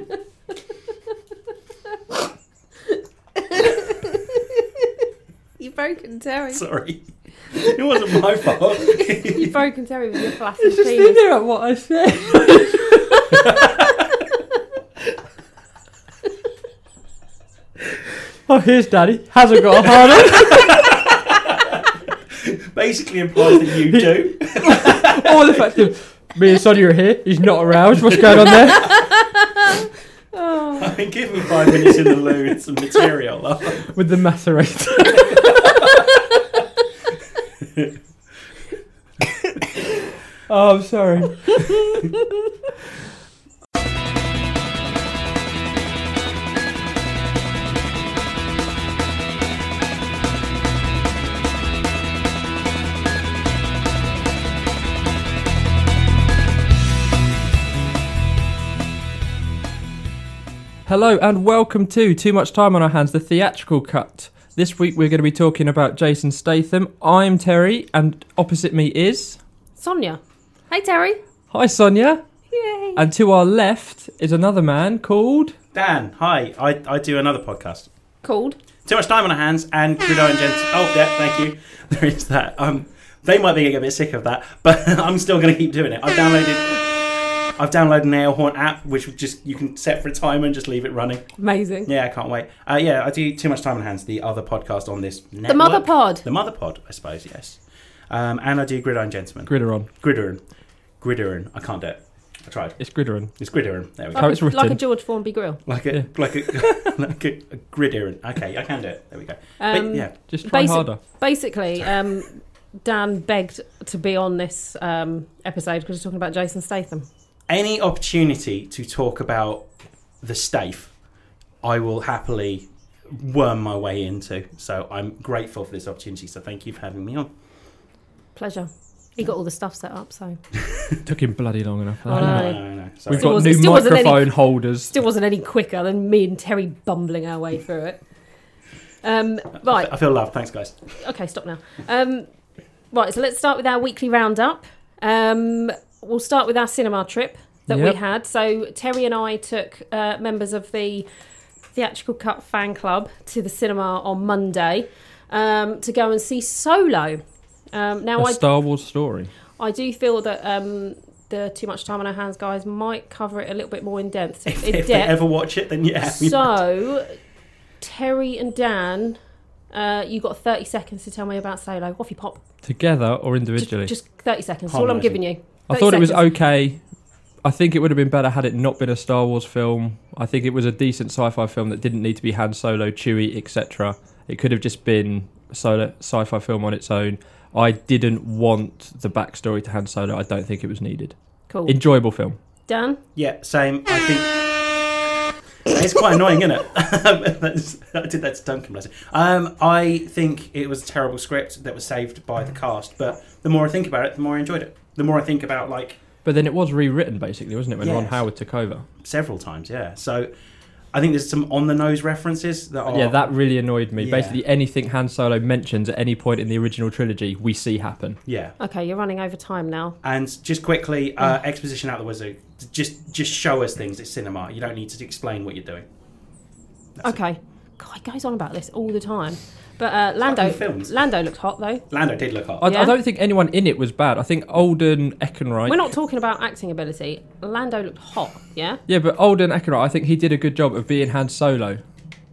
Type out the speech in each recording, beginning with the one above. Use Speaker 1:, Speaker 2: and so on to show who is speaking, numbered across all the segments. Speaker 1: You've broken Terry.
Speaker 2: Sorry. It wasn't my fault.
Speaker 1: You've broken Terry with your flaccid
Speaker 3: It's just in
Speaker 1: penis.
Speaker 3: there at what I said. oh, here's Daddy. Hasn't got a hard on.
Speaker 2: Basically implies that you do.
Speaker 3: All effective. Me and Sonny are here. He's not aroused. What's going on there?
Speaker 1: Oh.
Speaker 2: I mean, give me five minutes in the loo and some material. I'll-
Speaker 3: With the macerator. oh, I'm sorry. Hello and welcome to Too Much Time on Our Hands, the theatrical cut. This week we're going to be talking about Jason Statham. I'm Terry, and opposite me is.
Speaker 1: Sonia. Hey, Terry.
Speaker 3: Hi, Sonia.
Speaker 1: Yay.
Speaker 3: And to our left is another man called.
Speaker 2: Dan, hi. I, I do another podcast.
Speaker 1: Called.
Speaker 2: Too much time on our hands and Crudo and Gents. Oh, yeah, thank you. There is that. Um, they might be getting a bit sick of that, but I'm still going to keep doing it. I've downloaded. I've downloaded an air horn app, which just you can set for a timer and just leave it running.
Speaker 1: Amazing.
Speaker 2: Yeah, I can't wait. Uh, yeah, I do too much time on hands. The other podcast on this network,
Speaker 1: The Mother Pod.
Speaker 2: the mother pod, I suppose. Yes, um, and I do gridiron gentlemen.
Speaker 3: Grideron.
Speaker 2: Gridiron. Gridiron. I can't do it. I tried.
Speaker 3: It's Grideron.
Speaker 2: It's gridiron. There we go.
Speaker 3: How it's
Speaker 1: Like a- like a
Speaker 3: written.
Speaker 1: George Formby grill.
Speaker 2: Like a
Speaker 3: Yeah.
Speaker 2: like a like a, a gridiron. Okay, I can do it. There we go.
Speaker 1: Um,
Speaker 2: but yeah,
Speaker 3: Just try
Speaker 1: Basic-
Speaker 3: harder.
Speaker 1: Basically, um, Dan begged to be on this um, episode because we're talking about Jason Statham.
Speaker 2: any opportunity to talk about the stafe, I will happily worm my way into. So I'm grateful for this opportunity. So thank you for having me on.
Speaker 1: Pleasure. He got all the stuff set up, so
Speaker 3: Took him bloody long enough.
Speaker 1: Oh, no.
Speaker 2: No, no, no, sorry.
Speaker 1: Still
Speaker 3: We've got
Speaker 1: wasn't-
Speaker 3: new
Speaker 1: still wasn't any-
Speaker 3: microphone holders.
Speaker 1: still wasn't any quicker than me and Terry bumbling our way through it. Um, right.
Speaker 2: I feel loved. Thanks, guys.
Speaker 1: Okay, stop now. Um, right, so let's start with our weekly roundup. Um, we'll start with our cinema trip that
Speaker 3: Yep.
Speaker 1: we had. So Terry and I took uh, members of the Theatrical Cut fan club to the cinema on Monday um, to go and see Solo. Um, now,
Speaker 3: A
Speaker 1: I,
Speaker 3: Star Wars story.
Speaker 1: I do feel that um, the Too Much Time on Our Hands guys might cover it a little bit more in depth.
Speaker 2: If,
Speaker 1: in
Speaker 2: if they
Speaker 1: depth.
Speaker 2: ever watch it, then yeah. we might.
Speaker 1: So, Terry and Dan, uh, you got 30 seconds to tell me about Solo. Off you pop.
Speaker 3: Together or
Speaker 1: Just,
Speaker 3: individually?
Speaker 1: just 30 seconds. That's all I'm
Speaker 2: Harmonising.
Speaker 1: giving you.
Speaker 3: I
Speaker 1: 30
Speaker 3: thought it was
Speaker 1: seconds.
Speaker 3: okay. I think it would have been better had it not been a Star Wars film. I think it was a decent sci-fi film that didn't need to be Han Solo, Chewie, etc. It could have just been a solo sci-fi film on its own. I didn't want the backstory to Han Solo. I don't think it was needed.
Speaker 1: Cool.
Speaker 3: Enjoyable film.
Speaker 1: Dan?
Speaker 2: yeah, same. I think it's quite annoying, isn't it? That's- I did that to Duncan. Bless him. Um, I think it was a terrible script that was saved by the cast. But the more I think about it, the more I enjoyed it. The more I think about like
Speaker 3: But then it was rewritten basically, wasn't it, when Ron
Speaker 2: Yes.
Speaker 3: Howard took over?
Speaker 2: several times, yeah. So I think there's some on the nose references that are
Speaker 3: Yeah, that really annoyed me.
Speaker 2: Oh. Yeah.
Speaker 3: Basically, anything Han Solo mentions at any point in the original trilogy, we see happen.
Speaker 2: yeah.
Speaker 1: Okay, you're running over time now.
Speaker 2: And just quickly, uh, exposition out the wazoo. Just just show us things. It's cinema. You don't need to explain what you're doing. That's
Speaker 1: okay. God, he goes on about this all the time. But uh, Lando,
Speaker 2: Fucking films.
Speaker 1: Lando looked hot, though.
Speaker 2: Lando did look hot.
Speaker 3: I,
Speaker 1: Yeah.
Speaker 3: I don't think anyone in it was bad. I think Alden Ehrenreich.
Speaker 1: We're not talking about acting ability. Lando looked hot, yeah?
Speaker 3: Yeah, but Alden Ehrenreich, I think he did a good job of being Han Solo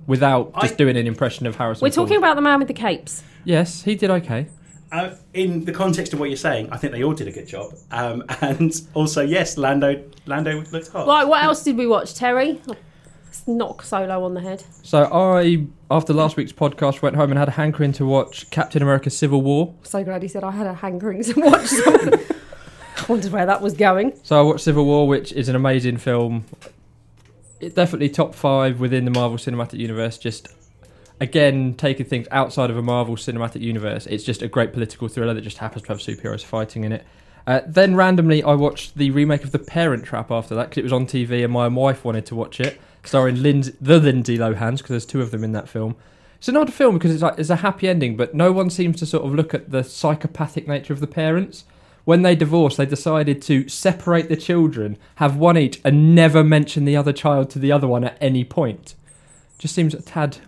Speaker 3: without just
Speaker 2: I-
Speaker 3: doing an impression of Harrison.
Speaker 1: We're talking
Speaker 3: Ford.
Speaker 1: about the man with the capes.
Speaker 3: Yes, he did okay.
Speaker 2: Uh, in the context of what you're saying, I think they all did a good job. Um, and also, yes, Lando Lando looked hot.
Speaker 1: Right, what else did we watch, Terry? Let's knock Solo on the head.
Speaker 3: So I, after last week's podcast, went home and had a hankering to watch Captain America: Civil War.
Speaker 1: so glad he said I had a hankering to watch something. I wondered where that was going.
Speaker 3: So I watched Civil War, which is an amazing film. It definitely top five within the Marvel Cinematic Universe. Just again, taking things outside of a Marvel Cinematic Universe, it's just a great political thriller that just happens to have superheroes fighting in it. Uh, then randomly, I watched the remake of The Parent Trap after that because it was on TV and my wife wanted to watch it, starring Lindsay, the Lindsay Lohans because there's two of them in that film. It's an odd film because it's like it's a happy ending, but no one seems to sort of look at the psychopathic nature of the parents when they divorced, they decided to separate the children, have one each, and never mention the other child to the other one at any point. Just seems a tad,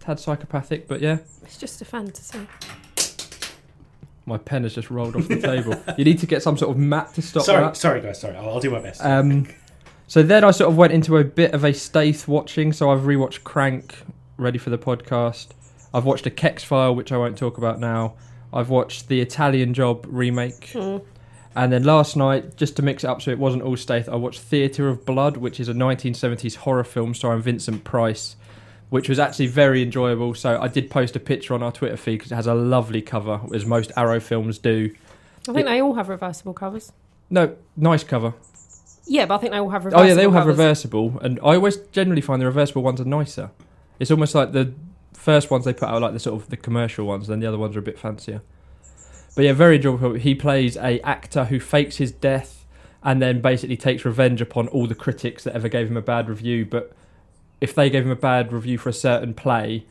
Speaker 3: tad psychopathic, but yeah.
Speaker 1: It's just a fantasy.
Speaker 3: My pen has just rolled off the table. You need to get some sort of mat to stop
Speaker 2: sorry,
Speaker 3: that.
Speaker 2: sorry, guys. Sorry, I'll, I'll do my best.
Speaker 3: Um, so then I sort of went into a bit of a Staith watching. So I've rewatched Crank, ready for the podcast. I've watched a Kex file, which I won't talk about now. I've watched the Italian Job remake. And then last night, just to mix it up so it wasn't all Staith, I watched Theatre of Blood, which is a 1970s horror film starring Vincent Price, which was actually very enjoyable. So I did post a picture on our Twitter feed because it has a lovely cover, as most Arrow films do.
Speaker 1: I think they all have reversible covers.
Speaker 3: No, nice cover.
Speaker 1: Yeah, but I think they all have
Speaker 3: Oh
Speaker 1: reversible.
Speaker 3: yeah, they all have
Speaker 1: covers.
Speaker 3: reversible, and I always generally find the reversible ones are nicer. It's almost like the first ones they put out, are like the sort of the commercial ones, then the other ones are a bit fancier. But yeah, very enjoyable. He plays a actor who fakes his death and then basically takes revenge upon all the critics that ever gave him a bad review. But if they gave him a bad review for a certain play,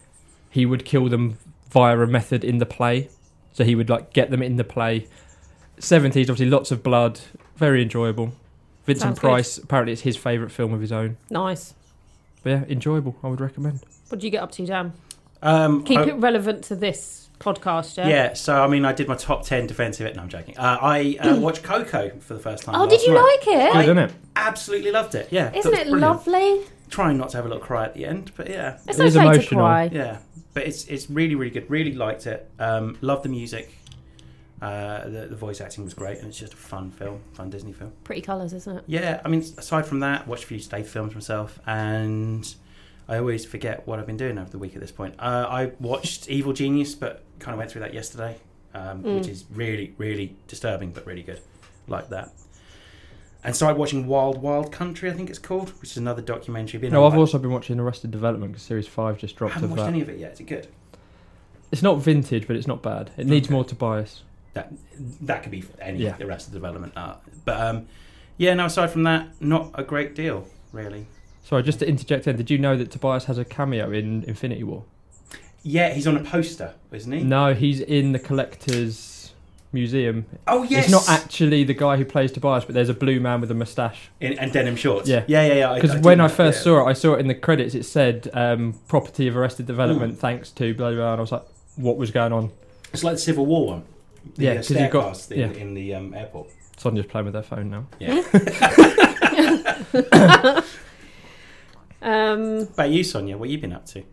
Speaker 3: he would kill them via a method in the play. So he would like get them in the play. Seventies, obviously, lots of blood. Very enjoyable. Vincent
Speaker 1: Sounds good.
Speaker 3: Price. Apparently, it's his favourite film of his own.
Speaker 1: Nice.
Speaker 3: But yeah, enjoyable. I would recommend.
Speaker 1: What do you get up to, Dan?
Speaker 2: Um,
Speaker 3: Oh.
Speaker 1: Keep
Speaker 2: I-
Speaker 1: it relevant to this podcast, yeah.
Speaker 2: Yeah, so I mean, I did my top ten defensive. No, I'm joking. Uh, I uh, watched Coco for the first time.
Speaker 1: Mm. Oh, did
Speaker 2: last
Speaker 1: you
Speaker 2: night.
Speaker 1: like
Speaker 3: Good,
Speaker 1: it?
Speaker 3: isn't it?
Speaker 2: Absolutely loved it. Yeah,
Speaker 1: Isn't it lovely?
Speaker 2: Trying not to have a little cry at the end, but yeah,
Speaker 1: It's
Speaker 3: It is
Speaker 1: okay to
Speaker 3: emotional.
Speaker 1: cry.
Speaker 2: yeah. But it's it's really really good. Really liked it. Um, loved the music. Uh, the, the voice acting was great, and it's just a fun film, fun Disney film.
Speaker 1: Pretty colours, isn't it?
Speaker 2: Yeah, I mean, aside from that, watched a few stage films myself, and I always forget what I've been doing over the week at this point. Uh, I watched Evil Genius, but kind of went through that yesterday, um, which is really, really disturbing, but really good. Like that. And started watching Wild Wild Country, I think it's called, which is another documentary. Been
Speaker 3: No,
Speaker 2: on,
Speaker 3: I've
Speaker 2: like-
Speaker 3: also been watching Arrested Development because Series Five just
Speaker 2: I
Speaker 3: dropped.
Speaker 2: haven't
Speaker 3: Of
Speaker 2: watched
Speaker 3: that.
Speaker 2: any of it yet. Is it good?
Speaker 3: It's not vintage, but it's not bad. It needs
Speaker 2: Okay.
Speaker 3: more Tobias.
Speaker 2: that that could be any
Speaker 3: Yeah.
Speaker 2: the rest of the development art. But um, yeah, no. Aside from that, not a great deal really.
Speaker 3: Sorry, just to interject there, did you know that Tobias has a cameo in Infinity War?
Speaker 2: Yeah, he's on a poster, isn't he?
Speaker 3: No, he's in the collector's museum.
Speaker 2: Oh yes,
Speaker 3: It's not actually the guy who plays Tobias, but there's a blue man with a mustache.
Speaker 2: In, and denim shorts.
Speaker 3: Yeah.
Speaker 2: yeah, yeah, yeah.
Speaker 3: Because when I first saw it, I saw it in the credits. It said um, "Property of Arrested Development," thanks to blah blah, blah. And I was like, "What was going on?"
Speaker 2: it's like the Civil War one. The,
Speaker 3: Yeah,
Speaker 2: uh,
Speaker 3: 'cause
Speaker 2: stair
Speaker 3: you've got-
Speaker 2: cast in,
Speaker 3: yeah.
Speaker 2: in the um, airport.
Speaker 3: Sonia's playing with her phone now.
Speaker 2: Yeah.
Speaker 1: Um,
Speaker 2: About you, Sonia, what you been up to?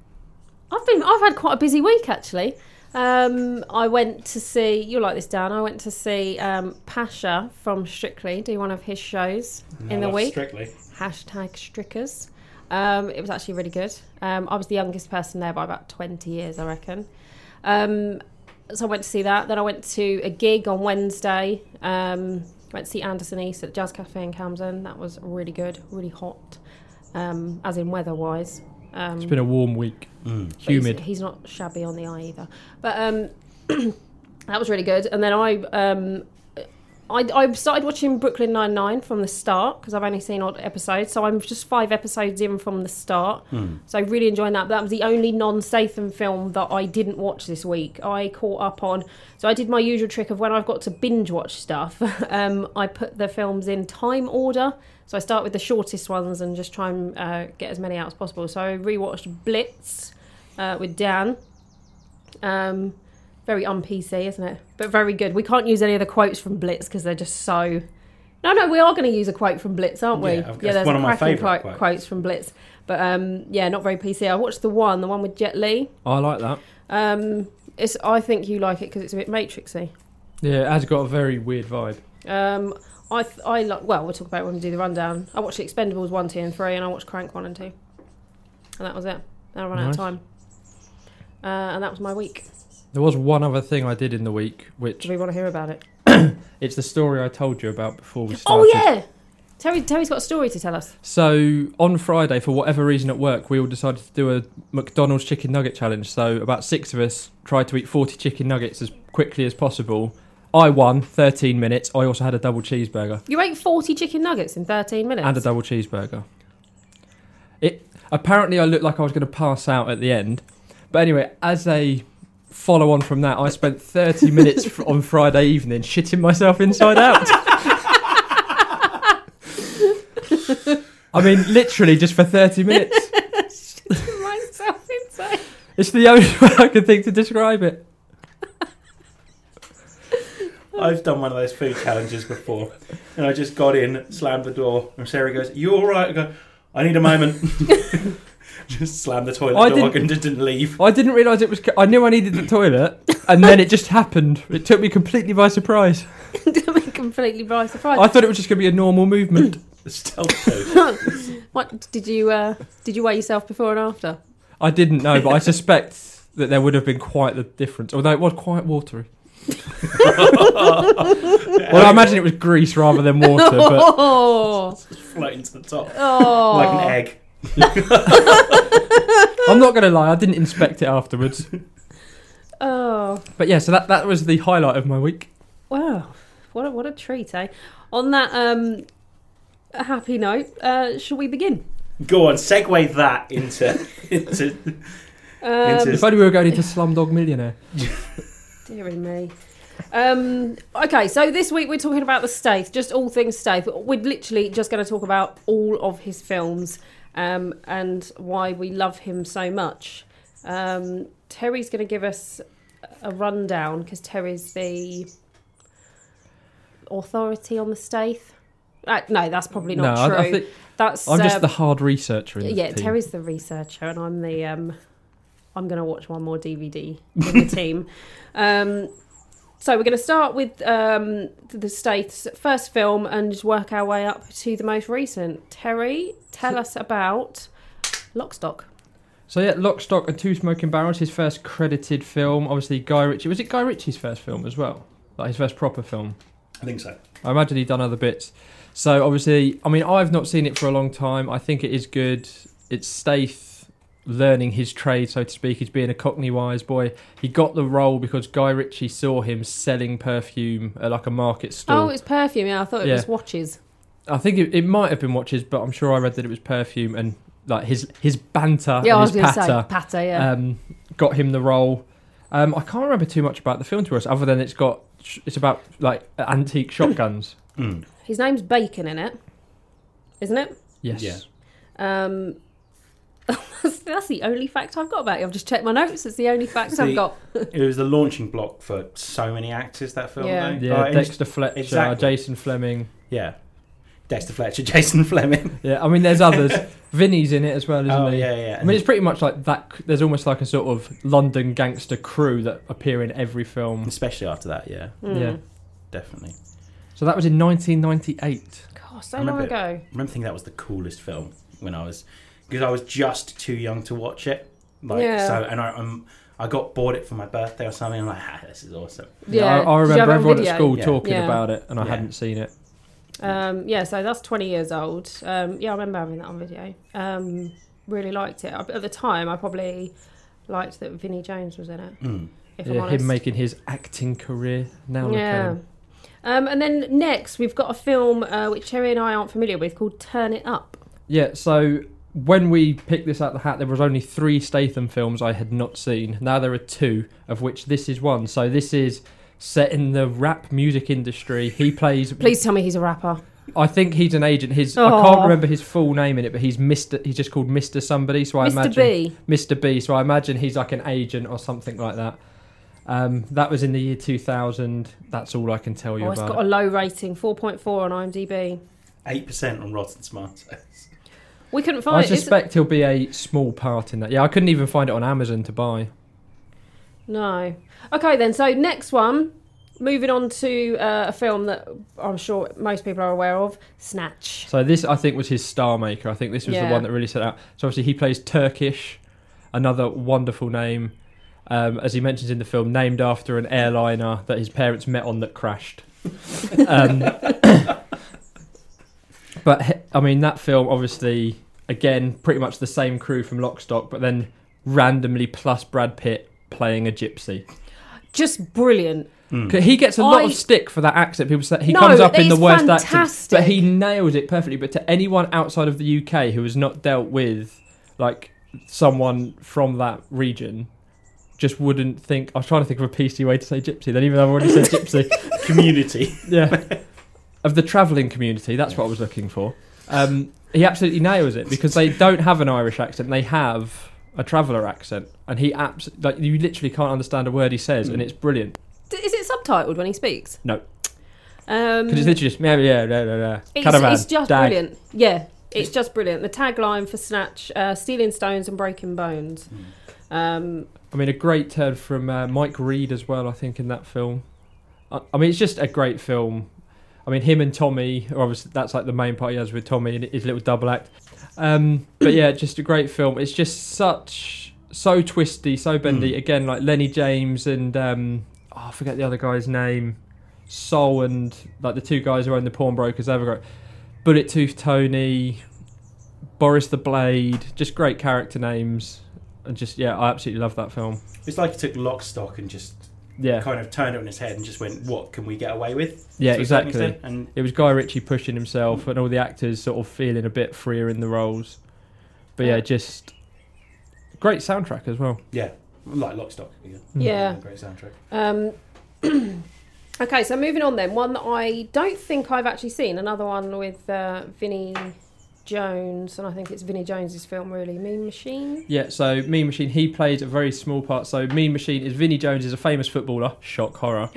Speaker 1: I've been I've had quite a busy week actually. Um, I went to see you like this Dan. I went to see um, Pasha from Strictly do one of his shows in the
Speaker 2: Not
Speaker 1: week.
Speaker 2: Strictly.
Speaker 1: Hashtag Strickers. Um, it was actually really good. Um, I was the youngest person there by about twenty years, I reckon. Um, so I went to see that. Then I went to a gig on Wednesday. Um, went to see Anderson East at Jazz Cafe in Camden. That was really good, really hot, um, as in weather-wise. Um,
Speaker 3: It's been a warm week,
Speaker 1: but he's-
Speaker 3: humid.
Speaker 1: He's, not shabby on the eye either. But um, that was really good. And then I um, I, I started watching Brooklyn Nine Nine from the start because I've only seen odd episodes, so I'm just five episodes in from the start. So I really enjoying that. But that was the only non-Statham film that I didn't watch this week. I caught up on. So I did my usual trick of when I've got to binge watch stuff, um, I put the films in time order. So I start with the shortest ones and just try and uh, get as many out as possible. So I rewatched Blitz uh, with Dan. Um, very un PC, isn't it? But very good. We can't use any of the quotes from Blitz because they're just so. No, no, we are going to use a quote from Blitz, aren't we?
Speaker 2: Yeah, I've- that's
Speaker 1: there's
Speaker 2: one
Speaker 1: a
Speaker 2: of my
Speaker 1: cracking
Speaker 2: favourite
Speaker 1: quote-
Speaker 2: quotes.
Speaker 1: quotes from Blitz. But um, yeah, not very PC. I watched the one, the one with Jet Li.
Speaker 3: I like that.
Speaker 1: Um, it's. I think you like it because it's a bit Matrixy.
Speaker 3: Yeah, it has got a very weird vibe.
Speaker 1: Um, I th- I like. Well, we'll talk about it when we do the rundown. I watched the Expendables one, two, and three, and I watched Crank one and two, and that was it. Then I ran out of
Speaker 3: Nice.
Speaker 1: time, uh, and that was my week.
Speaker 3: There was one other thing I did in the week,
Speaker 1: Do
Speaker 3: which
Speaker 1: we want to hear about it?
Speaker 3: it's the story I told you about before we started.
Speaker 1: Oh yeah, Terry. Terry's got a story to tell us.
Speaker 3: So on Friday, for whatever reason at work, we all decided to do a McDonald's chicken nugget challenge. So about six of us tried to eat 40 chicken nuggets as quickly as possible. I won 13 minutes. I also had a double cheeseburger
Speaker 1: You ate forty chicken nuggets in thirteen minutes.
Speaker 3: and a double cheeseburger. It apparently I looked like I was going to pass out at the end, but anyway, as a follow on from that, I spent 30 minutes fr- on Friday evening shitting myself inside out. I mean, literally just for 30 minutes.
Speaker 1: myself inside.
Speaker 3: It's the only way I could think to describe it.
Speaker 2: I've done one of those food challenges before, and I just got in, slammed the door, and Sarah goes, "You all right?" I go, "I need a moment." just slammed the toilet
Speaker 3: I
Speaker 2: door
Speaker 3: didn't-
Speaker 2: and just didn't leave.
Speaker 3: I didn't realise it was. I knew I needed the toilet, and then it just happened. It took me completely by surprise.
Speaker 1: Took me completely by surprise.
Speaker 3: I thought it was just going to be a normal movement.
Speaker 2: Stealth food.
Speaker 1: what did you uh, did you weigh yourself before and after?
Speaker 3: I didn't know, but I suspect that there would have been quite the difference. Although it was quite watery. Well, I imagine it was grease rather than water, but
Speaker 1: oh,
Speaker 2: floating to the top
Speaker 1: oh.
Speaker 2: like an egg.
Speaker 3: I'm not going to lie. I didn't inspect it afterwards.
Speaker 1: Oh,
Speaker 3: But yeah, so that that was the highlight of my week.
Speaker 1: wow! What a, what a treat, eh? On that um, happy note, uh, shall we begin?
Speaker 2: Go on, segue that into into.
Speaker 1: Um,
Speaker 3: If only we were going into Slumdog Millionaire.
Speaker 1: Dearie me. Um, okay, so this week we're talking about the Staith, just all things Staith. We're literally just going to talk about all of his films um, and why we love him so much. Um, Terry's going to give us a rundown because Terry's the authority on the Staith. Uh, no, that's probably not
Speaker 3: no,
Speaker 1: true.
Speaker 3: I, I think
Speaker 1: that's
Speaker 3: I'm just
Speaker 1: um,
Speaker 3: the hard researcher. In the
Speaker 1: yeah,
Speaker 3: team.
Speaker 1: Terry's the researcher, and I'm the um, I'm going to watch one more DVD with the team. Um, so we're going to start with um, the state's first film and just work our way up to the most recent. Terry, tell us about Lockstock.
Speaker 3: So yeah, Lock, Stock and Two Smoking Barrels, his first credited film. Obviously, Guy Ritchie. Was it Guy Ritchie's first film as well? Like his first proper film.
Speaker 2: I think so.
Speaker 3: I imagine he'd done other bits. So obviously, I mean, I've not seen it for a long time. I think it is good. It's Staith learning his trade, so to speak. He's being a Cockney wise boy. He got the role because Guy Ritchie saw him selling perfume at like a market stall.
Speaker 1: Oh, it's perfume. Yeah, I thought it
Speaker 3: Yeah.
Speaker 1: was watches.
Speaker 3: I think it, it might have been watches, but I'm sure I read that it was perfume and like his his banter
Speaker 1: yeah, I
Speaker 3: Uh, and
Speaker 1: was
Speaker 3: his
Speaker 1: going to say
Speaker 3: patter
Speaker 1: patter. Yeah,
Speaker 3: um, got him the role. Um, I can't remember too much about the film to us, other than it's got it's about like antique shotguns.
Speaker 2: Mm.
Speaker 1: his name's Bacon in it, isn't it?
Speaker 3: Yes.
Speaker 2: Yeah.
Speaker 1: Um, that's, that's the only fact I've got about it. I've just checked my notes. It's the only fact I've
Speaker 2: The-
Speaker 1: got.
Speaker 2: It was the launching block for so many actors. That film,
Speaker 1: Yeah.
Speaker 2: though.
Speaker 3: Yeah,
Speaker 2: Like, it's-
Speaker 3: Dexter Fletcher,
Speaker 2: Uh, exactly.
Speaker 3: Jason Fleming.
Speaker 2: yeah. Dexter Fletcher, Jason Fleming.
Speaker 3: Yeah, I mean, there's others. Vinny's in it as well, isn't
Speaker 2: oh
Speaker 3: he?
Speaker 2: yeah, yeah.
Speaker 3: I mean, it's pretty much like that. There's almost like a sort of London gangster crew that appear in every film.
Speaker 2: especially after that, yeah,
Speaker 1: Mm.
Speaker 3: Yeah.
Speaker 2: definitely.
Speaker 3: So that was in 1998.
Speaker 1: God, so
Speaker 2: I
Speaker 1: long
Speaker 2: remember it.
Speaker 1: ago.
Speaker 2: I remember thinking that was the coolest film when I was because I was just too young to watch it. Like
Speaker 1: Yeah.
Speaker 2: so, and I um, I got bought it for my birthday or something. I'm like, ah, this is awesome.
Speaker 1: Yeah,
Speaker 3: I, I
Speaker 1: did you have it
Speaker 3: remember
Speaker 1: on
Speaker 3: everyone
Speaker 1: video?
Speaker 3: at school
Speaker 2: Yeah.
Speaker 3: talking
Speaker 1: Yeah.
Speaker 3: about it, and I
Speaker 2: Yeah.
Speaker 3: hadn't seen it.
Speaker 1: Um, yeah, so that's 20 years old. Um, yeah, I remember having that on video. Um, really liked it. At the time, I probably liked that Vinnie Jones was in it,
Speaker 3: Hmm.
Speaker 2: Mm.
Speaker 1: if I'm
Speaker 3: Yeah,
Speaker 1: honest.
Speaker 3: him making his acting career now.
Speaker 1: yeah.
Speaker 3: Look
Speaker 1: Um, and then next, we've got a film uh, which Cherry and I aren't familiar with called Turn It Up.
Speaker 3: Yeah, so when we picked this out of the hat, there was only three Statham films I had not seen. Now there are two, of which this is one. So this is set in the rap music industry. He plays.
Speaker 1: Please tell me he's a rapper.
Speaker 3: I think he's an agent. His I
Speaker 1: Aw.
Speaker 3: can't remember his full name in it, but he's Mister. He's just called Mister Somebody. So I
Speaker 1: Mr.
Speaker 3: imagine
Speaker 1: B.
Speaker 3: Mr. B. So I imagine he's like an agent or something like that. Um, that was in the year 2000. That's all I can tell you
Speaker 1: Oh, it's
Speaker 3: about.
Speaker 1: got a low rating, 4.4 on IMDb.
Speaker 2: Eight percent on Rotten Tomatoes.
Speaker 1: We couldn't
Speaker 3: I
Speaker 1: find it. Is it.
Speaker 3: suspect he'll be a small part in that. Yeah, I couldn't even find it on Amazon to buy.
Speaker 1: No. Okay, then. So next one, moving on to uh, a film that I'm sure most people are aware of, Snatch.
Speaker 3: So this, I think, was his star maker. I think this was
Speaker 1: Yeah.
Speaker 3: the one that really set out. So obviously he plays Turkish, another wonderful name, um, as he mentions in the film, named after an airliner that his parents met on that crashed. um, but he- I mean, that film obviously again pretty much the same crew from Lockstock, but then randomly plus Brad Pitt playing a gypsy.
Speaker 1: Just brilliant.
Speaker 3: He gets a lot
Speaker 1: I-
Speaker 3: of stick for that accent. People say he
Speaker 1: No,
Speaker 3: comes up
Speaker 1: that
Speaker 3: in the
Speaker 1: is
Speaker 3: worst accent,
Speaker 1: fantastic.
Speaker 3: but he nails it perfectly. But to anyone outside of the UK who has not dealt with like someone from that region, just wouldn't think. I was trying to think of a PC way to say gypsy. Then even though I've already said gypsy,
Speaker 2: Community.
Speaker 3: yeah, of the travelling community. That's what I was looking for. Um, he absolutely nails it because they don't have an Irish accent. They have a traveller accent, and he abs- like you literally can't understand a word he says,
Speaker 1: Mm.
Speaker 3: and it's brilliant
Speaker 1: D- Is it subtitled when he speaks?
Speaker 3: No.
Speaker 1: Um,
Speaker 3: because it's literally just yeah, yeah, yeah, yeah, yeah.
Speaker 1: It's,
Speaker 3: caravan,
Speaker 1: it's just
Speaker 3: dag.
Speaker 1: brilliant. Yeah, it's just brilliant. The tagline for Snatch: uh, "Stealing stones and breaking bones."
Speaker 3: Mm.
Speaker 1: Um,
Speaker 3: I mean, a great turn from uh, Mike Reed as well. I think in that film. I, I mean, it's just a great film. I mean, him and Tommy, or obviously that's like the main part he has with Tommy in his little double act. Um, but yeah, just a great film. It's just such so twisty, so bendy. Again, like Lenny James and um, oh, I forget the other guy's name. Sol and like the two guys who own the pawnbrokers. They've got Bullet Tooth Tony, Boris the Blade. Just great character names, and just yeah, I absolutely love that film.
Speaker 2: It's like he took lock stock and just
Speaker 3: Yeah,
Speaker 2: kind of turned it on his head and just went, "What can we get away with?"
Speaker 3: yeah,
Speaker 2: to a certain
Speaker 3: exactly.
Speaker 2: extent. And
Speaker 3: It was Guy Ritchie pushing himself, and all the actors sort of feeling a bit freer in the roles. But yeah, just great soundtrack as well.
Speaker 2: yeah, like lock stock. Yeah,
Speaker 3: Mm.
Speaker 1: Yeah.
Speaker 2: great soundtrack.
Speaker 1: um, okay, so moving on then. One that I don't think I've actually seen. Another one with uh, Vinnie Jones, and I think it's Vinnie Jones's film, really. Mean Machine.
Speaker 3: Yeah, so Mean Machine, he plays a very small part. So Mean Machine is Vinnie Jones is a famous footballer, shock horror,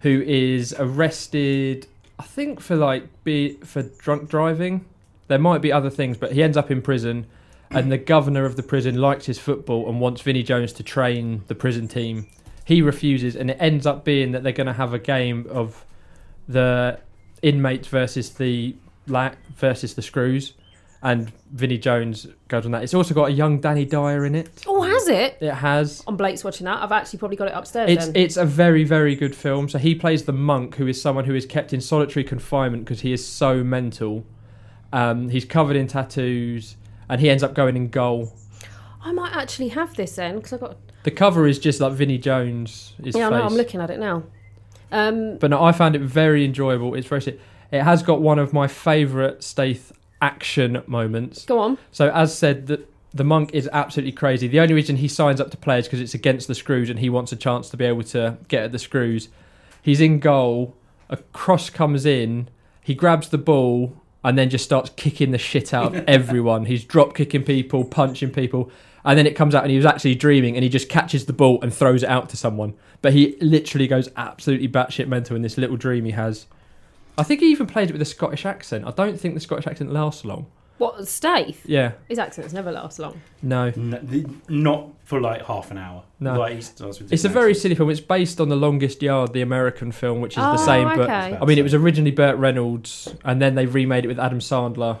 Speaker 3: who is arrested, I think for like be for drunk driving. There might be other things, but he ends up in prison, and the governor of the prison likes his football and wants Vinnie Jones to train the prison team. He refuses, and it ends up being that they're going to have a game of the inmates versus the la- versus the screws, and Vinnie Jones goes on that. It's also got a young Danny Dyer in it.
Speaker 1: Oh, has it?
Speaker 3: It has.
Speaker 1: On Blake's watching that. I've actually probably got it upstairs.
Speaker 3: It's
Speaker 1: then.
Speaker 3: it's a very very good film. So he plays the monk who is someone who is kept in solitary confinement because he is so mental. Um, he's covered in tattoos, and he ends up going in goal.
Speaker 1: I might actually have this then because I've got.
Speaker 3: The cover is just like Vinnie Jones. His
Speaker 1: yeah, I
Speaker 3: face.
Speaker 1: know. I'm looking at it now. Um,
Speaker 3: But no, I found it very enjoyable. It's very. It has got one of my favourite Staith action moments.
Speaker 1: go on.
Speaker 3: So as said, the the monk is absolutely crazy. The only reason he signs up to play is because it's against the screws, and he wants a chance to be able to get at the screws. He's in goal. A cross comes in. He grabs the ball and then just starts kicking the shit out of everyone. He's drop kicking people, punching people, and then it comes out and he was actually dreaming, and he just catches the ball and throws it out to someone. But he literally goes absolutely batshit mental in this little dream he has. I think he even played it with a Scottish accent. I don't think the Scottish accent lasts long.
Speaker 1: What Staith?
Speaker 3: Yeah,
Speaker 1: His accents never last long.
Speaker 3: no.
Speaker 2: N- the- not for like half an hour.
Speaker 3: No.
Speaker 2: Like, he starts with
Speaker 3: It's a
Speaker 2: different
Speaker 3: very
Speaker 2: accents.
Speaker 3: silly film. It's based on The Longest Yard, the American film, which is the
Speaker 1: Oh,
Speaker 3: same. But
Speaker 1: okay.
Speaker 3: I mean, it was originally Burt Reynolds, and then they remade it with Adam Sandler,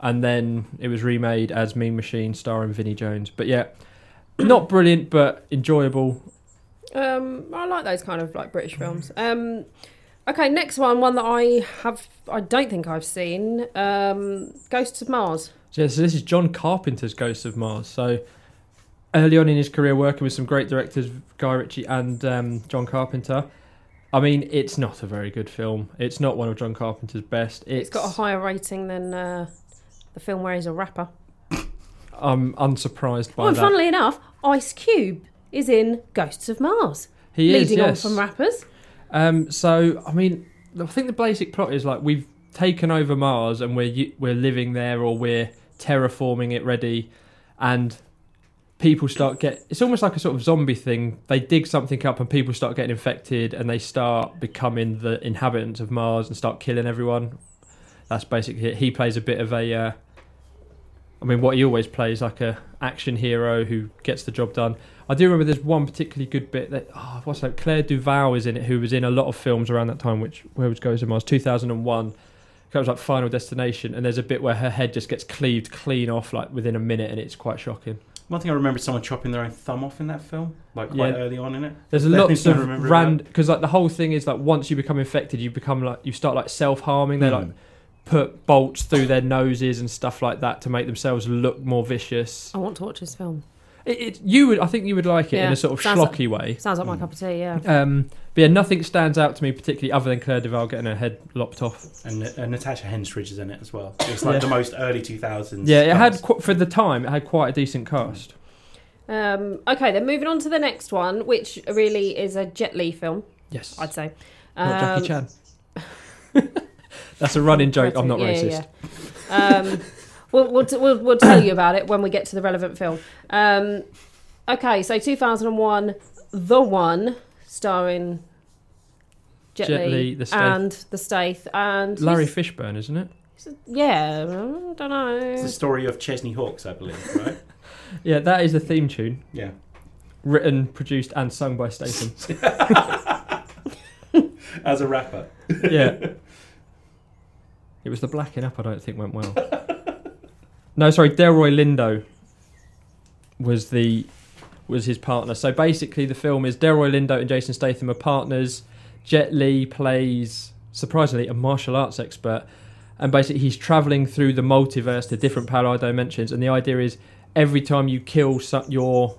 Speaker 3: and then it was remade as Mean Machine, starring Vinnie Jones. But yeah, not brilliant, but enjoyable.
Speaker 1: Um, I like those kind of like British films. Um, okay, next one, one that I have, I don't think I've seen, um, Ghosts of Mars.
Speaker 3: So, yeah, so this is John Carpenter's Ghosts of Mars. So early on in his career, working with some great directors, Guy Ritchie and um, John Carpenter. I mean, it's not a very good film. It's not one of John Carpenter's best.
Speaker 1: it's got a higher rating than uh, the film where he's a rapper.
Speaker 3: I'm unsurprised by
Speaker 1: Oh, and
Speaker 3: that.
Speaker 1: funnily enough, Ice Cube is in Ghosts of Mars,
Speaker 3: He
Speaker 1: leading
Speaker 3: is, yes.
Speaker 1: on from rappers.
Speaker 3: Um, so I mean, I think the basic plot is like we've taken over Mars and we're u- we're living there or we're terraforming it ready, and people start get. It's almost like a sort of zombie thing. They dig something up and people start getting infected and they start becoming the inhabitants of Mars and start killing everyone. That's basically it. He plays a bit of a. Uh, I mean, what he always plays like a action hero who gets the job done. I do remember there's one particularly good bit that oh, what's that? Claire Duval is in it, who was in a lot of films around that time, which where was Goes to Mars, 2001. That was like Final Destination, and there's a bit where her head just gets cleaved clean off like within a minute, and it's quite shocking.
Speaker 2: One thing I remember is someone chopping their own thumb off in that film, like quite
Speaker 3: Yeah.
Speaker 2: early on in it.
Speaker 3: There's
Speaker 2: That
Speaker 3: lots
Speaker 2: thing I
Speaker 3: of
Speaker 2: remember
Speaker 3: random because like the whole thing is like once you become infected, you become like you start like self harming. They like
Speaker 2: Mm.
Speaker 3: put bolts through their noses and stuff like that to make themselves look more vicious.
Speaker 1: I want to watch this film.
Speaker 3: It, it, you would, I think, you would like it in
Speaker 1: Oh. Yeah.
Speaker 3: a sort of
Speaker 1: Sounds like-
Speaker 3: schlocky way.
Speaker 1: Sounds like my cup of tea, yeah.
Speaker 3: Um, but yeah, nothing stands out to me particularly other than Claire Deval getting her head lopped off.
Speaker 2: And uh, Natasha Henstridge is in it as well. It's like
Speaker 3: Yeah.
Speaker 2: the most early 2000s.
Speaker 3: Yeah, it had
Speaker 2: cast.
Speaker 3: qu- for the time it had quite a decent cast.
Speaker 1: Um, okay, then moving on to the next one, which really is a Jet Li film,
Speaker 3: Yes.
Speaker 1: I'd say.
Speaker 3: not Jackie
Speaker 1: Um,
Speaker 3: Chan. That's a running joke. I'm not
Speaker 1: Yeah,
Speaker 3: racist.
Speaker 1: yeah, yeah. Um, we'll, we'll, t- we'll, we'll tell you about it when we get to the relevant film. Um, okay, so 2001, The One, starring Jet,
Speaker 3: Jet
Speaker 1: Li,
Speaker 3: Li, The Staith.
Speaker 1: and The Staith. And
Speaker 3: Larry Fishburne, isn't it?
Speaker 1: Yeah, I don't
Speaker 2: It's
Speaker 1: know.
Speaker 2: the story of Chesney Hawks, I believe, right?
Speaker 3: Yeah, that is the theme tune,
Speaker 2: yeah.
Speaker 3: written, produced, and sung by Statham.
Speaker 2: As a rapper.
Speaker 3: yeah. It was the blacking up. I don't think went well. No, sorry, Delroy Lindo was the was his partner. So basically, the film is Delroy Lindo and Jason Statham are partners. Jet Li plays surprisingly a martial arts expert, and basically he's traveling through the multiverse to different parallel dimensions. And the idea is every time you kill so- your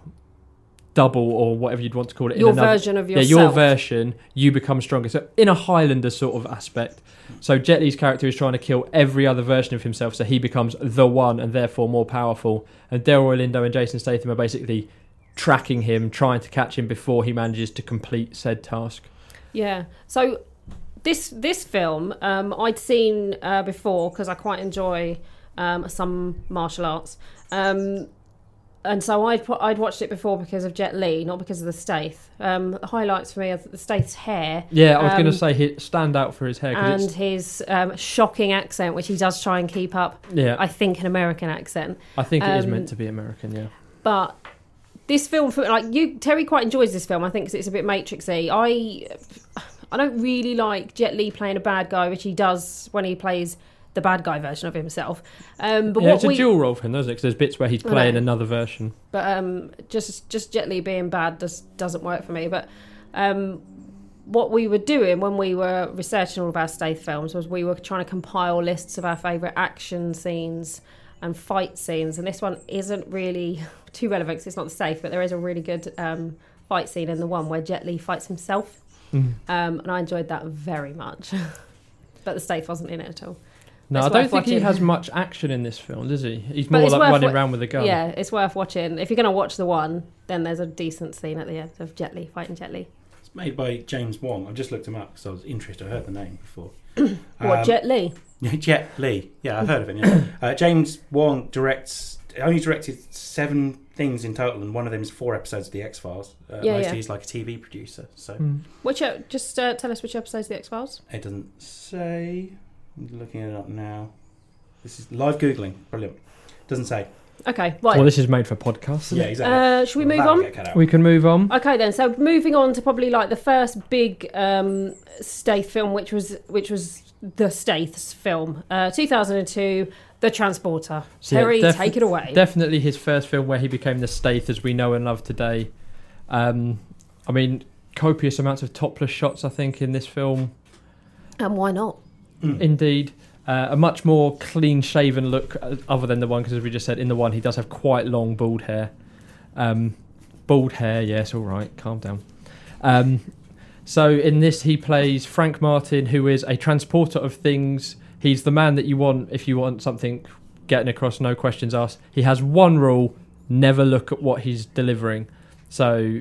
Speaker 3: double or whatever you'd want to call it,
Speaker 1: Your
Speaker 3: in another,
Speaker 1: version of
Speaker 3: yeah, your
Speaker 1: yourself.
Speaker 3: version, you become stronger. So in a Highlander sort of aspect. So Jet Li's character is trying to kill every other version of himself, so he becomes the one and therefore more powerful. And Delroy Lindo and Jason Statham are basically tracking him, trying to catch him before he manages to complete said task.
Speaker 1: Yeah. So this this film um, I'd seen uh, before because I quite enjoy um, some martial arts, um, and so I'd put, I'd watched it before because of Jet Li, not because of the Staith. Um, the highlights for me are the Staith's hair.
Speaker 3: Yeah, I was going to
Speaker 1: um,
Speaker 3: say he stand out for his hair. 'cause
Speaker 1: And
Speaker 3: it's,
Speaker 1: his um, shocking accent, which he does try and keep up.
Speaker 3: yeah,
Speaker 1: I think an American accent,
Speaker 3: I, think it is
Speaker 1: um,
Speaker 3: meant to be American. Yeah,
Speaker 1: but. This film, for like you, Terry quite enjoys this film. I think 'cause it's a bit Matrixy. I I don't really like Jet Li playing a bad guy, which he does when he plays the bad guy version of himself. Um, but
Speaker 3: yeah,
Speaker 1: what
Speaker 3: it's a
Speaker 1: we,
Speaker 3: dual role for him, doesn't it? 'Cause there's bits where he's
Speaker 1: I know.
Speaker 3: playing another version.
Speaker 1: but um, just just Jet Li being bad does doesn't work for me. But um, what we were doing when we were researching all of our Staith films was we were trying to compile lists of our favourite action scenes and fight scenes, and this one isn't really too relevant because it's not the Staith, but there is a really good um, fight scene in the one where Jet Li fights himself, um, and I enjoyed that very much. but the Staith wasn't in it at all.
Speaker 3: No,
Speaker 1: That's
Speaker 3: I
Speaker 1: what I
Speaker 3: don't think he
Speaker 1: thought, yeah.
Speaker 3: has much action in this film, does he? He's
Speaker 1: But
Speaker 3: more
Speaker 1: it's
Speaker 3: like
Speaker 1: worth
Speaker 3: running
Speaker 1: wa-
Speaker 3: around with a gun.
Speaker 1: Yeah, it's worth watching. If you're going to watch the one, then there's a decent scene at the end of Jet Li fighting Jet Li.
Speaker 2: It's made by James Wong. I've just looked him up because I was interested. I heard the name before.
Speaker 1: What
Speaker 2: Um,
Speaker 1: Jet Li?
Speaker 2: Yeah, Jet Li. Yeah, I've heard of him. Yeah. Uh, James Wong directs. Only directed seven things in total, and one of them is four episodes of the X Files. Uh,
Speaker 1: Yeah,
Speaker 2: mostly
Speaker 1: yeah.
Speaker 2: he's like a TV producer, so
Speaker 3: Mm.
Speaker 1: Which uh, just uh, tell us which episodes of the X Files?
Speaker 2: it doesn't say. I'm looking it up now. This is live googling. Brilliant. Doesn't say.
Speaker 1: Okay, right.
Speaker 3: Well, this is made for podcasts. isn't
Speaker 2: Yeah,
Speaker 3: it?
Speaker 2: exactly.
Speaker 1: uh, should we move
Speaker 2: That'll
Speaker 1: on?
Speaker 2: get cut out.
Speaker 3: We can move on.
Speaker 1: Okay, then. So moving on to probably like the first big um, Staith film, which was which was the Staith's film, uh, 2002, The Transporter.
Speaker 3: So, yeah,
Speaker 1: Terry,
Speaker 3: def-
Speaker 1: take it away.
Speaker 3: Definitely his first film where he became the Staith as we know and love today. Um, I mean, copious amounts of topless shots, I think, in this film.
Speaker 1: and why not?
Speaker 3: Indeed. Uh, a much more clean shaven look, uh, other than the one, because as we just said, in the one he does have quite long bald hair. Um, bald hair, yes, all right, calm down. Um, so in this, he plays Frank Martin, who is a transporter of things. He's the man that you want if you want something getting across, no questions asked. He has one rule never look at what he's delivering. So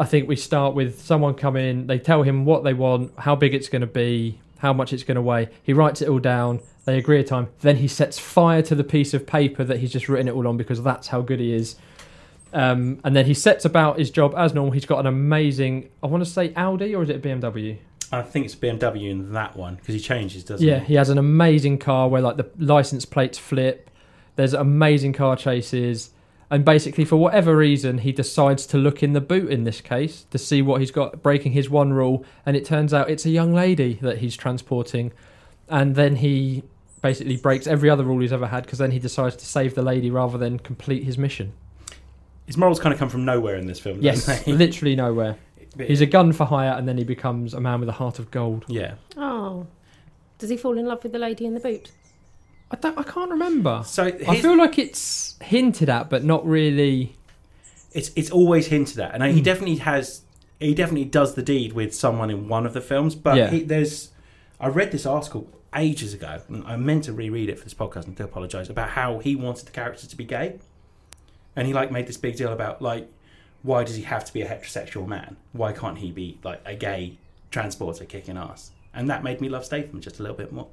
Speaker 3: I think we start with someone come in, they tell him what they want, how big it's going to be, how much it's going to weigh. He writes it all down, they agree a time, then he sets fire to the piece of paper that he's just written it all on because that's how good he is. Um, and then he sets about his job as normal. He's got an amazing, I want to say Audi or is it a BMW?
Speaker 2: I think it's BMW in that one because he changes, doesn't
Speaker 3: Yeah,
Speaker 2: he?
Speaker 3: he has an amazing car where like the license plates flip. There's amazing car chases, and basically for whatever reason, he decides to look in the boot in this case to see what he's got, breaking his one rule. And it turns out it's a young lady that he's transporting, and then he basically breaks every other rule he's ever had because then he decides to save the lady rather than complete his mission.
Speaker 2: His morals kind of come from nowhere in this film.
Speaker 3: Yes,
Speaker 2: don't they?
Speaker 3: literally nowhere. He's a gun for hire, and then he becomes a man with a heart of gold.
Speaker 2: yeah.
Speaker 1: Oh, does he fall in love with the lady in the boot?
Speaker 3: I don't. I can't remember.
Speaker 2: So
Speaker 3: I
Speaker 2: his-
Speaker 3: feel like it's hinted at, but not really.
Speaker 2: it's it's always hinted at, and he definitely has he definitely does the deed with someone in one of the films. But
Speaker 3: Yeah.
Speaker 2: he, there's I read this article ages ago, and I meant to reread it for this podcast, and I do apologise about how he wanted the character to be gay. and he like made this big deal about like why does he have to be a heterosexual man? Why can't he be like a gay transporter kicking ass? And that made me love Statham just a little bit more.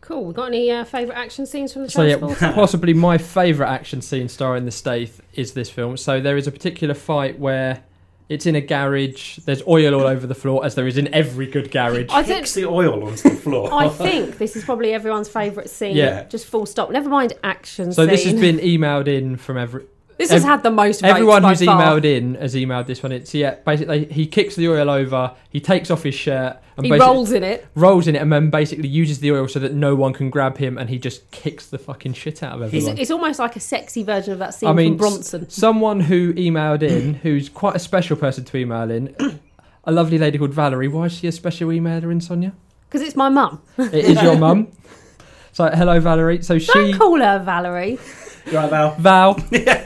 Speaker 1: Cool. Got any uh, favourite action scenes from the
Speaker 3: So yeah,
Speaker 1: Transporter?
Speaker 3: possibly my favourite action scene starring the Stath is this film. So there is a particular fight where it's in a garage. There's oil all over the floor, as there is in every good garage.
Speaker 1: I think
Speaker 2: Kicks the oil onto the floor.
Speaker 1: I think this is probably everyone's favourite scene.
Speaker 2: Yeah.
Speaker 1: Just full stop. Never mind action
Speaker 3: So
Speaker 1: scene.
Speaker 3: this has been emailed in from every
Speaker 1: This has
Speaker 3: ev-
Speaker 1: had the most votes
Speaker 3: everyone
Speaker 1: by
Speaker 3: who's
Speaker 1: far.
Speaker 3: emailed in has emailed this one. It's yeah, basically he kicks the oil over. He takes off his shirt and
Speaker 1: He
Speaker 3: basically
Speaker 1: rolls in it.
Speaker 3: rolls in it, and then basically uses the oil so that no one can grab him, and he just kicks the fucking shit out of
Speaker 1: It's,
Speaker 3: everyone.
Speaker 1: it's almost like a sexy version of that scene
Speaker 3: I mean,
Speaker 1: from Bronson.
Speaker 3: s- someone who emailed in, who's quite a special person to email in, a lovely lady called Valerie. Why is she a special emailer in Sonia?
Speaker 1: Because it's my mum.
Speaker 3: It is your mum. So hello, Valerie. So she
Speaker 1: Don't call her Valerie.
Speaker 2: Right, Val.
Speaker 3: Val.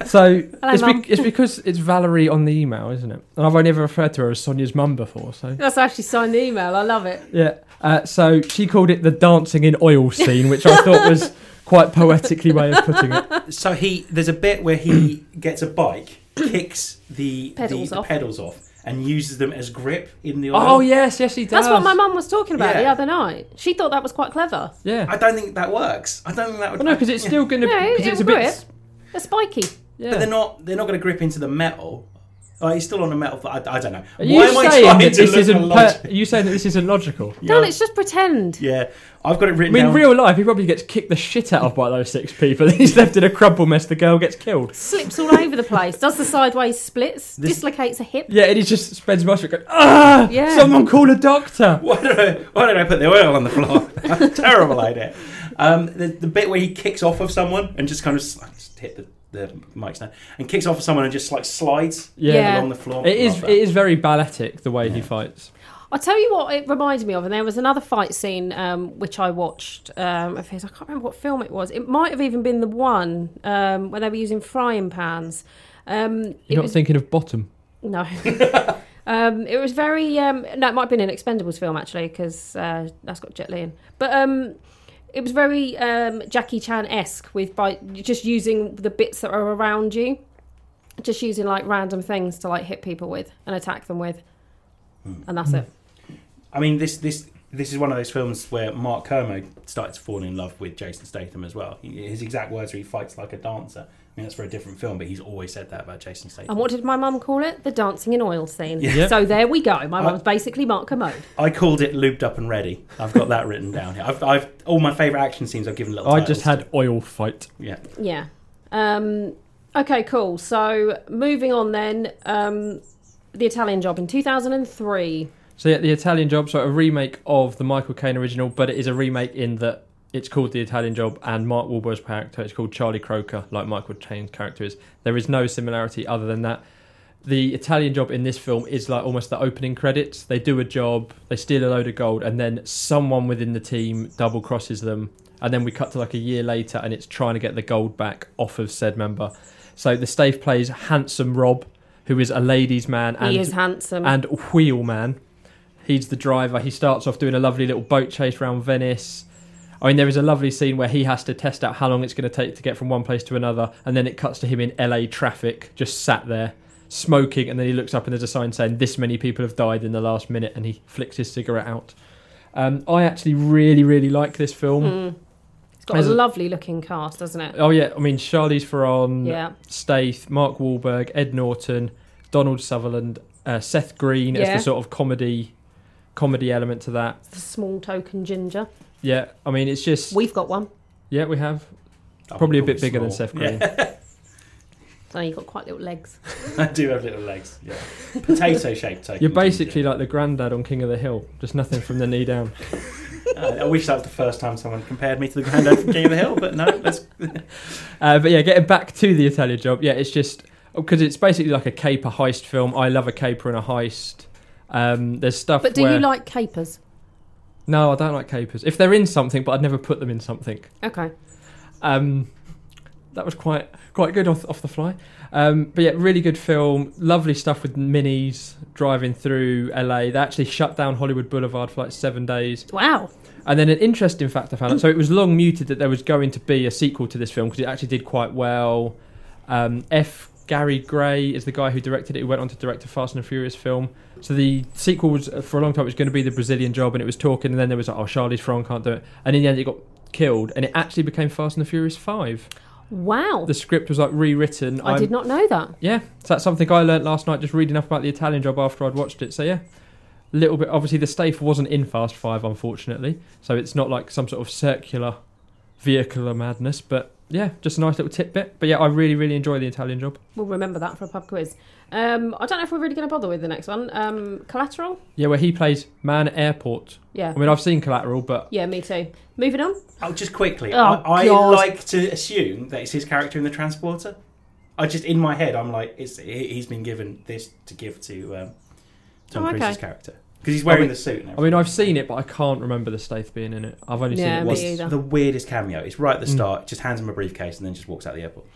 Speaker 3: So
Speaker 1: Hello,
Speaker 3: it's,
Speaker 1: Mum.
Speaker 3: bec it's because it's Valerie on the email, isn't it? And I've only ever referred to her as Sonia's mum before. So
Speaker 1: That's how she signed the email. I love it.
Speaker 3: yeah. Uh, so she called it the dancing in oil scene, which I thought was quite poetically way of putting it.
Speaker 2: So he there's a bit where he gets a bike, kicks the
Speaker 1: Pedals
Speaker 2: the,
Speaker 1: off.
Speaker 2: the pedals off, and uses them as grip in the oil.
Speaker 3: Oh yes, yes she does.
Speaker 1: That's what my mum was talking about the
Speaker 2: Yeah.
Speaker 1: other night. She thought that was quite clever.
Speaker 3: Yeah.
Speaker 2: I don't think that works. I don't think that would.
Speaker 3: Well, no, because it's still going to.
Speaker 1: No,
Speaker 3: because
Speaker 1: it'll
Speaker 3: it's a
Speaker 1: grip.
Speaker 3: bit.
Speaker 1: They're spiky.
Speaker 3: Yeah.
Speaker 2: But they're not. They're not going to grip into the metal. Oh, he's still on the metal. I, I don't know.
Speaker 3: Are you
Speaker 2: Why am I
Speaker 3: saying
Speaker 2: trying
Speaker 3: that
Speaker 2: to
Speaker 3: this
Speaker 2: look for
Speaker 3: isn't
Speaker 2: logic?
Speaker 3: per- are you saying that this isn't logical?
Speaker 1: No, let's just pretend.
Speaker 2: Yeah, I've got it
Speaker 3: I
Speaker 2: written
Speaker 3: mean,
Speaker 2: down.
Speaker 3: real life, he probably gets kicked the shit out of by those six people. He's left in a crumple mess. The girl gets killed.
Speaker 1: Slips all over the place. Does the sideways splits.
Speaker 2: This-
Speaker 1: Dislocates a hip.
Speaker 3: Yeah, and he just spends most of it going, ah,
Speaker 1: Yeah.
Speaker 3: someone call a doctor.
Speaker 2: Why did, I, why did I put the oil on the floor? That's a terrible idea. Um, the, the bit where he kicks off of someone and just kind of s- I just hit the, the mic stand and kicks off of someone and just like slides
Speaker 1: Yeah.
Speaker 2: along the floor.
Speaker 3: It is.
Speaker 2: Love
Speaker 3: It
Speaker 2: that.
Speaker 3: is very balletic the way he fights.
Speaker 1: I'll tell you what it reminded me of, and there was another fight scene um, which I watched um, of his. I can't remember what film it was. It might have even been the one um, where they were using frying pans. Um, it
Speaker 3: You're not
Speaker 1: was,
Speaker 3: thinking of bottom.
Speaker 1: no. um, it was very. Um, no, it might have been an Expendables film actually, because uh, that's got Jet Li in. But um, it was very um, Jackie Chan esque with by just using the bits that are around you, just using like random things to like hit people with and attack them with, and that's it.
Speaker 2: I mean, this this this is one of those films where Mark Kermode starts to fall in love with Jason Statham as well. He- His exact words are "he fights like a dancer." I mean, that's for a different film, but he's always said that about Jason Statham.
Speaker 1: And what did my mum call it? The dancing in oil scene.
Speaker 3: Yeah. Uh,
Speaker 1: So there we go. My
Speaker 2: I-
Speaker 1: mum's basically Mark Commode.
Speaker 2: I called it "lubed up and ready." I've got that written down here. I've, I've all my favorite action scenes. I've given little.
Speaker 3: I
Speaker 2: titles
Speaker 3: just
Speaker 2: to.
Speaker 3: had oil fight.
Speaker 2: yeah.
Speaker 1: Yeah. Um, okay, cool. So moving on then, um, the Italian job in 2003.
Speaker 3: So yeah, the Italian Job, so a remake of the Michael Caine original, but it is a remake in that it's called the Italian Job, and Mark Wahlberg's character is called Charlie Croker, like Michael Caine's character is. There is no similarity other than that. The Italian Job in this film is like almost the opening credits. They do a job, they steal a load of gold, and then someone within the team double crosses them, and then we cut to like a year later, and it's trying to get the gold back off of said member. So the stave plays handsome Rob, who is a ladies' man
Speaker 1: He
Speaker 3: and
Speaker 1: is handsome.
Speaker 3: and Wheelman. He's the driver. He starts off doing a lovely little boat chase around Venice. I mean, there is a lovely scene where he has to test out how long it's going to take to get from one place to another, and then it cuts to him in LA traffic, just sat there smoking, and then he looks up and there's a sign saying this many people have died in the last minute, and he flicks his cigarette out. Um, I actually really, really like this film.
Speaker 1: Mm. It's got a
Speaker 3: There's a-
Speaker 1: lovely looking cast, doesn't it?
Speaker 3: Oh yeah, I mean, Charlize Theron,
Speaker 1: Yeah.
Speaker 3: Staith, Mark Wahlberg, Ed Norton, Donald Sutherland, uh, Seth Green as
Speaker 1: Yeah.
Speaker 3: the sort of comedy comedy element to that.
Speaker 1: The small token ginger.
Speaker 3: Yeah, I mean it's just
Speaker 1: We've got one.
Speaker 3: yeah we have
Speaker 2: Oh,
Speaker 3: probably a bit
Speaker 2: probably
Speaker 3: bigger than
Speaker 2: small.
Speaker 3: Seth Green.
Speaker 1: Oh, you've got quite little legs.
Speaker 2: I do have little legs. Yeah, potato shaped.
Speaker 3: You're basically like the granddad on King of the Hill, just nothing from the knee down.
Speaker 2: Uh, I wish that was the first time someone compared me to the granddad from King of the Hill, but no. That's,
Speaker 3: Uh, but yeah, getting back to the Italian job, yeah, it's just because it's basically like a caper heist film. I love a caper and a heist. Um, there's stuff.
Speaker 1: But do
Speaker 3: where-
Speaker 1: you like capers?
Speaker 3: No, I don't like capers. If they're in something, but I'd never put them in something.
Speaker 1: Okay.
Speaker 3: Um, that was quite quite good off, off the fly. Um, but yeah, really good film. Lovely stuff with minis driving through LA. They actually shut down Hollywood Boulevard for like seven days.
Speaker 1: Wow.
Speaker 3: And then an interesting fact I found out. So it was long muted that there was going to be a sequel to this film because it actually did quite well. Um, F. Gary Gray is the guy who directed it. Who went on to direct a Fast and the Furious film. So the sequel was uh, for a long time it was going to be the Brazilian Job, and it was talking, and then there was like, oh, Charlie's Theron can't do it, and in the end it got killed, and it actually became Fast and the Furious Five.
Speaker 1: Wow.
Speaker 3: The script was like rewritten.
Speaker 1: I
Speaker 3: I'm-
Speaker 1: did not know that.
Speaker 3: yeah, so that's something I learnt last night just reading up about the Italian job after I'd watched it. So yeah, a little bit. Obviously, the Stafe wasn't in Fast Five, unfortunately, so it's not like some sort of circular vehicular madness. But yeah, just a nice little tidbit. But yeah, I really, really enjoy the Italian job.
Speaker 1: We'll remember that for a pub quiz. Um, I don't know if we're really going to bother with the next one. Um, collateral?
Speaker 3: Yeah, where he plays Man at Airport.
Speaker 1: Yeah.
Speaker 3: I mean, I've seen Collateral, but
Speaker 1: Yeah, me too. Moving on.
Speaker 2: Oh, just quickly,
Speaker 1: Oh,
Speaker 2: I, I
Speaker 1: God.
Speaker 2: like to assume that it's his character in the transporter. I just in my head, I'm like, it's he- he's been given this to give to um, Tom
Speaker 1: Oh, okay.
Speaker 2: Cruise's character because he's wearing
Speaker 3: mean-
Speaker 2: the suit. And
Speaker 3: I mean, I've seen it, but I can't remember the Stafe being in it. I've only
Speaker 1: Yeah,
Speaker 3: seen it
Speaker 1: me
Speaker 3: once.
Speaker 1: either.
Speaker 2: was the weirdest cameo. It's right at
Speaker 3: Hmm.
Speaker 2: the start. Just hands him a briefcase and then just walks out the airport.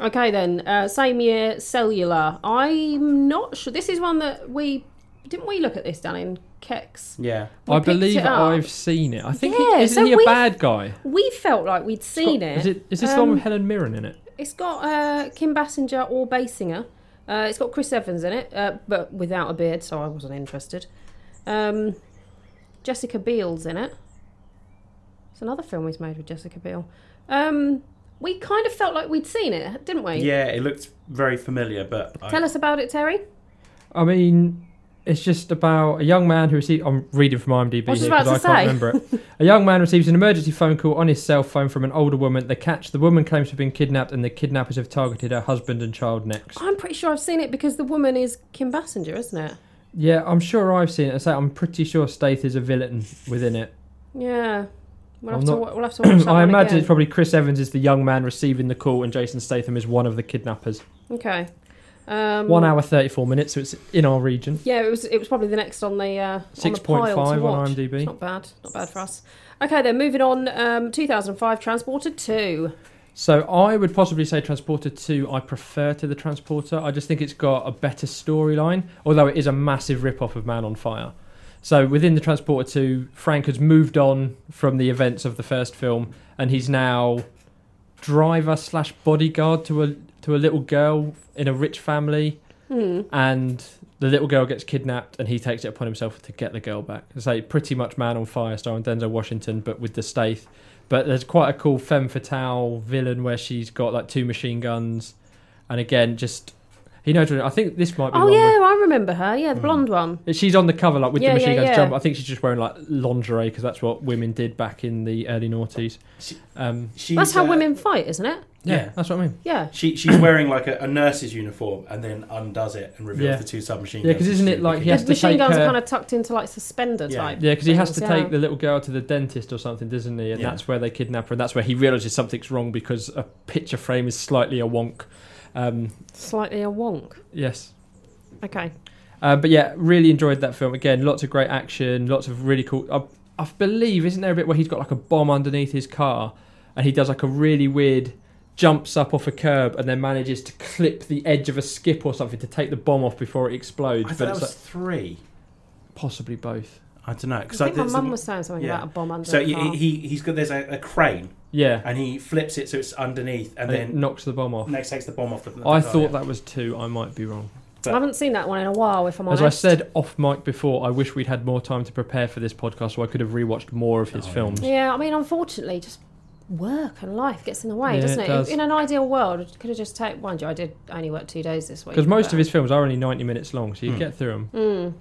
Speaker 1: Okay, then. Uh, same year, cellular. I'm not sure. This is one that we. Didn't we look at this, Dan, in Kex?
Speaker 2: Yeah,
Speaker 1: We
Speaker 3: I
Speaker 1: picked it
Speaker 3: believe
Speaker 1: up.
Speaker 3: I've seen it. I think
Speaker 1: Yeah,
Speaker 3: he, isn't
Speaker 1: so
Speaker 3: he a
Speaker 1: we've
Speaker 3: bad guy?
Speaker 1: We felt like we'd seen
Speaker 3: Is it? Is this the one
Speaker 1: Um,
Speaker 3: with Helen Mirren in it?
Speaker 1: It's got uh, Kim Bassinger or Basinger. Uh, it's got Chris Evans in it, uh, but without a beard, so I wasn't interested. Um, Jessica Biel's in it. It's another film he's made with Jessica Biel. Um, we kind of felt like we'd seen it, didn't we?
Speaker 2: yeah, it looked very familiar, but I-
Speaker 1: Tell us about it, Terry.
Speaker 3: I mean, it's just about a young man who receives. I'm reading from IMDb
Speaker 1: I was
Speaker 3: here
Speaker 1: just about
Speaker 3: because I
Speaker 1: to
Speaker 3: can't
Speaker 1: say.
Speaker 3: remember it. A young man receives an emergency phone call on his cell phone from an older woman. They catch the woman claims to have been kidnapped, and the kidnappers have targeted her husband and child next.
Speaker 1: I'm pretty sure I've seen it because the woman is Kim Bassinger, isn't it?
Speaker 3: Yeah, I'm sure I've seen it. I say I'm pretty sure Stath is a villain within it.
Speaker 1: Yeah. We'll
Speaker 3: I'm
Speaker 1: have, to,
Speaker 3: not-
Speaker 1: wa- we'll have to watch that
Speaker 3: I
Speaker 1: one
Speaker 3: imagine
Speaker 1: again.
Speaker 3: it's probably Chris Evans is the young man receiving the call, and Jason Statham is one of the kidnappers.
Speaker 1: Okay. Um,
Speaker 3: One hour thirty-four minutes, so it's in our region.
Speaker 1: Yeah, it was it was probably the next on the uh,
Speaker 3: Six
Speaker 1: on
Speaker 3: point
Speaker 1: the pile to
Speaker 3: five
Speaker 1: watch.
Speaker 3: on IMDb.
Speaker 1: It's not bad, not bad for us. Okay, then moving on. Um, 2005, Transported Two.
Speaker 3: So I would possibly say Transporter 2 I prefer to the Transporter. I just think it's got a better storyline, although it is a massive rip-off of Man on Fire. So within the Transporter 2, Frank has moved on from the events of the first film and he's now driver slash bodyguard to a to a little girl in a rich family
Speaker 1: Hmm.
Speaker 3: and the little girl gets kidnapped and he takes it upon himself to get the girl back. It's like pretty much Man on Fire starring Denzel Washington, but with the Stath. But there's quite a cool femme fatale villain where she's got like two machine guns, and again, just he knows. what- I think this might be.
Speaker 1: Oh
Speaker 3: one Hmm. where-
Speaker 1: yeah, I remember her. Yeah, the blonde one.
Speaker 3: She's on the cover, like with
Speaker 1: Yeah,
Speaker 3: the machine
Speaker 1: yeah,
Speaker 3: guns
Speaker 1: yeah.
Speaker 3: jump. I think she's just wearing like lingerie because that's what women did back in the early noughties.
Speaker 2: She-
Speaker 3: Um,
Speaker 2: she's,
Speaker 1: That's how
Speaker 2: uh,
Speaker 1: women fight, isn't it?
Speaker 3: yeah,
Speaker 2: Yeah.
Speaker 3: that's what I mean.
Speaker 1: Yeah.
Speaker 2: She, she's wearing like a, a nurse's uniform and then undoes it and reveals
Speaker 3: Yeah.
Speaker 2: the two submachine
Speaker 3: Yeah,
Speaker 2: guns.
Speaker 3: 'cause isn't it
Speaker 2: she-
Speaker 3: like he
Speaker 2: because-
Speaker 3: has
Speaker 1: the
Speaker 3: to
Speaker 1: machine
Speaker 3: take
Speaker 1: guns
Speaker 3: her-
Speaker 1: are kind of tucked into like suspender
Speaker 2: Yeah.
Speaker 1: type.
Speaker 3: Yeah, because he has to
Speaker 1: things,
Speaker 3: take
Speaker 1: yeah.
Speaker 3: the little girl to the dentist or something, doesn't he? And
Speaker 2: Yeah.
Speaker 3: that's where they kidnap her, and that's where he realizes something's wrong because a picture frame is slightly a wonk. Um,
Speaker 1: Slightly a wonk.
Speaker 3: yes.
Speaker 1: Okay.
Speaker 3: Uh, but yeah, really enjoyed that film. Again, lots of great action, lots of really cool. I, I believe, isn't there a bit where he's got like a bomb underneath his car and he does like a really weird jumps up off a curb and then manages to clip the edge of a skip or something to take the bomb off before it explodes?
Speaker 2: I thought
Speaker 3: but
Speaker 2: that
Speaker 3: it's
Speaker 2: was
Speaker 3: like,
Speaker 2: three.
Speaker 3: possibly both.
Speaker 2: I don't know
Speaker 1: I
Speaker 2: because
Speaker 1: think my mum was saying something
Speaker 2: yeah.
Speaker 1: about a bomb under.
Speaker 2: So
Speaker 1: the
Speaker 2: he,
Speaker 1: car.
Speaker 2: he he's got there's a, a crane
Speaker 3: Yeah.
Speaker 2: and he flips it so it's underneath and
Speaker 3: And, it
Speaker 2: then
Speaker 3: knocks the bomb off.
Speaker 2: next takes the bomb off the. the
Speaker 3: I
Speaker 2: car,
Speaker 3: thought
Speaker 2: yeah.
Speaker 3: that was two. I might be wrong.
Speaker 1: I haven't seen that one in a while. If I'm
Speaker 3: As
Speaker 1: honest.
Speaker 3: I said off mic before, I wish we'd had more time to prepare for this podcast so I could have rewatched more of his
Speaker 2: Oh, yeah.
Speaker 3: films.
Speaker 1: Yeah, I mean, unfortunately, just work and life gets in the way,
Speaker 3: Yeah,
Speaker 1: doesn't
Speaker 3: it
Speaker 1: it?
Speaker 3: does.
Speaker 1: In an ideal world, I could have just taken. Mind you, I did only work two days this week.
Speaker 3: Because most
Speaker 1: but-
Speaker 3: of his films are only 90 minutes long, so you
Speaker 2: Hmm.
Speaker 3: get through them.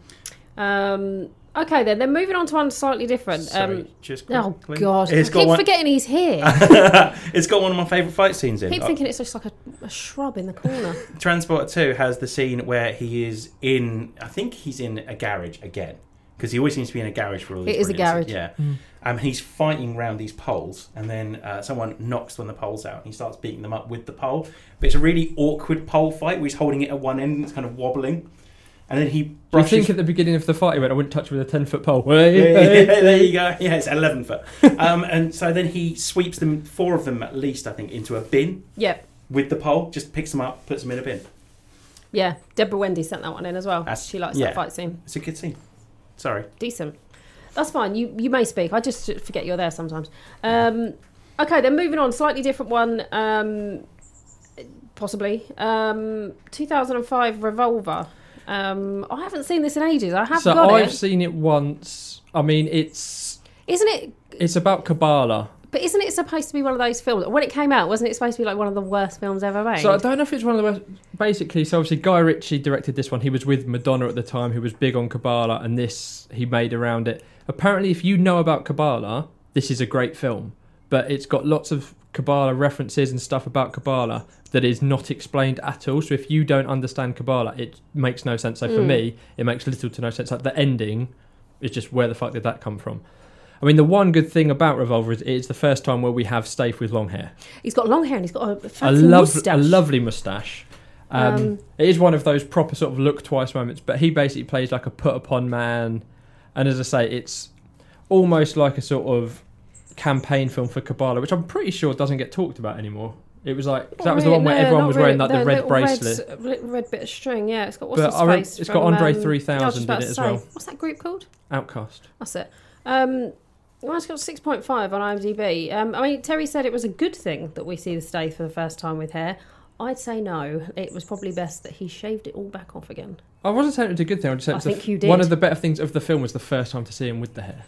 Speaker 1: Mm. Um, okay, then. Then moving on to one slightly different. Um,
Speaker 2: Sorry, just
Speaker 1: oh
Speaker 2: quickly.
Speaker 1: God!
Speaker 2: it's
Speaker 1: I
Speaker 2: got
Speaker 1: keep
Speaker 2: one.
Speaker 1: forgetting he's here. I
Speaker 2: it's got one of my favourite fight scenes in.
Speaker 1: keep
Speaker 2: Uh,
Speaker 1: thinking it's just like a, a shrub in the corner.
Speaker 2: Transporter Two has the scene where he is in. I think he's in a garage again because he always seems to be in a garage for all. these
Speaker 1: It is a
Speaker 2: brilliant
Speaker 1: garage.
Speaker 2: scenes.
Speaker 3: Hmm.
Speaker 2: Yeah, um, he's fighting round these poles, and then uh, someone knocks one of the poles out, and he starts beating them up with the pole. But it's a really awkward pole fight where he's holding it at one end and it's kind of wobbling, and then he
Speaker 3: I
Speaker 2: brushes.
Speaker 3: think at the beginning of the fight, he went, I wouldn't touch it with a 10 foot pole.
Speaker 2: Yeah,
Speaker 3: Hey,
Speaker 2: yeah,
Speaker 3: hey.
Speaker 2: yeah, there you go. Yeah, it's eleven foot. Um, and so then he sweeps them, four of them at least, I think, into a bin
Speaker 1: yep.
Speaker 2: with the pole. Just picks them up, puts them in a bin.
Speaker 1: Yeah, Deborah Wendy sent that one in as well.
Speaker 2: That's-
Speaker 1: she likes
Speaker 2: yeah.
Speaker 1: that fight scene.
Speaker 2: It's a good scene. Sorry.
Speaker 1: Decent. That's fine. You you may speak. I just forget you're there sometimes. Um, okay, then moving on. Slightly different one. Um, possibly. Um, 2005 Revolver. Um, I haven't seen this in ages. I have
Speaker 3: so
Speaker 1: got
Speaker 3: I've
Speaker 1: it.
Speaker 3: seen it once. I mean, it's
Speaker 1: Isn't it?
Speaker 3: it's about Kabbalah.
Speaker 1: But isn't it supposed to be one of those films? When it came out, wasn't it supposed to be like one of the worst films ever made?
Speaker 3: So I don't know if it's one of the worst. Basically, so obviously Guy Ritchie directed this one. He was with Madonna at the time, who was big on Kabbalah, and this he made around it. Apparently, if you know about Kabbalah, this is a great film, but it's got lots of Kabbalah references and stuff about Kabbalah that is not explained at all. So if you don't understand Kabbalah, it makes no sense. So for
Speaker 1: Mm.
Speaker 3: me, it makes little to no sense. Like the ending is just where the fuck did that come from? I mean, the one good thing about Revolver is it's the first time where we have Stafe with long hair
Speaker 1: he's got long hair and he's got a
Speaker 3: a,
Speaker 1: fancy
Speaker 3: lov-
Speaker 1: mustache.
Speaker 3: a lovely moustache. Um,
Speaker 1: Um,
Speaker 3: it is one of those proper sort of look twice moments, but he basically plays like a put upon man. And as I say, it's almost like a sort of campaign film for Kabbalah, which I'm pretty sure doesn't get talked about anymore. It was like 'cause that was the one where
Speaker 1: No,
Speaker 3: everyone
Speaker 1: not
Speaker 3: was
Speaker 1: Oh, really.
Speaker 3: wearing like the
Speaker 1: No,
Speaker 3: red
Speaker 1: little red
Speaker 3: bracelet.
Speaker 1: s- Red, red bit of string. Yeah, it's got what's
Speaker 3: But
Speaker 1: his
Speaker 3: I rem-
Speaker 1: face
Speaker 3: it's got
Speaker 1: from,
Speaker 3: Andre
Speaker 1: um,
Speaker 3: 3000
Speaker 1: I was just about
Speaker 3: in it
Speaker 1: to
Speaker 3: as
Speaker 1: say,
Speaker 3: well.
Speaker 1: What's that group called?
Speaker 3: Outcast.
Speaker 1: That's it. Um, well, it's got 6.5 on IMDb. Um, I mean, Terry said it was a good thing that we see the stay for the first time with hair. I'd say no. It was probably best that he shaved it all back off again.
Speaker 3: I wasn't saying it was a good thing. I just said
Speaker 1: I
Speaker 3: it's the
Speaker 1: think
Speaker 3: f-
Speaker 1: you did.
Speaker 3: one of the better things of the film was the first time to see him with the hair.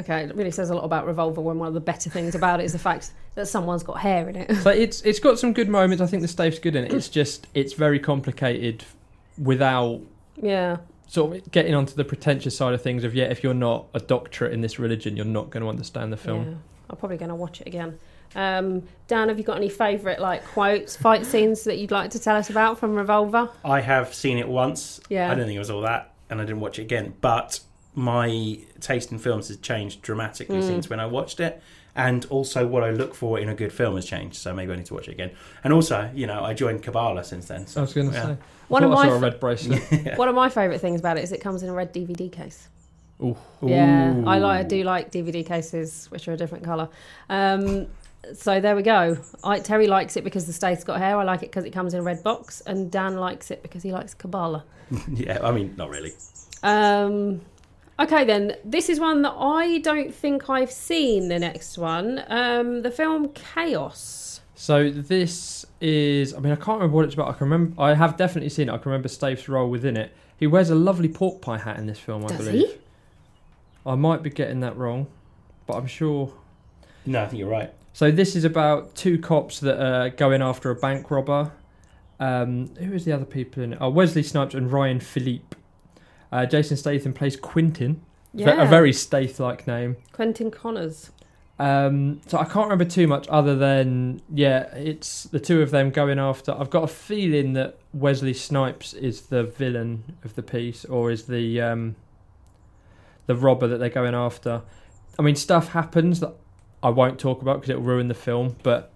Speaker 1: Okay, it really says a lot about Revolver when one of the better things about it is the fact that someone's got hair in it.
Speaker 3: So it's it's got some good moments. I think the Stafe's good in it. It's just it's very complicated without
Speaker 1: yeah.
Speaker 3: sort of getting onto the pretentious side of things of yeah, if you're not a doctorate in this religion, you're not going to understand the film.
Speaker 1: Yeah. I'm probably going to watch it again. Um, Dan, have you got any favourite like quotes, fight scenes that you'd like to tell us about from Revolver?
Speaker 2: I have seen it once.
Speaker 1: Yeah.
Speaker 2: I don't think it was all that, and I didn't watch it again. But my taste in films has changed dramatically
Speaker 1: Mm.
Speaker 2: since when I watched it, and also what I look for in a good film has changed. So maybe I need to watch it again. And also, you know, I joined Kabbalah since then. So
Speaker 3: I was going to
Speaker 2: yeah.
Speaker 3: say.
Speaker 1: One of
Speaker 3: I
Speaker 1: my
Speaker 3: saw a
Speaker 1: f-
Speaker 3: red bracelet.
Speaker 1: One of my favourite things about it is it comes in a red DVD case.
Speaker 3: Ooh.
Speaker 1: Yeah, I like. I
Speaker 2: Ooh.
Speaker 1: do like DVD cases, which are a different colour. Um, so there we go. I, Terry likes it because the state's got hair. I like it because it comes in a red box, and Dan likes it because he likes Kabbalah.
Speaker 2: yeah, I mean, not really.
Speaker 1: Um, okay, then this is one that I don't think I've seen. The next one, um, the film Chaos.
Speaker 3: So this is. I mean, I can't remember what it's about. I can remember. I have definitely seen it. I can remember Stafe's role within it. He wears a lovely pork pie hat in this film. I
Speaker 1: Does
Speaker 3: believe. I might be getting that wrong, but I'm sure.
Speaker 2: No, I think you're right.
Speaker 3: So this is about two cops that are going after a bank robber. Um, who is the other people in it? Oh, Wesley Snipes and Ryan Philippe. Uh, Jason Statham plays Quentin. Ve-
Speaker 1: Yeah,
Speaker 3: A very Stath-like name.
Speaker 1: Quentin Connors.
Speaker 3: Um, so I can't remember too much other than yeah, it's the two of them going after. I've got a feeling that Wesley Snipes is the villain of the piece, or is the um, the robber that they're going after. I mean, stuff happens that I won't talk about because it'll ruin the film, but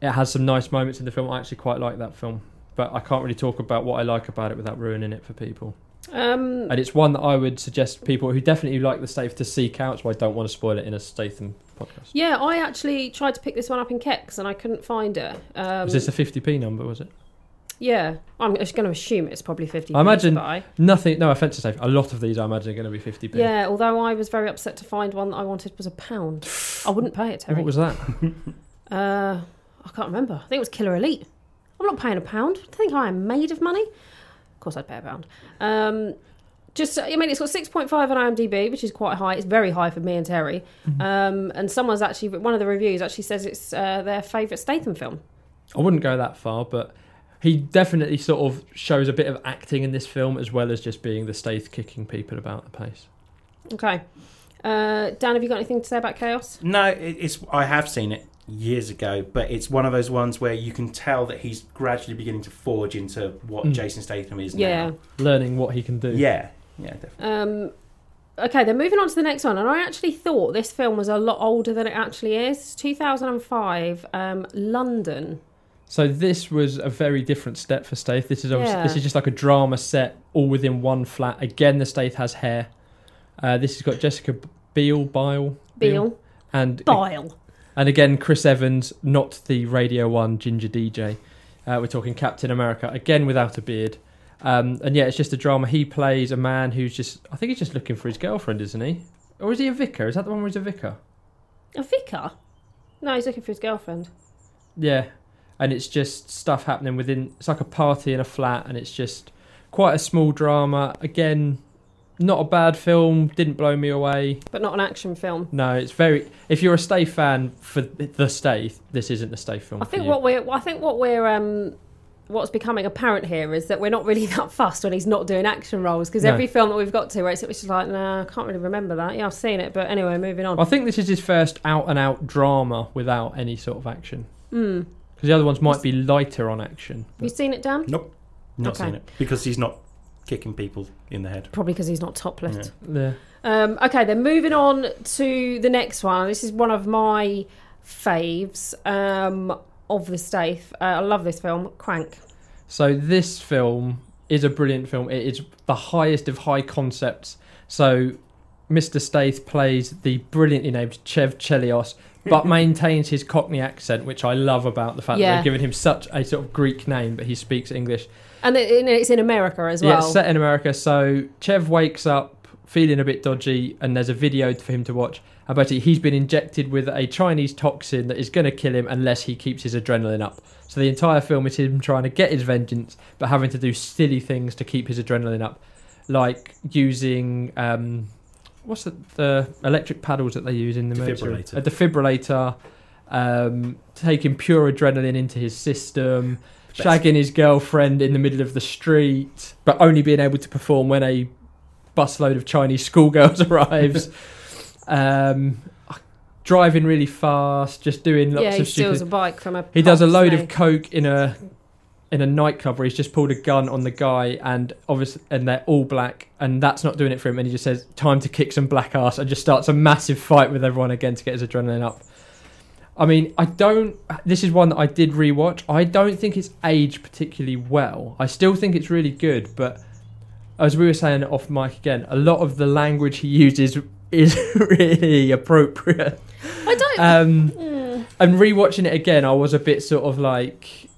Speaker 3: it has some nice moments in the film. I actually quite like that film, but I can't really talk about what I like about it without ruining it for people.
Speaker 1: Um,
Speaker 3: And it's one that I would suggest people who definitely like the Statham to seek out. So I don't want to spoil it in a Statham podcast.
Speaker 1: yeah, I actually tried to pick this one up in Kex and I couldn't find it. Um,
Speaker 3: was this a 50p number? Was it
Speaker 1: Yeah, I'm just going to assume it's probably 50.
Speaker 3: I imagine-
Speaker 1: but I-
Speaker 3: nothing? No offense to Statham. A lot of these, I imagine, are going to be 50p.
Speaker 1: Yeah, although I was very upset to find one that I wanted was a pound. I wouldn't pay it, Terry.
Speaker 3: What was that?
Speaker 1: Uh, I can't remember. I think it was Killer Elite. I'm not paying a pound. I think I am made of money. Of course, I'd pay a pound. Um, just, I mean, it's got 6.5 on IMDb, which is quite high. It's very high for me and Terry. Um, and someone's actually, one of the reviews actually says it's uh, their favourite Statham film.
Speaker 3: I wouldn't go that far, but he definitely sort of shows a bit of acting in this film as well as just being the Statham kicking people about the place.
Speaker 1: Okay. Uh, Dan, have you got anything to say about Chaos?
Speaker 2: No, it, it's I have seen it years ago, but it's one of those ones where you can tell that he's gradually beginning to forge into what
Speaker 3: Mm.
Speaker 2: Jason Statham is
Speaker 1: Yeah.
Speaker 2: now.
Speaker 3: Learning what he can do.
Speaker 2: Yeah, yeah, definitely.
Speaker 1: Um, okay, then moving on to the next one. And I actually thought this film was a lot older than it actually is. It's 2005, um, London.
Speaker 3: So this was a very different step for Stath. This is obviously,
Speaker 1: Yeah.
Speaker 3: this is just like a drama set, all within one flat. Again, the Stath has hair. Uh, this has got Jessica Biel, Bile,
Speaker 1: Beale.
Speaker 3: and
Speaker 1: Bile.
Speaker 3: and again Chris Evans, not the Radio One Ginger DJ. Uh, we're talking Captain America again without a beard. Um, and yeah, it's just a drama. He plays a man who's just, I think he's just looking for his girlfriend, isn't he? Or is he a vicar? Is that the one where he's a vicar?
Speaker 1: A vicar? No, he's looking for his girlfriend.
Speaker 3: Yeah. and it's just stuff happening within. It's like a party in a flat, and it's just quite a small drama. Again, not a bad film. Didn't blow me away.
Speaker 1: but not an action film.
Speaker 3: No, it's very. If you're a Stay fan for the Stay, this isn't the Stay film.
Speaker 1: I
Speaker 3: for
Speaker 1: think
Speaker 3: you.
Speaker 1: what we're I think what we're um what's becoming apparent here is that we're not really that fussed when he's not doing action roles because
Speaker 3: No.
Speaker 1: every film that we've got to where it's, it's just like nah I can't really remember that yeah I've seen it but anyway moving on
Speaker 3: I think this is his first out and out drama without any sort of action.
Speaker 1: mm.
Speaker 3: Because the other ones might be lighter on action.
Speaker 1: have you seen it Dan
Speaker 2: Nope, not
Speaker 1: Okay.
Speaker 2: seen it because he's not kicking people in the head.
Speaker 1: probably because he's not top left
Speaker 2: Yeah.
Speaker 3: Yeah.
Speaker 1: Um, okay, then moving on to the next one. This is one of my faves um, of the Stafe. Uh, I love this film, Crank.
Speaker 3: So this film is a brilliant film. It is the highest of high concepts. So Mr. Staith plays the brilliantly named Chev Chelios, but maintains his Cockney accent, which I love about the fact that
Speaker 1: Yeah.
Speaker 3: they've given him such a sort of Greek name, but he speaks English.
Speaker 1: And it, and it's in America as
Speaker 3: Yeah,
Speaker 1: well.
Speaker 3: it's set in America. So Chev wakes up feeling a bit dodgy, and there's a video for him to watch about it. He's been injected with a Chinese toxin that is going to kill him unless he keeps his adrenaline up. So the entire film is him trying to get his vengeance, but having to do silly things to keep his adrenaline up, like using. Um, What's the, the electric paddles that they use in the military?
Speaker 2: Defibrillator.
Speaker 3: A defibrillator. Um, taking pure adrenaline into his system shagging his girlfriend in the middle of the street, but only being able to perform when a busload of Chinese schoolgirls arrives. um, driving really fast, just doing lots
Speaker 1: yeah, he
Speaker 3: of
Speaker 1: steals
Speaker 3: stupid.
Speaker 1: a bike from a.
Speaker 3: he does a
Speaker 1: pub,
Speaker 3: load
Speaker 1: doesn't
Speaker 3: of coke in a in a nightclub where he's just pulled a gun on the guy, and obviously, and they're all black, and that's not doing it for him. And he just says, "Time to kick some black ass," and just starts a massive fight with everyone again to get his adrenaline up. I mean, I don't. This is one that I did rewatch. I don't think it's aged particularly well. I still think it's really good, but as we were saying off mic again, a lot of the language he uses is really appropriate.
Speaker 1: he? I don't.
Speaker 3: Um,
Speaker 1: Mm.
Speaker 3: and rewatching it again, I was a bit sort of like,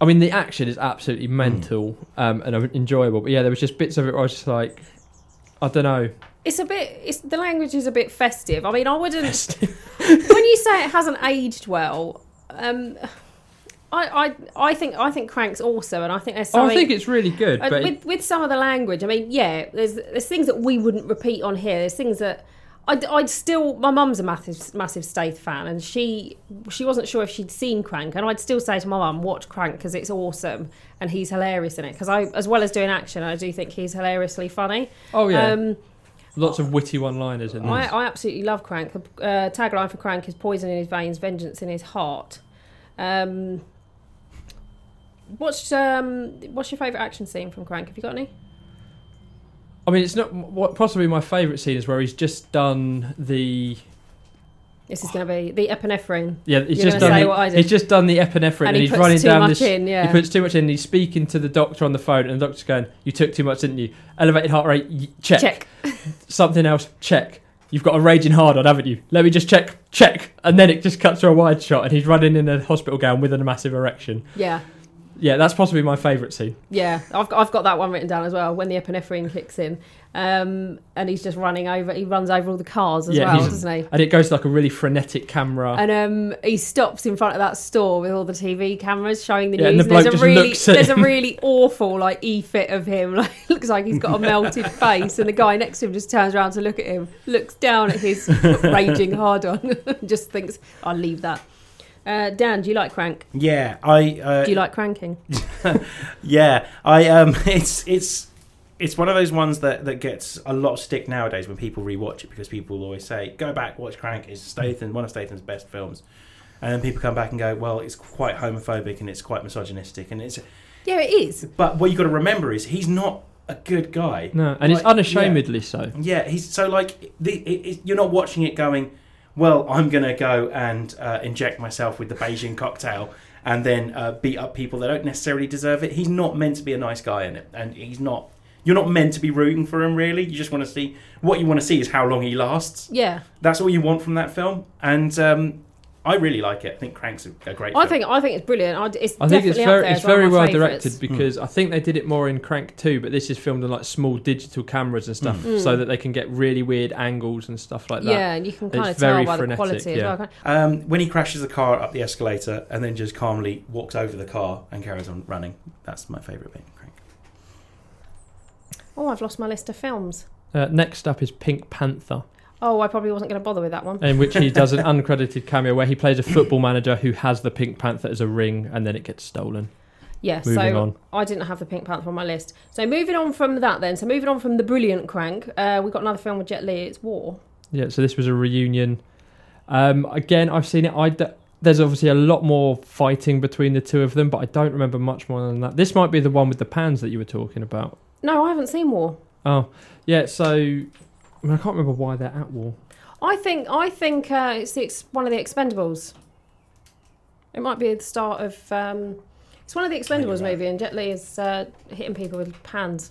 Speaker 3: I mean, the action is absolutely mental um, and enjoyable. But yeah, there was just bits of it where I was just like, I don't know. Oh,
Speaker 1: It's a bit. It's the language is a bit festive. I mean, I wouldn't. when you say it hasn't aged well, um, I, I, I think I think Crank's awesome, and I think there's
Speaker 3: Oh,
Speaker 1: something.
Speaker 3: I think it's really good,
Speaker 1: Uh,
Speaker 3: but it-
Speaker 1: with with some of the language, I mean, yeah, there's there's things that we wouldn't repeat on here. There's things that I'd, I'd still. My mum's a massive massive Staith fan, and she she wasn't sure if she'd seen Crank, and I'd still say to my mum, watch Crank because it's awesome, and he's hilarious in it. Because I, as well as doing action, I do think he's hilariously funny.
Speaker 3: oh yeah,
Speaker 1: Um,
Speaker 3: lots of witty one-liners in this.
Speaker 1: I, I absolutely love Crank. The uh, tagline for Crank is "Poison in his veins, vengeance in his heart." Um, what's um, what's your favourite action scene from Crank? Have you got any?
Speaker 3: I mean, it's not what possibly my favourite scene is where he's just done the
Speaker 1: This is going to be the epinephrine.
Speaker 3: yeah, he's
Speaker 1: You're
Speaker 3: just
Speaker 1: gonna
Speaker 3: done
Speaker 1: say
Speaker 3: the-
Speaker 1: what I did.
Speaker 3: he's just done the epinephrine, and,
Speaker 1: And he
Speaker 3: he's
Speaker 1: puts
Speaker 3: running
Speaker 1: too
Speaker 3: down
Speaker 1: much
Speaker 3: this.
Speaker 1: in, yeah.
Speaker 3: He puts too much in. He's speaking to the doctor on the phone, and the doctor's going, "You took too much, didn't you? Elevated heart rate, y- check.
Speaker 1: Check.
Speaker 3: Something else, check. You've got a raging hard on, haven't you? Let me just check, check." And then it just cuts to a wide shot, and he's running in a hospital gown with a massive erection.
Speaker 1: Yeah,
Speaker 3: Yeah, that's possibly my favourite scene.
Speaker 1: yeah. I've got, I've got that one written down as well. When the epinephrine kicks in, um, and he's just running over. He runs over all the cars as
Speaker 3: Yeah,
Speaker 1: well,
Speaker 3: he's- Ah.
Speaker 1: doesn't he?
Speaker 3: And it goes to like a really frenetic camera.
Speaker 1: And um, he stops in front of that store with all the TV cameras showing the
Speaker 3: Yeah, and
Speaker 1: news.
Speaker 3: the bloke
Speaker 1: there's
Speaker 3: just
Speaker 1: a really,
Speaker 3: looks at
Speaker 1: there's
Speaker 3: him.
Speaker 1: a really awful like e fit of him. Like looks like he's got a melted face, and the guy next to him just turns around to look at him, looks down at his raging hard on, just thinks, "I'll leave that." Uh, Dan, do you like crank?
Speaker 2: Yeah, I. Uh,
Speaker 1: Do you like cranking?
Speaker 2: Yeah, I um, it's it's it's one of those ones that that gets a lot of stick nowadays when people rewatch it because people always say, "Go back, watch Crank. It's Statham, one of Statham's best films." And then people come back and go, "Well, it's quite homophobic and it's quite misogynistic and it's."
Speaker 1: Yeah, it is.
Speaker 2: But what you got to remember is he's not a good guy.
Speaker 3: no, and it's
Speaker 2: Like,
Speaker 3: unashamedly so.
Speaker 2: Yeah, he's so like the, it, it, you're not watching it going. Well, I'm gonna go and uh, inject myself with the Beijing cocktail and then uh, beat up people that don't necessarily deserve it. He's not meant to be a nice guy in it, and he's not. You're not meant to be rooting for him, really. You just want to see what you want to see is how long he lasts.
Speaker 1: Yeah.
Speaker 2: That's all you want from that film, and um, I really like it. I think Crank's a, a great.
Speaker 1: I
Speaker 2: film.
Speaker 1: think I think it's brilliant. I, it's
Speaker 3: I think it's
Speaker 1: definitely up
Speaker 3: very
Speaker 1: there
Speaker 3: it's
Speaker 1: as one of
Speaker 3: very
Speaker 1: my
Speaker 3: well
Speaker 1: favourites. Hmm.
Speaker 3: directed because I think they did it more in Crank 2 but this is filmed on like small digital cameras and stuff
Speaker 1: Mm.
Speaker 3: so that they can get really weird angles and stuff like that.
Speaker 1: Yeah, and you can kind of
Speaker 3: It's
Speaker 1: tell
Speaker 3: very
Speaker 1: by the
Speaker 3: frenetic,
Speaker 1: quality as
Speaker 3: yeah.
Speaker 1: well. can't-
Speaker 2: um, when he crashes the car up the escalator and then just calmly walks over the car and carries on running. That's my favourite bit. in Crank.
Speaker 1: Oh, I've lost my list of films.
Speaker 3: Uh, next up is Pink Panther
Speaker 1: Oh, I probably wasn't going to bother with that one.
Speaker 3: in which he does an uncredited cameo where he plays a football manager who has the Pink Panther as a ring and then it gets stolen.
Speaker 1: Yeah,
Speaker 3: Moving
Speaker 1: so
Speaker 3: on.
Speaker 1: I didn't have the Pink Panther on my list. So moving on from that, then. So moving on from the brilliant Crank, uh, we got another film with Jet Li. It's War.
Speaker 3: Yeah, so this was a reunion. Um, again, I've seen it. I d- there's obviously a lot more fighting between the two of them, but I don't remember much more than that. This might be the one with the pans that you were talking about.
Speaker 1: No, I haven't seen War.
Speaker 3: Oh, yeah. So I, mean, I can't remember why they're at war.
Speaker 1: I think I think uh, it's the ex- one of the Expendables. It might be the start of. Um, it's one of the Expendables
Speaker 2: right.
Speaker 1: movie, and Jet Li is uh, hitting people with pans.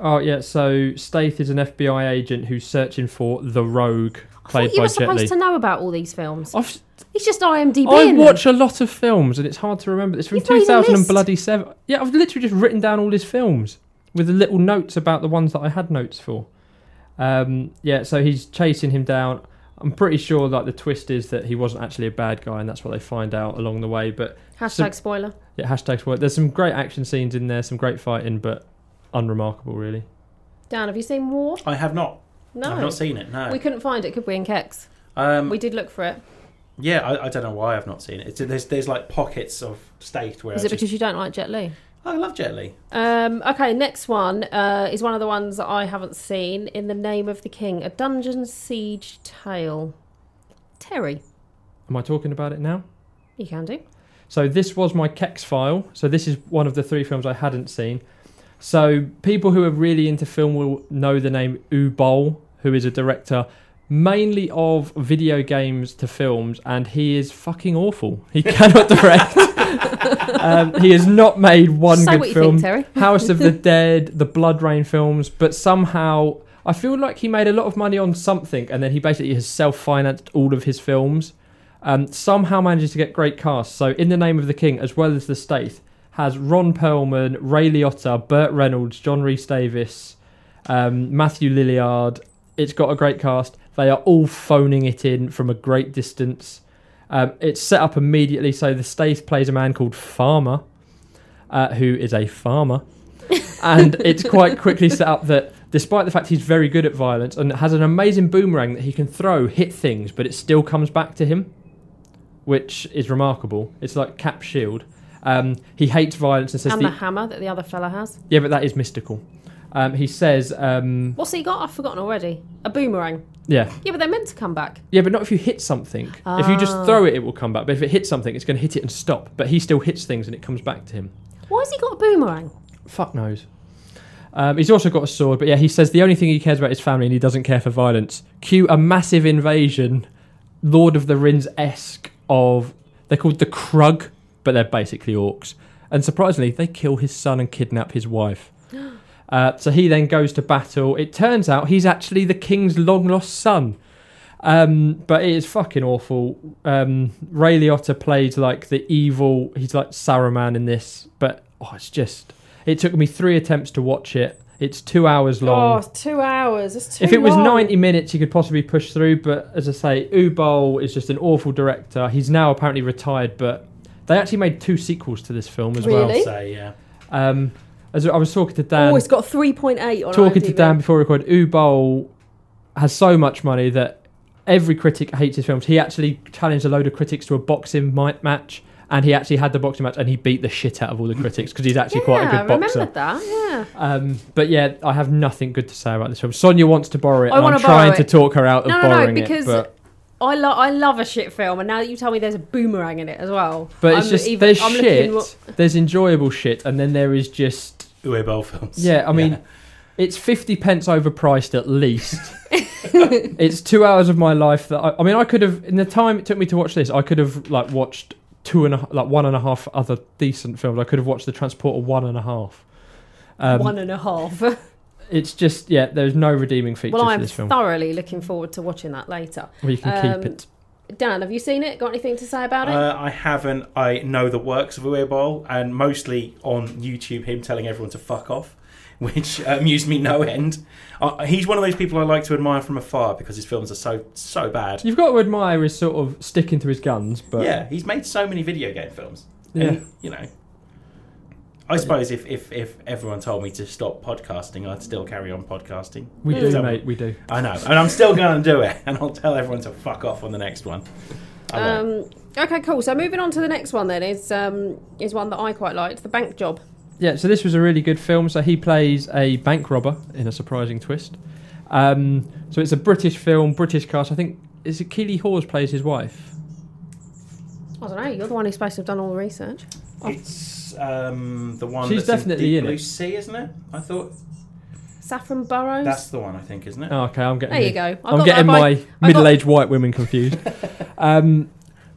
Speaker 3: Oh, yeah. So Stath is an FBI agent who's searching for the Rogue,
Speaker 1: I
Speaker 3: played
Speaker 1: thought you
Speaker 3: by
Speaker 1: were
Speaker 3: Jet
Speaker 1: supposed
Speaker 3: Li.
Speaker 1: to know about all these films.
Speaker 3: I've,
Speaker 1: He's just IMDb.
Speaker 3: I
Speaker 1: in them.
Speaker 3: watch a lot of films, and it's hard to remember. It's from
Speaker 1: You've made a
Speaker 3: 2000 and
Speaker 1: list.
Speaker 3: bloody seven. Yeah, I've literally just written down all his films with little notes about the ones that I had notes for. Um, yeah, so he's chasing him down. I'm pretty sure like the twist is that he wasn't actually a bad guy, and that's what they find out along the way. But
Speaker 1: Hashtag spoiler.
Speaker 3: yeah, hashtags work. There's some great action scenes in there, some great fighting, but unremarkable really.
Speaker 1: Dan, have you seen War?
Speaker 2: I have not.
Speaker 1: No.
Speaker 2: I've not seen it. No.
Speaker 1: we couldn't find it, could we, in Kex?
Speaker 2: um,
Speaker 1: We did look for it.
Speaker 2: yeah, I, I don't know why I've not seen it. It's, there's there's like pockets of state where
Speaker 1: Is
Speaker 2: I,
Speaker 1: it
Speaker 2: just- "Oh,
Speaker 1: because you don't like Jet Li?
Speaker 2: I love Jet Li.
Speaker 1: Um, okay, next one uh, is one of the ones that I haven't seen. In the Name of the King, a dungeon siege tale. Terry,
Speaker 3: Am I talking about it now?
Speaker 1: you can do.
Speaker 3: So this was my Kex file. So this is one of the three films I hadn't seen. So people who are really into film will know the name U Bol, who is a director mainly of video games to films, and he is fucking awful. He cannot direct. um, he has not made one
Speaker 1: Say
Speaker 3: good
Speaker 1: what you
Speaker 3: film.
Speaker 1: think, Terry.
Speaker 3: House of the Dead, the Blood Rain films, but somehow I feel like he made a lot of money on something and then he basically has self financed all of his films. Um, somehow manages to get great casts. So, In the Name of the King, as well as The Staith, has Ron Perlman, Ray Liotta, Burt Reynolds, John Rhys Davis, um, Matthew Lilliard. It's got a great cast. They are all phoning it in from a great distance. Um, it's set up immediately. So, The Staith plays a man called Farmer, uh, who is a farmer and it's quite quickly set up that despite the fact he's very good at violence and has an amazing boomerang that he can throw, hit things, but it still comes back to him, which is remarkable. It's like Cap Shield. Um, he hates violence and says,
Speaker 1: And the
Speaker 3: the,
Speaker 1: hammer that the other fella has.
Speaker 3: "Yeah, but that is mystical." Um, he says, um,
Speaker 1: What's he got? I've forgotten already. A boomerang.
Speaker 3: "Yeah,
Speaker 1: Yeah, but they're meant to come back.
Speaker 3: yeah, but not if you hit something. If you just
Speaker 1: Ah.
Speaker 3: throw it, it will come back. But if it hits something, it's going to hit it and stop. But he still hits things, and it comes back to him."
Speaker 1: Why has he got a boomerang?
Speaker 3: Fuck knows. Um, he's also got a sword, but yeah, he says the only thing he cares about is family and he doesn't care for violence. Cue a massive invasion, Lord of the Rings esque, of. They're called the Krug, but they're basically orcs. And surprisingly, they kill his son and kidnap his wife. Uh, so he then goes to battle. It turns out he's actually the king's long lost son. Um, but it is fucking awful. Um, Ray Liotta plays like the evil. He's like Saruman in this, but oh, it's just. It took me three attempts to watch it. It's two hours long.
Speaker 1: Oh, two hours. That's too
Speaker 3: if it was
Speaker 1: long.
Speaker 3: 90 minutes, you could possibly push through. But as I say, Ubol is just an awful director. He's now apparently retired, but they actually made two sequels to this film as well.
Speaker 1: Really?
Speaker 2: So yeah,
Speaker 3: Um, as I was talking to Dan,
Speaker 1: Oh, it's got 3.8 on
Speaker 3: uh, talking to
Speaker 1: IMDb.
Speaker 3: Dan before we record, Ubol has so much money that every critic hates his films. He actually challenged a load of critics to a boxing might match, and he actually had the boxing match, and he beat the shit out of all the critics because he's actually
Speaker 1: yeah,
Speaker 3: quite a good
Speaker 1: I
Speaker 3: boxer.
Speaker 1: remembered that. Yeah.
Speaker 3: Um, but yeah, I have nothing good to say about this film. Sonia wants to borrow it,
Speaker 1: I
Speaker 3: and I'm
Speaker 1: wanna borrow
Speaker 3: trying to
Speaker 1: it.
Speaker 3: talk her out of
Speaker 1: No, no, no,
Speaker 3: borrowing
Speaker 1: because
Speaker 3: it. But,
Speaker 1: I love I love a shit film, and now that you tell me there's a boomerang in it as well,
Speaker 3: but it's
Speaker 1: I'm
Speaker 3: just
Speaker 1: even-
Speaker 3: there's
Speaker 1: I'm looking
Speaker 3: shit,
Speaker 1: what-
Speaker 3: there's enjoyable shit, and then there is just
Speaker 2: Uwe Boll films.
Speaker 3: Yeah, I mean, it's 50 pence overpriced at least. it's two hours of my life that I, I mean, I could have, in the time it took me to watch this, I could have like watched two and a, h- like one and a half other decent films. I could have watched The Transporter one and a half. Um,
Speaker 1: one and a half. well,
Speaker 3: It's just, yeah, there's no redeeming features
Speaker 1: I
Speaker 3: to
Speaker 1: am
Speaker 3: this film.
Speaker 1: thoroughly looking forward to watching that later.
Speaker 3: Well, you can
Speaker 1: um,
Speaker 3: keep it.
Speaker 1: Dan, have you seen it? Got anything to say about it?
Speaker 2: Uh, I haven't. I know the works of Uwe and mostly on YouTube, him telling everyone to fuck off, which uh, amused me no end. Uh, he's one of those people I like to admire from afar because his films are so so bad.
Speaker 3: You've got to admire his sort of sticking to his guns, but
Speaker 2: yeah, he's made so many video game films.
Speaker 3: Yeah.
Speaker 2: And, you know. I suppose if, if, if everyone told me to stop podcasting, I'd still carry on podcasting.
Speaker 3: we
Speaker 2: If
Speaker 3: do,
Speaker 2: someone-
Speaker 3: mate. We do.
Speaker 2: I know, and I'm still going to do it, and I'll tell everyone to fuck off on the next one. I won't.
Speaker 1: Um, okay, cool. So moving on to the next one then is um, is one that I quite liked, the bank job.
Speaker 3: Yeah, so this was a really good film. So he plays a bank robber in a surprising twist. Um, so it's a British film, British cast. I think is it Keely Hawes plays his wife.
Speaker 1: I don't know. You're the one who's supposed to have done all the research.
Speaker 2: It's um, the one.
Speaker 3: She's
Speaker 2: that's
Speaker 3: definitely
Speaker 2: in,
Speaker 3: in
Speaker 2: Deep
Speaker 3: it.
Speaker 2: Blue Sea, isn't it? I thought
Speaker 1: Saffron Burrows.
Speaker 2: that's the one. I think, isn't it?
Speaker 3: Oh, okay, I'm getting.
Speaker 1: there you
Speaker 3: the-
Speaker 1: go. I've
Speaker 3: I'm
Speaker 1: got
Speaker 3: getting
Speaker 1: that by-
Speaker 3: my middle-aged white women confused. um,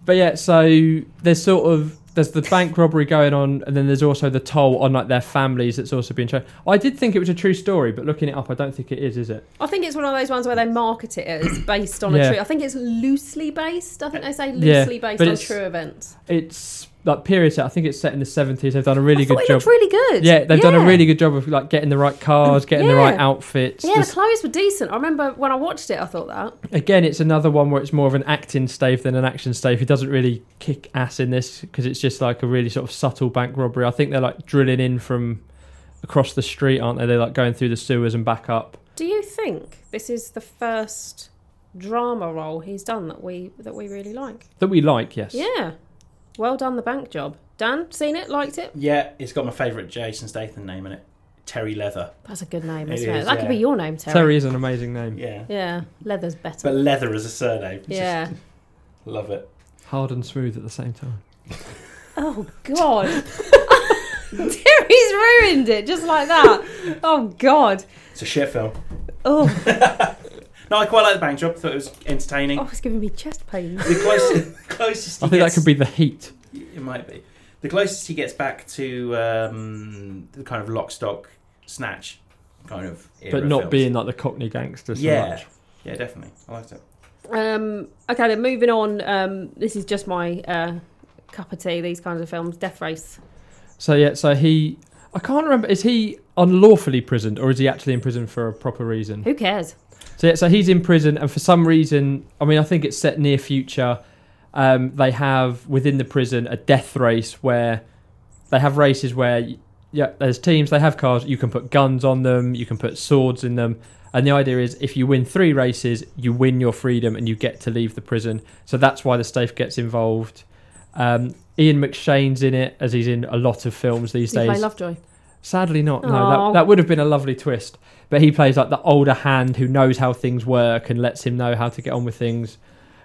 Speaker 3: but yeah, so there's sort of there's the bank robbery going on, and then there's also the toll on like their families that's also being shown. I did think it was a true story, but looking it up, I don't think it is. Is it?
Speaker 1: I think it's one of those ones where they market it as based on
Speaker 3: Yeah.
Speaker 1: a true. I think it's loosely based. I think they say
Speaker 3: Yeah,
Speaker 1: loosely based
Speaker 3: but
Speaker 1: on
Speaker 3: it's-
Speaker 1: true events.
Speaker 3: It's like period set. I think it's set in the 70s. They've done a really
Speaker 1: I thought
Speaker 3: good
Speaker 1: it
Speaker 3: job.
Speaker 1: looked really good.
Speaker 3: Yeah, they've done a really good job of like getting the right cars, getting the
Speaker 1: Yeah.
Speaker 3: right outfits.
Speaker 1: Yeah, the
Speaker 3: This-
Speaker 1: clothes were decent. I remember when I watched it, I thought that.
Speaker 3: again, it's another one where it's more of an acting stave than an action stave. He doesn't really kick ass in this because it's just like a really sort of subtle bank robbery. I think they're like drilling in from across the street, aren't they? They're like going through the sewers and back up.
Speaker 1: Do you think this is the first drama role he's done that we that we really like?
Speaker 3: That we like, yes.
Speaker 1: Yeah. Well done, the bank job. Dan, seen it, liked it.
Speaker 2: Yeah, it's got my favourite Jason Statham name in it, Terry Leather.
Speaker 1: That's a good name,
Speaker 2: It
Speaker 1: isn't it?
Speaker 2: is,
Speaker 1: That
Speaker 2: yeah.
Speaker 1: could be your name, Terry.
Speaker 3: Terry is an amazing name.
Speaker 2: Yeah,
Speaker 1: Yeah, leather's better.
Speaker 2: but Leather as a surname. It's
Speaker 1: yeah.
Speaker 2: just- love it.
Speaker 3: Hard and smooth at the same time.
Speaker 1: Oh God. Terry's ruined it just like that. Oh God.
Speaker 2: It's a shit film.
Speaker 1: Oh,
Speaker 2: No, I quite like the bank job. Thought it was entertaining.
Speaker 1: oh it's giving me chest pains.
Speaker 2: The closest, closest.
Speaker 3: I
Speaker 2: he
Speaker 3: think that
Speaker 2: gets-
Speaker 3: could be the heat.
Speaker 2: It might be. The closest he gets back to um, the kind of lock, stock, snatch kind of. Era
Speaker 3: But not
Speaker 2: films.
Speaker 3: being like the Cockney gangster so
Speaker 2: Yeah.
Speaker 3: much.
Speaker 2: Yeah, definitely. I liked it.
Speaker 1: Um, okay, then moving on. Um, this is just my uh, cup of tea. These kinds of films. Death Race.
Speaker 3: So yeah, so he I can't remember is he unlawfully prisoned or is he actually in prison for a proper reason?
Speaker 1: Who cares?
Speaker 3: So yeah, so he's in prison, and for some reason, I mean, I think it's set near future. Um, they have within the prison a death race where they have races where y- yeah, there's teams. They have cars. You can put guns on them. You can put swords in them. And the idea is, if you win three races, you win your freedom and you get to leave the prison. So that's why the state gets involved. Um, Ian McShane's in it, as he's in a lot of films these
Speaker 1: Does he play
Speaker 3: days.
Speaker 1: Lovejoy.
Speaker 3: Sadly, not. No,
Speaker 1: Aw.
Speaker 3: that, that would have been a lovely twist. But he plays like the older hand who knows how things work and lets him know how to get on with things.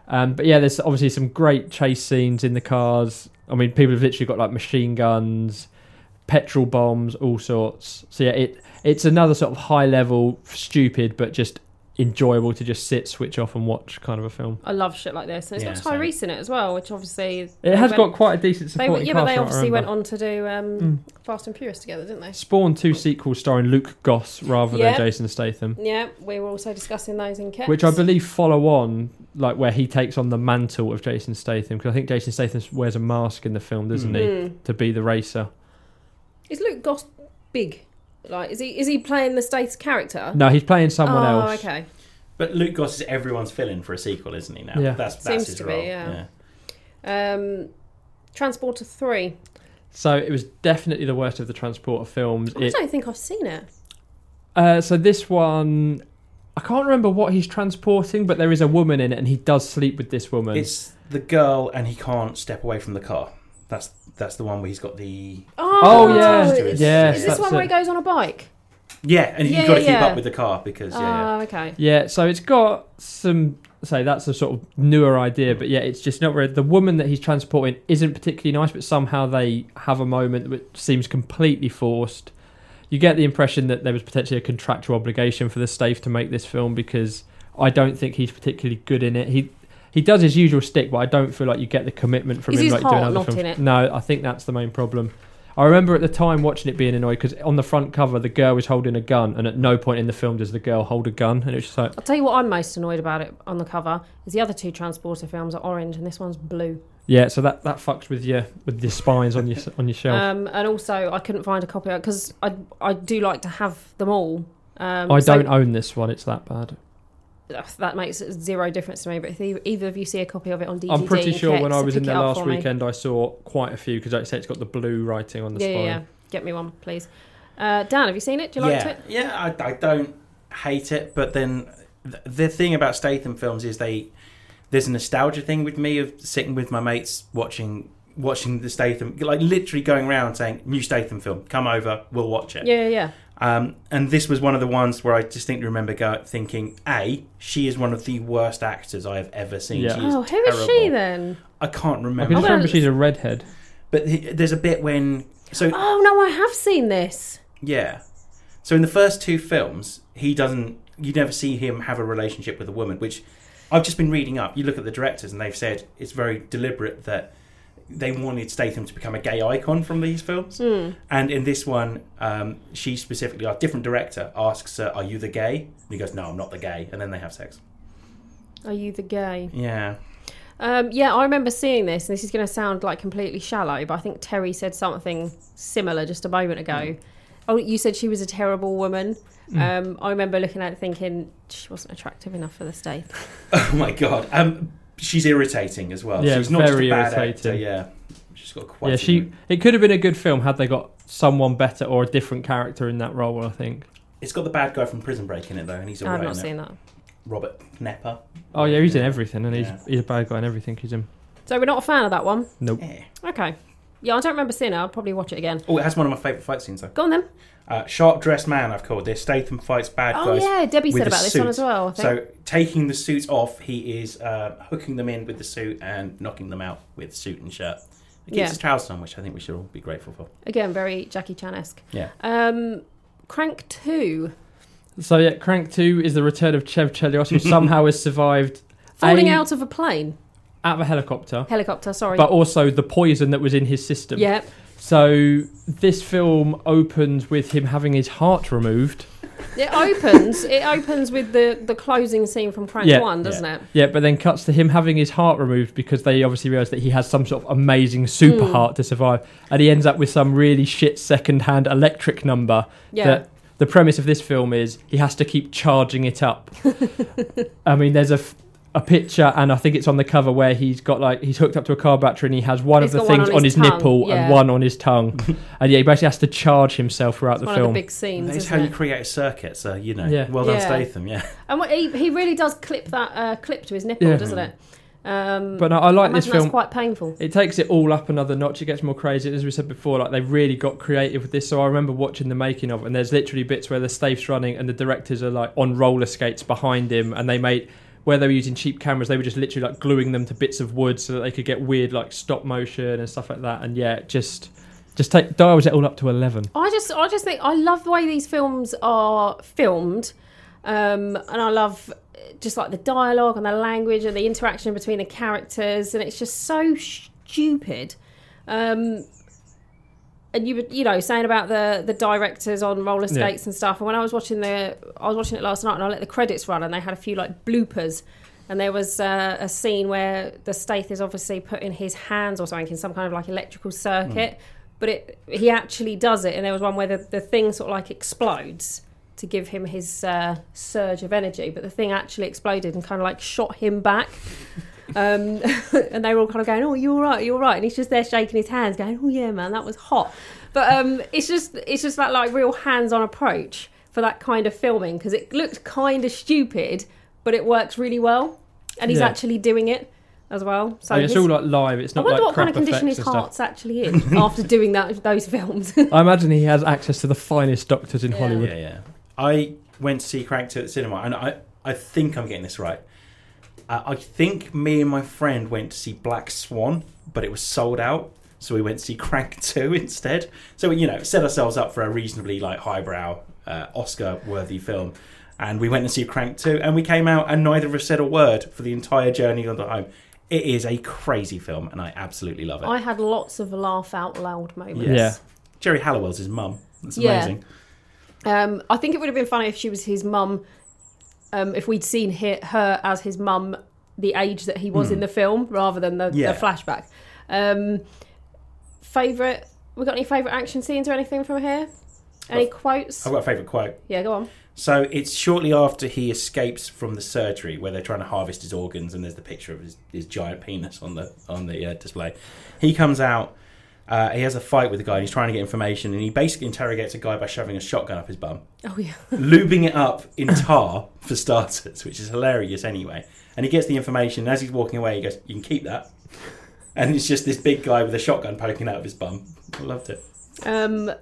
Speaker 3: Um, but yeah, there's obviously some great chase scenes in the cars. I mean, people have literally got like machine guns, petrol bombs, all sorts. So yeah, it it's another sort of high level, stupid but just enjoyable to just sit, switch off, and watch kind of a film.
Speaker 1: I love shit like this. And it's
Speaker 2: Yeah,
Speaker 1: got
Speaker 2: same.
Speaker 1: Tyrese in it as well, which obviously
Speaker 3: It
Speaker 1: they
Speaker 3: has
Speaker 1: went-
Speaker 3: got quite a decent
Speaker 1: They,
Speaker 3: supporting
Speaker 1: yeah, but
Speaker 3: cast
Speaker 1: they
Speaker 3: from what I
Speaker 1: obviously went
Speaker 3: remember.
Speaker 1: on to do um,
Speaker 3: Mm.
Speaker 1: Fast and Furious together, didn't they?
Speaker 3: Spawn two sequels starring Luke Goss rather
Speaker 1: Yeah.
Speaker 3: than Jason Statham.
Speaker 1: Yeah, we were also discussing those in Keps.
Speaker 3: which I believe follow on like where he takes on the mantle of Jason Statham because I think Jason Statham wears a mask in the film, doesn't he,
Speaker 1: Mm.
Speaker 3: to be the racer?
Speaker 1: Is Luke Goss big? Like, is he is he playing the state's character?
Speaker 3: No, he's playing someone
Speaker 1: Uh. oh,
Speaker 3: else.
Speaker 1: okay.
Speaker 2: But Luke Goss is everyone's fill-in for a sequel, isn't he? Now,
Speaker 3: Yeah.
Speaker 2: that's that's
Speaker 1: Seems
Speaker 2: his
Speaker 1: to be,
Speaker 2: role.
Speaker 1: yeah. Um, Transporter Three.
Speaker 3: So it was definitely the worst of the transporter films.
Speaker 1: I
Speaker 3: It-
Speaker 1: don't think I've seen it.
Speaker 3: uh, so this one, I can't remember what he's transporting, but there is a woman in it, and he does sleep with this woman.
Speaker 2: It's the girl, and he can't step away from the car. That's that's the one where he's got the
Speaker 1: Oh,
Speaker 3: Oh, yeah.
Speaker 1: it's-
Speaker 3: Yeah,
Speaker 1: Is this
Speaker 3: that's
Speaker 1: one where
Speaker 3: it.
Speaker 1: he goes on a bike?
Speaker 2: yeah, and you've
Speaker 1: Yeah,
Speaker 2: got to
Speaker 1: yeah,
Speaker 2: keep
Speaker 1: yeah.
Speaker 2: up with the car because
Speaker 1: Oh,
Speaker 2: yeah,
Speaker 1: okay.
Speaker 3: Yeah, so it's got some. Say that's a sort of newer idea, but yeah, it's just not really. The woman that he's transporting isn't particularly nice, but somehow they have a moment which seems completely forced. You get the impression that there was potentially a contractual obligation for the stave to make this film because I don't think he's particularly good in it. He he does his usual stick, but I don't feel like you get the commitment from
Speaker 1: Is
Speaker 3: him
Speaker 1: his
Speaker 3: like you do in
Speaker 1: heart
Speaker 3: other
Speaker 1: not
Speaker 3: films.
Speaker 1: in it?
Speaker 3: No, I think that's the main problem. I remember at the time watching it being annoyed because on the front cover the girl is holding a gun, and at no point in the film does the girl hold a gun, and it's just like
Speaker 1: I'll tell you what I'm most annoyed about it on the cover is the other two transporter films are orange and this one's blue.
Speaker 3: yeah. So that that fucks with your with your spines on your on your shelf.
Speaker 1: Um, and also I couldn't find a copy because I I do like to have them all. Um,
Speaker 3: I
Speaker 1: so
Speaker 3: don't own this one. It's that bad.
Speaker 1: That makes zero difference to me. But if e- either of you see a copy of it on DVD,
Speaker 3: I'm pretty
Speaker 1: and
Speaker 3: sure
Speaker 1: collect,
Speaker 3: when I
Speaker 1: so
Speaker 3: was in
Speaker 1: pick it
Speaker 3: there
Speaker 1: up
Speaker 3: last
Speaker 1: for me.
Speaker 3: weekend, I saw quite a few because, like I said, it's got the blue writing on the
Speaker 1: yeah, yeah,
Speaker 3: spine.
Speaker 1: yeah. Get me one, please. Uh, Dan, have you seen it? Do you like
Speaker 2: yeah,
Speaker 1: it?
Speaker 2: yeah. I, I don't hate it, but then th- the thing about Statham films is they there's a nostalgia thing with me of sitting with my mates watching watching the Statham, like literally going around saying new Statham film, come over, we'll watch it.
Speaker 1: Yeah, yeah, yeah.
Speaker 2: Um, and this was one of the ones where I distinctly remember go, thinking, a she is one of the worst actors I have ever seen.
Speaker 3: Yeah.
Speaker 2: She is
Speaker 1: Oh, who is she
Speaker 2: terrible.
Speaker 1: then?
Speaker 2: I can't
Speaker 3: I can
Speaker 2: remember.
Speaker 3: just
Speaker 1: gonna-
Speaker 3: remember she's a redhead.
Speaker 2: But he- there's a bit when so
Speaker 1: Oh no, I have seen this.
Speaker 2: Yeah. So in the first two films, he doesn't. You never see him have a relationship with a woman, which I've just been reading up. You look at the directors, and they've said it's very deliberate that they wanted Statham to become a gay icon from these films. And in this one, um, she specifically, a different director, asks her, "Are you the gay?" And he goes, "No, I'm not the gay." And then they have sex.
Speaker 1: Are you the gay?
Speaker 2: Yeah.
Speaker 1: Um, yeah, I remember seeing this, and this is going to sound like completely shallow, but I think Terry said something similar just a moment ago.
Speaker 2: Mm.
Speaker 1: Oh, you said she was a terrible woman. Um, I remember looking at it thinking she wasn't attractive enough for the state.
Speaker 2: Oh my god. Um, she's irritating as well.
Speaker 3: Yeah,
Speaker 2: she's not just
Speaker 3: very
Speaker 2: a bad
Speaker 3: irritating.
Speaker 2: actor. Yeah. She's got quite.
Speaker 3: yeah,
Speaker 2: a-
Speaker 3: she. It could have been a good film had they got someone better or a different character in that role. I think.
Speaker 2: It's got the bad guy from Prison Break in it though, and he's alright.
Speaker 1: I've Oh, not
Speaker 2: in it.
Speaker 1: seen that.
Speaker 2: Robert Knepper.
Speaker 3: Oh yeah, he's in everything, and he's
Speaker 2: Yeah.
Speaker 3: he's a bad guy in everything. He's in.
Speaker 1: So we're not a fan of that one.
Speaker 3: Nope.
Speaker 2: Yeah.
Speaker 1: Okay. Yeah, I don't remember seeing it. I'll probably watch it again.
Speaker 2: Oh, it has one of my favourite fight scenes though.
Speaker 1: Go on then.
Speaker 2: Uh, Sharp dressed man, I've called this. Statham fights bad
Speaker 1: Oh
Speaker 2: guys.
Speaker 1: yeah, Debbie
Speaker 2: with
Speaker 1: said
Speaker 2: the
Speaker 1: about this one
Speaker 2: suit.
Speaker 1: as well. I think.
Speaker 2: So taking the suit off, he is uh, hooking them in with the suit and knocking them out with suit and shirt. He keeps
Speaker 1: Yeah.
Speaker 2: his trousers on, which I think we should all be grateful for.
Speaker 1: Again, very Jackie Chan esque.
Speaker 2: Yeah.
Speaker 1: Um, Crank Two,
Speaker 3: So yeah, Crank Two is the return of Chev Chelios, who somehow has survived
Speaker 1: falling
Speaker 3: A-
Speaker 1: out of a plane,
Speaker 3: out of a helicopter,
Speaker 1: helicopter. Sorry.
Speaker 3: but also the poison that was in his system.
Speaker 1: yeah.
Speaker 3: So this film opens with him having his heart removed.
Speaker 1: It opens. it opens with the the closing scene from Crank
Speaker 3: Yeah.
Speaker 1: One, doesn't it?
Speaker 3: Yeah, but then cuts to him having his heart removed because they obviously realise that he has some sort of amazing super
Speaker 1: Hmm.
Speaker 3: heart to survive, and he ends up with some really shit second-hand electric number.
Speaker 1: Yeah.
Speaker 3: That the premise of this film is he has to keep charging it up. I mean, there's a. f- a picture, and I think it's on the cover where he's got like he's hooked up to a car battery, and he has one
Speaker 1: He's
Speaker 3: of the
Speaker 1: got one
Speaker 3: things
Speaker 1: on
Speaker 3: on his,
Speaker 1: his tongue,
Speaker 3: nipple
Speaker 1: yeah.
Speaker 3: and one on his tongue, and yeah, he basically has to charge himself throughout
Speaker 1: It's
Speaker 3: the
Speaker 1: one
Speaker 3: film.
Speaker 1: of the big scenes.
Speaker 2: That's
Speaker 1: Isn't
Speaker 2: how you
Speaker 1: it?
Speaker 2: create a circuit, so you know.
Speaker 3: Yeah.
Speaker 2: Well done,
Speaker 1: Yeah.
Speaker 2: Statham. Yeah.
Speaker 1: And what, he he really does clip that uh, clip to his nipple,
Speaker 3: Yeah.
Speaker 1: doesn't it? Um,
Speaker 3: but no, I like
Speaker 1: imagine
Speaker 3: this
Speaker 1: That's
Speaker 3: film.
Speaker 1: quite painful.
Speaker 3: it takes it all up another notch. It gets more crazy, as we said before. Like they've really got creative with this. So I remember watching the making of, and there's literally bits where the staff's running and the directors are like on roller skates behind him, and they made where they were using cheap cameras, they were just literally like gluing them to bits of wood so that they could get weird like stop motion and stuff like that. And yeah, it just just take dials it all up to eleven.
Speaker 1: I just I just think I love the way these films are filmed, um, and I love uh, just like the dialogue and the language and the interaction between the characters, and it's just so stupid. Um, and you were you know saying about the the directors on roller
Speaker 3: Yeah.
Speaker 1: skates and stuff, and when I was watching the I was watching it last night, and I let the credits run, and they had a few like bloopers. And there was uh, a scene where the Staith is obviously putting his hands or something in some kind of like electrical circuit, but it he actually does it. And there was one where the, the thing sort of like explodes to give him his uh, surge of energy, but the thing actually exploded and kind of like shot him back. Um, and they were all kind of going, "Oh, you're all right, you're all right," and he's just there shaking his hands, going, "Oh yeah, man, that was hot." But um, it's just it's just that like real hands-on approach for that kind of filming because it looks kind of stupid, but it works really well, and he's
Speaker 3: Yeah.
Speaker 1: actually doing it as well. So
Speaker 3: and it's
Speaker 1: his-
Speaker 3: all like live. It's
Speaker 1: I
Speaker 3: not
Speaker 1: wonder
Speaker 3: like
Speaker 1: what kind of
Speaker 3: crap
Speaker 1: condition his
Speaker 3: effects and stuff.
Speaker 1: heart's actually in after doing that those films.
Speaker 3: I imagine he has access to the finest doctors in
Speaker 1: Yeah.
Speaker 3: Hollywood.
Speaker 2: Yeah, yeah. I went to see Crank 2 at the cinema, and I, I think I'm getting this right. Uh, I think me and my friend went to see Black Swan, but it was sold out, so we went to see Crank 2 instead. So, you know, set ourselves up for a reasonably, like, highbrow, uh, Oscar-worthy film. And we went to see Crank 2, and we came out, and neither of us said a word for the entire journey on the home. It is a crazy film, and I absolutely love it.
Speaker 1: I had lots of laugh out loud moments.
Speaker 2: Yes.
Speaker 3: Yeah.
Speaker 2: Jerry Halliwell's his mum. That's
Speaker 1: Yeah.
Speaker 2: amazing.
Speaker 1: Um, I think it would have been funny if she was his mum, um, if we'd seen he- her as his mum the age that he was in the film rather than the,
Speaker 2: Yeah.
Speaker 1: the flashback. Um, favorite? We got any favorite action scenes or anything from here? Any quotes?
Speaker 2: I've got a favourite quote.
Speaker 1: Yeah, go on.
Speaker 2: So it's shortly after he escapes from the surgery where they're trying to harvest his organs, and there's the picture of his, his giant penis on the on the uh, display. He comes out. Uh, he has a fight with the guy. And he's trying to get information, and he basically interrogates a guy by shoving a shotgun up his bum,
Speaker 1: Oh yeah.
Speaker 2: lubing it up in tar for starters, which is hilarious anyway. And he gets the information. And as he's walking away, he goes, "You can keep that." And it's just this big guy with a shotgun poking out of his bum. I loved it.
Speaker 1: Um,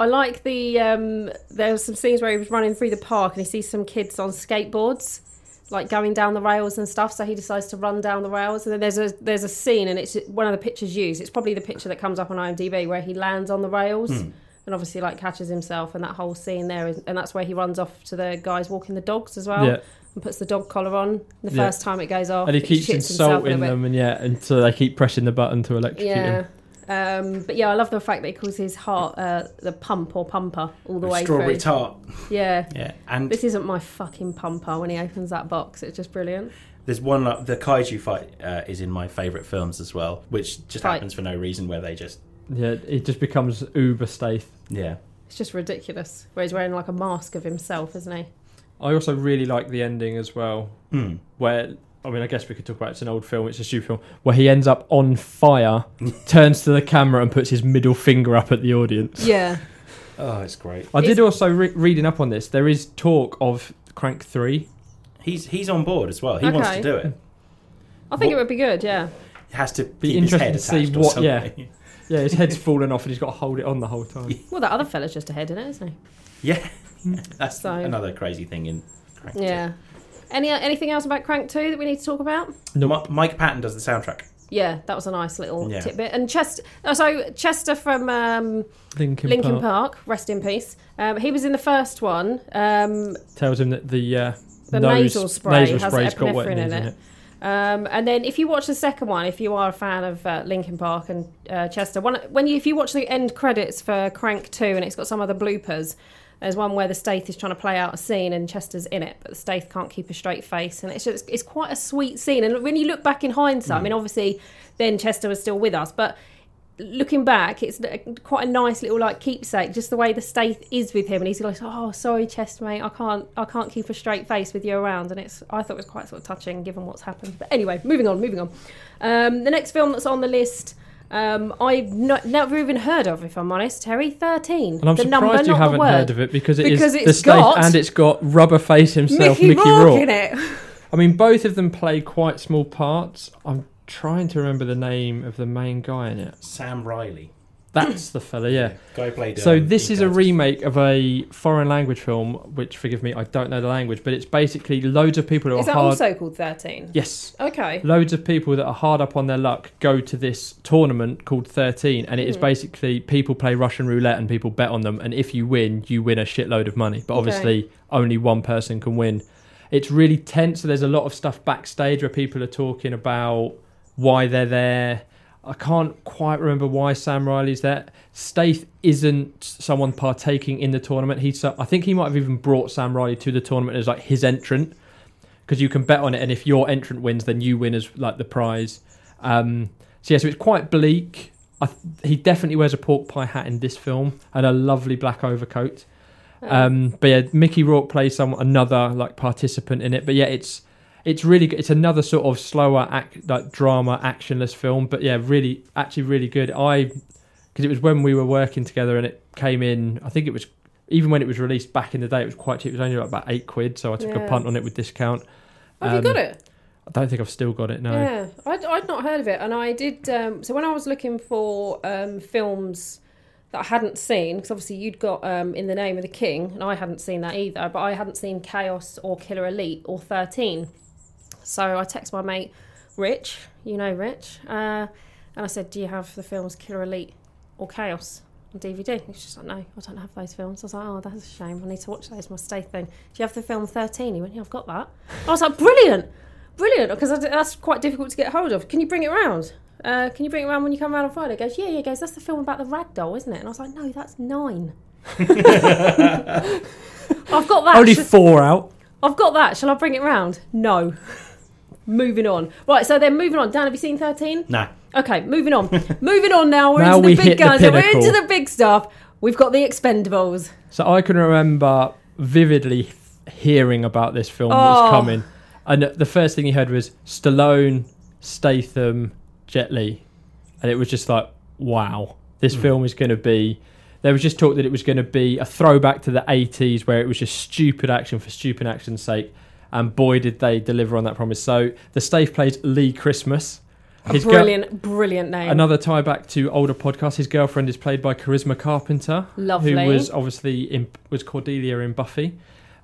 Speaker 1: I like the um, there were some scenes where he was running through the park and he sees some kids on skateboards, like going down the rails and stuff. So he decides to run down the rails. And then there's a there's a scene and it's one of the pictures used. It's probably the picture that comes up on IMDb where he lands on the rails.
Speaker 3: Hmm.
Speaker 1: And obviously, like catches himself, and that whole scene there, is, and that's where he runs off to the guys walking the dogs as well,
Speaker 3: Yeah.
Speaker 1: and puts the dog collar on. The
Speaker 3: Yeah.
Speaker 1: first time it goes off,
Speaker 3: And he
Speaker 1: it
Speaker 3: keeps
Speaker 1: shits himself a
Speaker 3: insulting
Speaker 1: little bit.
Speaker 3: them, and yeah, and so they keep pressing the button to electrocute
Speaker 1: Yeah.
Speaker 3: him.
Speaker 1: Um, but yeah, I love the fact that he calls his heart uh, the pump or pumper all the way
Speaker 2: Strawberry
Speaker 1: through.
Speaker 2: tart.
Speaker 1: yeah.
Speaker 2: Yeah, and
Speaker 1: This isn't my fucking pumper when he opens that box. It's just brilliant.
Speaker 2: There's one like the kaiju fight uh, is in my favourite films as well, which just
Speaker 1: Right.
Speaker 2: happens for no reason where they just
Speaker 3: Yeah, it just becomes uber staith.
Speaker 2: yeah.
Speaker 1: It's just ridiculous. Where he's wearing like a mask of himself, isn't he?
Speaker 3: I also really like the ending as well,
Speaker 2: Hmm.
Speaker 3: where I mean, I guess we could talk about it's an old film, it's a shoe film, where he ends up on fire, turns to the camera, and puts his middle finger up at the audience.
Speaker 1: Yeah.
Speaker 2: Oh, it's great.
Speaker 3: I did
Speaker 1: It's-
Speaker 3: also re- reading up on this. There is talk of Crank Three.
Speaker 2: He's he's on board as well. He wants to
Speaker 1: Okay.
Speaker 2: do it.
Speaker 1: I think
Speaker 2: What-
Speaker 1: it would be good. Yeah.
Speaker 2: He has to
Speaker 3: Be
Speaker 2: keep his head
Speaker 3: interesting to see
Speaker 2: attached or
Speaker 3: what-
Speaker 2: something.
Speaker 3: yeah. Yeah, his head's fallen off, and he's got to hold it on the whole time.
Speaker 1: Well, that other fella's just ahead in it, isn't
Speaker 2: yeah. That's
Speaker 1: So-
Speaker 2: another crazy thing in. Crank
Speaker 1: he? Yeah. Any uh, anything else about Crank Two that we need to talk about?
Speaker 2: Two. Mi- Mike Patton does the soundtrack.
Speaker 1: Yeah, that was a nice little
Speaker 2: Yeah.
Speaker 1: tidbit. And Chester, so Chester from um,
Speaker 3: Linkin,
Speaker 1: Linkin
Speaker 3: Park,
Speaker 1: Park, rest in peace. Um, he was in the first one. Um,
Speaker 3: tells him that the uh,
Speaker 1: The
Speaker 3: nose,
Speaker 1: nasal spray
Speaker 3: nasal
Speaker 1: has
Speaker 3: spray's got wet
Speaker 1: epinephrine
Speaker 3: needles
Speaker 1: in it. Um, and then if you watch the second one, if you are a fan of uh, Linkin Park and uh, Chester, one, when you, if you watch the end credits for Crank 2 and it's got some other bloopers, there's one where the Staith is trying to play out a scene and Chester's in it, but the Staith can't keep a straight face. And it's just, it's quite a sweet scene. And when you look back in hindsight,
Speaker 3: Mm.
Speaker 1: I mean, obviously then Chester was still with us, but looking back, it's quite a nice little like keepsake. Just the way the Staith is with him, and he's like, "Oh, sorry, Chester, mate, I can't, I can't keep a straight face with you around." And it's, I thought it was quite sort of touching given what's happened. But anyway, moving on, moving on. Um, the next film that's on the list. Um, I've not, never even heard of, if I'm honest, Terry. 13.
Speaker 3: And I'm
Speaker 1: the
Speaker 3: surprised
Speaker 1: number,
Speaker 3: you
Speaker 1: not
Speaker 3: haven't
Speaker 1: the word.
Speaker 3: heard of it because it is
Speaker 1: Because
Speaker 3: the
Speaker 1: it's
Speaker 3: state
Speaker 1: got
Speaker 3: and it's got rubber face himself,
Speaker 1: Mickey,
Speaker 3: Mickey,
Speaker 1: Rourke,
Speaker 3: Rourke.
Speaker 1: in it.
Speaker 3: I mean, both of them play quite small parts. I'm trying to remember the name of the main guy in it.
Speaker 2: Sam Riley.
Speaker 3: That's the fella, yeah.
Speaker 2: Guy who played.
Speaker 3: So
Speaker 2: um,
Speaker 3: this
Speaker 2: King
Speaker 3: is a
Speaker 2: Curtis.
Speaker 3: remake of a foreign language film, which forgive me, I don't know the language, but it's basically loads of people who
Speaker 1: Is
Speaker 3: are
Speaker 1: that
Speaker 3: hard.
Speaker 1: also called 13?
Speaker 3: yes.
Speaker 1: Okay.
Speaker 3: Loads of people that are hard up on their luck go to this tournament called 13, and it is
Speaker 1: Mhm.
Speaker 3: basically people play Russian roulette and people bet on them. And if you win, you win a shitload of money. But
Speaker 1: Okay.
Speaker 3: obviously, only one person can win. It's really tense. So there's a lot of stuff backstage where people are talking about why they're there. I can't quite remember why Sam Riley's there. Staith isn't someone partaking in the tournament. He's, I think he might have even brought Sam Riley to the tournament as like his entrant because you can bet on it, and if your entrant wins, then you win as like the prize. Um, so yeah, so it's quite bleak. I th- he definitely wears a pork pie hat in this film and a lovely black overcoat.
Speaker 1: Oh.
Speaker 3: Um, but yeah, Mickey Rourke plays some another like participant in it. But yeah, it's it's really good. it's another sort of slower act like drama actionless film. But yeah, really actually really good. I because it was when we were working together and it came in. I think it was even when it was released back in the day. It was quite cheap. It was only about eight quid. So I took
Speaker 1: Yeah.
Speaker 3: a punt on it with discount.
Speaker 1: Have you
Speaker 3: Um,
Speaker 1: got it?
Speaker 3: I don't think I've still got it. No.
Speaker 1: Yeah, I'd, I'd not heard of it, and I did. Um, so when I was looking for um, films that I hadn't seen, because obviously you'd got um, in the name of the king, and I hadn't seen that either, but I hadn't seen Chaos or Killer Elite or Thirteen. So I text my mate Rich, you know Rich, uh, and I said, "Do you have the films Killer Elite or Chaos?" on DVD. He's just like, no, I don't have those films. I was like, oh, that's a shame. I need to watch those. My stay thing. Do you have the film 13? He went, yeah, I've got that. I was like, brilliant, brilliant, because that's quite difficult to get hold of. Can you bring it round? uh, can you bring it around when you come around on Friday? He goes, yeah, yeah, he goes, that's the film about the rag doll, isn't it? And I was like, no, that's nine. I've got that.
Speaker 3: Only
Speaker 1: Sh-
Speaker 3: four out.
Speaker 1: I've got that. Shall I bring it round? No. moving on. Right, so then moving on. Dan, have you seen 13?
Speaker 2: No.
Speaker 1: Okay, moving on. moving on now. We're
Speaker 3: Now
Speaker 1: into the
Speaker 3: we
Speaker 1: big
Speaker 3: hit the
Speaker 1: guns. We're
Speaker 3: pinnacle.
Speaker 1: into the big stuff. We've got the Expendables.
Speaker 3: So I can remember vividly hearing about this film
Speaker 1: Oh.
Speaker 3: was coming, and the first thing you heard was Stallone, Statham, Jet Li, and it was just like, wow, this film is going to be. There was just talk that it was going to be a throwback to the '80s, where it was just stupid action for stupid action's sake, and boy did they deliver on that promise. So the Stave plays Lee Christmas. His girl-
Speaker 1: Brilliant, brilliant name.
Speaker 3: Another tie back to older podcasts. His girlfriend is played by Charisma Carpenter,
Speaker 1: Lovely.
Speaker 3: who was obviously in, was Cordelia in Buffy.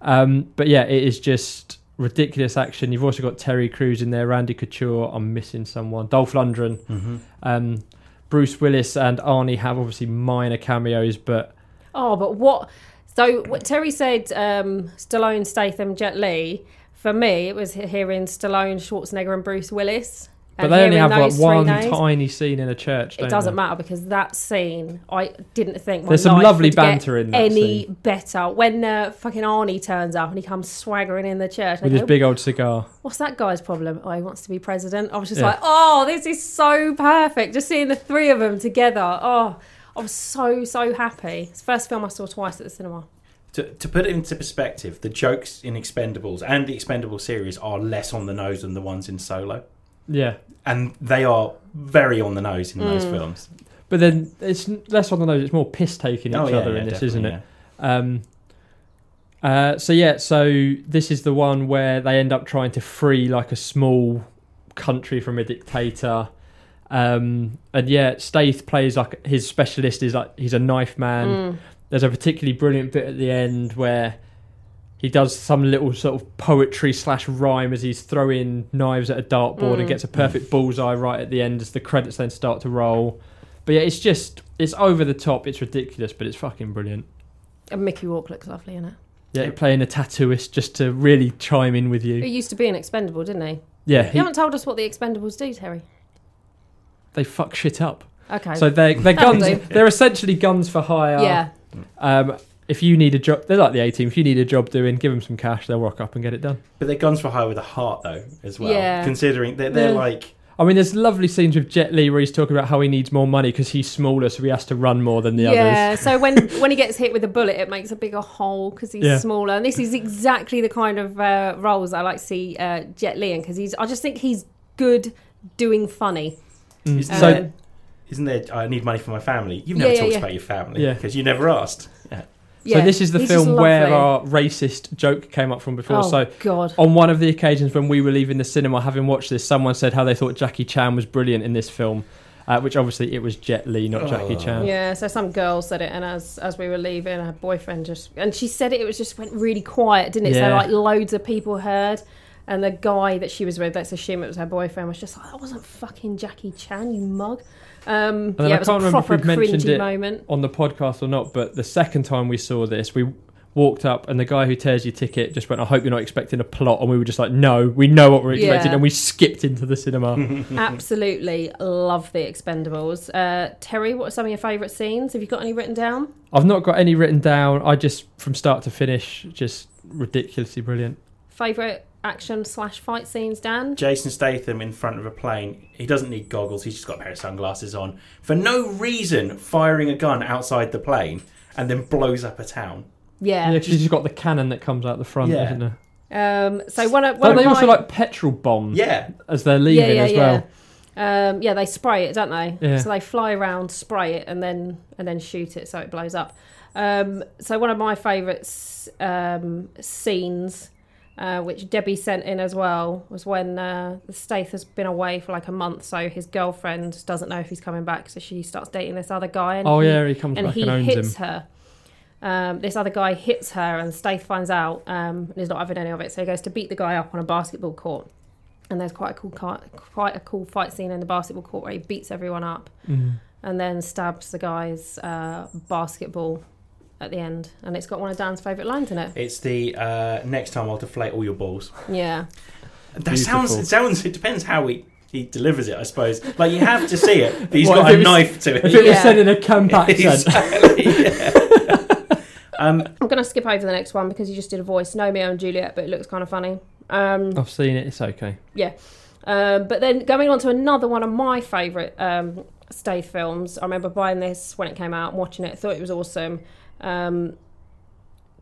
Speaker 3: Um, but yeah, it is just ridiculous action. You've also got Terry Crews in there, Randy Couture. I'm missing someone. Dolph Lundgren,
Speaker 2: Mm-hmm.
Speaker 3: um, Bruce Willis, and Arnie have obviously minor cameos, but
Speaker 1: Oh, but what? So what Terry said, um, Stallone, Statham, Jet Li. For me, it was he- hearing Stallone, Schwarzenegger, and Bruce Willis.
Speaker 3: but
Speaker 1: And
Speaker 3: they only
Speaker 1: hearing
Speaker 3: have like
Speaker 1: those three
Speaker 3: one
Speaker 1: names,
Speaker 3: tiny scene in a church. Don't
Speaker 1: It doesn't
Speaker 3: they?
Speaker 1: matter because that scene, I didn't think my
Speaker 3: There's some
Speaker 1: life
Speaker 3: lovely
Speaker 1: would get
Speaker 3: banter in that
Speaker 1: any
Speaker 3: scene.
Speaker 1: better. When uh, fucking Arnie turns up and he comes swaggering in the church, I
Speaker 3: With
Speaker 1: go,
Speaker 3: his big old cigar.
Speaker 1: what's that guy's problem? Oh, he wants to be president. I was just
Speaker 3: Yeah.
Speaker 1: like, oh, this is so perfect. Just seeing the three of them together. Oh, I was so so happy. It's the first film I saw twice at the cinema.
Speaker 2: To, to put it into perspective, the jokes in Expendables and the Expendable series are less on the nose than the ones in Solo,
Speaker 3: Yeah.
Speaker 2: and they are very on the nose in those
Speaker 1: Mm.
Speaker 2: films.
Speaker 3: But then it's less on the nose. It's more piss taking each
Speaker 2: Oh, yeah,
Speaker 3: other
Speaker 2: yeah,
Speaker 3: in this,
Speaker 2: definitely,
Speaker 3: isn't it?
Speaker 2: yeah.
Speaker 3: Um, uh, so yeah, so this is the one where they end up trying to free like a small country from a dictator. Um, and yeah, Staith plays like his specialist is like he's a knife man.
Speaker 1: Mm.
Speaker 3: There's a particularly brilliant bit at the end where he does some little sort of poetry slash rhyme as he's throwing knives at a dartboard and
Speaker 1: Mm.
Speaker 3: gets a perfect bullseye right at the end as the credits then start to roll. But yeah, it's just it's over the top, it's ridiculous, but it's fucking brilliant.
Speaker 1: And Mickey Rourke looks lovely in it.
Speaker 3: Yeah, playing a tattooist just to really chime in with
Speaker 1: He
Speaker 3: you.
Speaker 1: used to be an expendable, didn't he?
Speaker 3: Yeah, he-
Speaker 1: You haven't told us what the expendables do, Terry.
Speaker 3: they fuck shit up.
Speaker 1: Okay.
Speaker 3: So they're, they're
Speaker 1: That'll
Speaker 3: guns.
Speaker 1: do.
Speaker 3: They're essentially guns for hire.
Speaker 1: yeah.
Speaker 3: Um, if you need a job, they're like the A team. If you need a job doing, give them some cash. They'll rock up and get it done.
Speaker 2: But they're guns for hire with a heart, though, as well.
Speaker 1: Yeah. Mm.
Speaker 2: Considering they're, they're
Speaker 3: Yeah.
Speaker 2: like
Speaker 3: I mean, there's lovely scenes with Jet Li where he's talking about how he needs more money because he's smaller, so he has to run more than the
Speaker 1: yeah,
Speaker 3: others.
Speaker 1: so when, when he gets hit with a bullet, it makes a bigger hole because he's
Speaker 3: Yeah.
Speaker 1: smaller. And this is exactly the kind of uh, roles I like to see uh, Jet Li in because he's. I just think he's good doing funny.
Speaker 3: Mm.
Speaker 2: Is
Speaker 3: So
Speaker 2: that- isn't there? I need money for my family. You've
Speaker 1: Uh, Yeah,
Speaker 2: never
Speaker 1: yeah,
Speaker 2: talked
Speaker 1: yeah.
Speaker 2: about your family
Speaker 3: Yeah.
Speaker 2: because you never asked.
Speaker 1: yeah,
Speaker 3: so this is the
Speaker 1: he's
Speaker 3: film
Speaker 1: just
Speaker 3: where
Speaker 1: lovely.
Speaker 3: our racist joke came up from before.
Speaker 1: Oh
Speaker 3: So
Speaker 1: God!
Speaker 3: on one of the occasions when we were leaving the cinema having watched this someone said how they thought jackie chan was brilliant in this film uh, which obviously it was jet li not jackie
Speaker 2: Oh.
Speaker 3: chan
Speaker 1: Yeah, so some girl said it, and as as we were leaving, her boyfriend just and she said it. It was just went really quiet, didn't it? So
Speaker 3: Yeah.
Speaker 1: like loads of people heard, and the guy that she was with, let's assume it was her boyfriend, was just like, "That wasn't fucking Jackie Chan, you mug." Um,
Speaker 3: then
Speaker 1: yeah,
Speaker 3: I
Speaker 1: it was a
Speaker 3: can't remember if
Speaker 1: proper
Speaker 3: we've mentioned
Speaker 1: cringy
Speaker 3: it.
Speaker 1: moment.
Speaker 3: on the podcast or not but the second time we saw this we walked up and the guy who tears your ticket just went i hope you're not expecting a plot and we were just like no we know what we're expecting
Speaker 1: Yeah.
Speaker 3: and we skipped into the cinema
Speaker 1: Absolutely love the Expendables. Uh, Terry, what are some of your favourite scenes? Have you got any written down?
Speaker 3: i've not got any written down i just from start to finish just ridiculously brilliant
Speaker 1: Favourite action slash fight scenes, Dan?
Speaker 2: Jason Statham in front of a plane. He doesn't need goggles. He's just got a pair of sunglasses on for no reason, firing a gun outside the plane and then blows up a town.
Speaker 3: yeah
Speaker 1: Yeah.
Speaker 3: because you've got the cannon that comes out the front
Speaker 2: Yeah.
Speaker 3: isn't there
Speaker 1: Um, so one of one
Speaker 3: well,
Speaker 1: of
Speaker 3: Oh, they
Speaker 1: my-
Speaker 3: also like petrol bombs
Speaker 2: Yeah,
Speaker 3: as they're leaving as well
Speaker 1: Yeah. Um, yeah, they spray it, don't they?
Speaker 3: Yeah.
Speaker 1: So they fly around, spray it, and then and then shoot it so it blows up. Um, so one of my favourite um, scenes, uh, which Debbie sent in as well, was when uh, Staith has been away for like a month, so his girlfriend doesn't know if he's coming back, so she starts dating this other guy. And
Speaker 3: oh
Speaker 1: he-
Speaker 3: yeah he comes
Speaker 1: and
Speaker 3: back
Speaker 1: he
Speaker 3: and owns him
Speaker 1: hits her. Um, this other guy hits her, and Staith finds out um, and is not having any of it. So he goes to beat the guy up on a basketball court, and there's quite a cool, car- quite a cool fight scene in the basketball court where he beats everyone up
Speaker 3: Mm.
Speaker 1: and then stabs the guy's uh, basketball at the end. And it's got one of Dan's favourite lines in it.
Speaker 2: it's the uh, next time I'll deflate all your balls.
Speaker 1: Yeah,
Speaker 2: That
Speaker 3: Beautiful.
Speaker 2: sounds. It sounds. It depends how he. he delivers it, I suppose. Like you have to see it, but he's
Speaker 3: What,
Speaker 2: got
Speaker 3: if
Speaker 2: a
Speaker 3: it was-
Speaker 2: knife to
Speaker 3: If
Speaker 2: it.
Speaker 3: it was
Speaker 1: Yeah.
Speaker 3: said in a camp accent,
Speaker 2: Exactly, yeah. um,
Speaker 1: I'm going to skip over the next one because you just did a voice. Nomeo and Juliet, but it looks kind of funny. Um,
Speaker 3: I've seen it. It's okay.
Speaker 1: Um, but then going on to another one of my favourite um, Stay films. I remember buying this when it came out and watching it. Thought it was awesome. Um,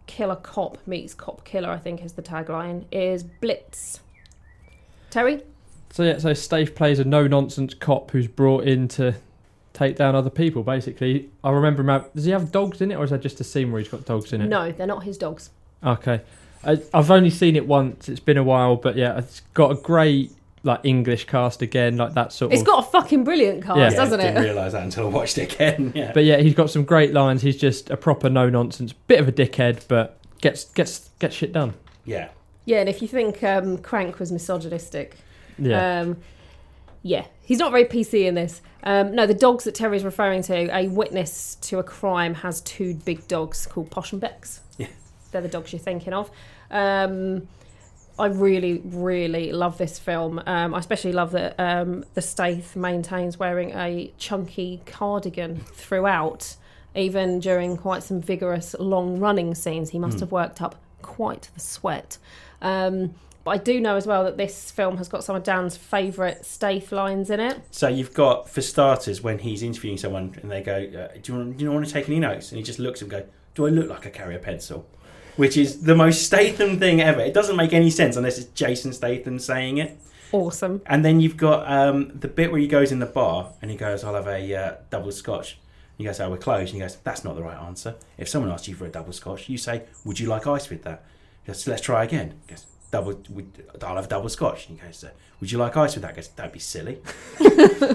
Speaker 1: Killer Cop meets Cop Killer, I think is the tagline, is Blitz. Terry?
Speaker 3: So yeah, so Stave plays a no-nonsense cop who's brought in to take down other people. Basically, I remember him. Have, does he have dogs in it, or is that just a scene where he's got dogs in it?
Speaker 1: No, they're not his dogs.
Speaker 3: Okay, I, I've only seen it once. It's been a while, but yeah, it's got a great like English cast again, like that sort
Speaker 1: It's
Speaker 3: of.
Speaker 1: got a fucking brilliant cast,
Speaker 3: Yeah.
Speaker 1: doesn't
Speaker 2: I
Speaker 1: it?
Speaker 2: didn't realise that until I watched it again. Yeah.
Speaker 3: But yeah, he's got some great lines. He's just a proper no-nonsense, bit of a dickhead, but gets gets gets shit done.
Speaker 2: yeah.
Speaker 1: Yeah, and if you think um, Crank was misogynistic,
Speaker 3: Yeah,
Speaker 1: Um, yeah, he's not very PC in this. Um, no, the dogs that Terry's referring to, a witness to a crime has two big dogs called Posh and Becks.
Speaker 2: Yeah.
Speaker 1: They're the dogs you're thinking of. Um, I really, really love this film. Um, I especially love that um, the Staith maintains wearing a chunky cardigan throughout, even during quite some vigorous long running scenes. He must have worked up quite the sweat. Um, but I do know as well that this film has got some of Dan's favourite Staith lines in it.
Speaker 2: So you've got, for starters, when he's interviewing someone and they go, uh, do, you want, "Do you want to take any notes?" and he just looks and go, "Do I look like I carry a pencil?" Which is the most Statham thing ever. It doesn't make any sense unless it's Jason Statham saying it.
Speaker 1: Awesome.
Speaker 2: And then you've got um, the bit where he goes in the bar and he goes, "I'll have a uh, double scotch." And he goes, "Oh, we're closed." And he goes, "That's not the right answer. If someone asks you for a double scotch, you say, "Would you like ice with that?" He goes, "Let's try again." He goes, "Double, would- I'll have a double scotch." And he goes, uh, "Would you like ice with that?" He goes, "Don't be silly."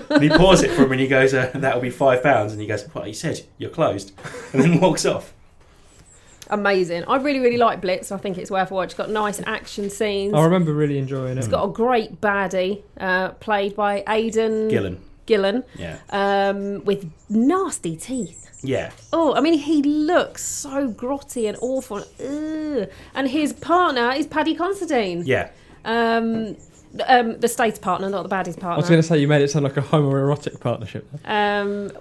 Speaker 2: and he paused it for him and he goes, uh, "That'll be five pounds." And he goes, "What?" He said, "You're closed," and then walks off.
Speaker 1: Amazing. I really, really like Blitz. I think it's worth a watch. It's got nice action scenes.
Speaker 3: I remember really enjoying it.
Speaker 1: It's got a great baddie uh, played by Aidan
Speaker 2: Gillen,
Speaker 1: Gillen,
Speaker 2: yeah,
Speaker 1: um, with nasty teeth.
Speaker 2: yeah,
Speaker 1: Oh, I mean, he looks so grotty and awful. Ugh. And his partner is Paddy Considine.
Speaker 2: yeah.
Speaker 1: Um, um, the state's partner, not the baddie's
Speaker 3: I
Speaker 1: partner.
Speaker 3: was going to say you made it sound like a homoerotic partnership.
Speaker 1: Um,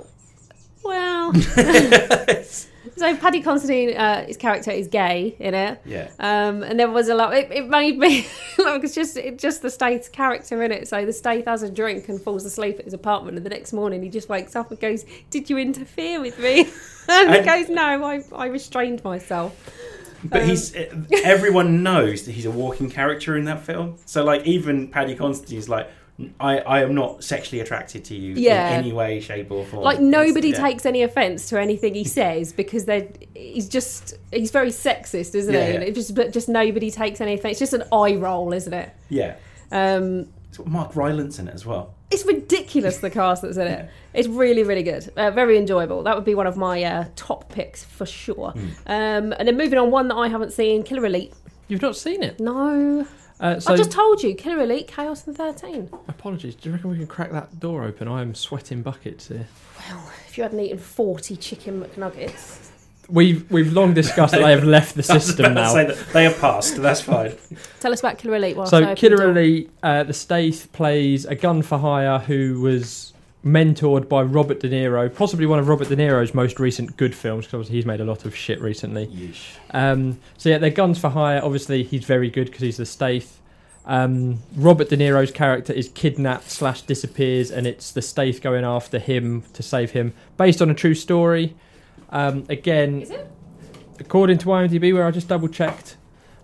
Speaker 1: well, so Paddy Considine, uh, his character is gay in it.
Speaker 2: Yeah.
Speaker 1: Um, and there was a lot. It, it made me like it's just it, just the Staith's character in it. So the Staith has a drink and falls asleep at his apartment, and the next morning he just wakes up and goes, "Did you interfere with me?" and he
Speaker 2: And-
Speaker 1: goes, "No, I, I restrained myself."
Speaker 2: But he's
Speaker 1: Um,
Speaker 2: eh, everyone knows that he's a walking character in that film. So like even Paddy Constantine's like I, I am not sexually attracted to you
Speaker 1: Yeah.
Speaker 2: in any way, shape or form.
Speaker 1: Like nobody
Speaker 2: Yeah.
Speaker 1: takes any offence to anything he says because they he's just he's very sexist, isn't
Speaker 2: Yeah,
Speaker 1: he?
Speaker 2: yeah.
Speaker 1: And it just but just nobody takes any offence. It's just an eye roll, isn't it?
Speaker 2: Yeah.
Speaker 1: Um,
Speaker 2: It's got Mark Rylance in it as well.
Speaker 1: it's ridiculous the cast that's in it. It's really, really good. Uh, very enjoyable. That would be one of my uh, top picks for sure.
Speaker 3: Hmm.
Speaker 1: Um, and then moving on, one that I haven't seen, Killer Elite.
Speaker 3: You've not seen it.
Speaker 1: No,
Speaker 3: Uh, so
Speaker 1: I just told you, Killer Elite, Chaos and Thirteen.
Speaker 3: Apologies. Do you reckon we can crack that door open? I am sweating buckets here.
Speaker 1: If you hadn't eaten forty chicken McNuggets,
Speaker 3: We've we've long discussed that they have left the
Speaker 2: I was
Speaker 3: system
Speaker 2: about to
Speaker 3: now.
Speaker 2: say that they have passed. That's fine.
Speaker 1: tell us about Killer Elite. Whilst I
Speaker 3: So
Speaker 1: open the
Speaker 3: Killer
Speaker 1: door.
Speaker 3: Elite, uh, the Staith plays a gun for hire who was mentored by Robert De Niro, possibly one of Robert De Niro's most recent good films because obviously he's made a lot of shit recently.
Speaker 2: Yeesh.
Speaker 3: Um, so yeah, they're guns for hire. Obviously he's very good because he's the Staith. Um, Robert De Niro's character is kidnapped slash disappears, and it's the Staith going after him to save him, based on a true story. Um, again,
Speaker 1: Is it?
Speaker 3: according to IMDb, where I just double checked.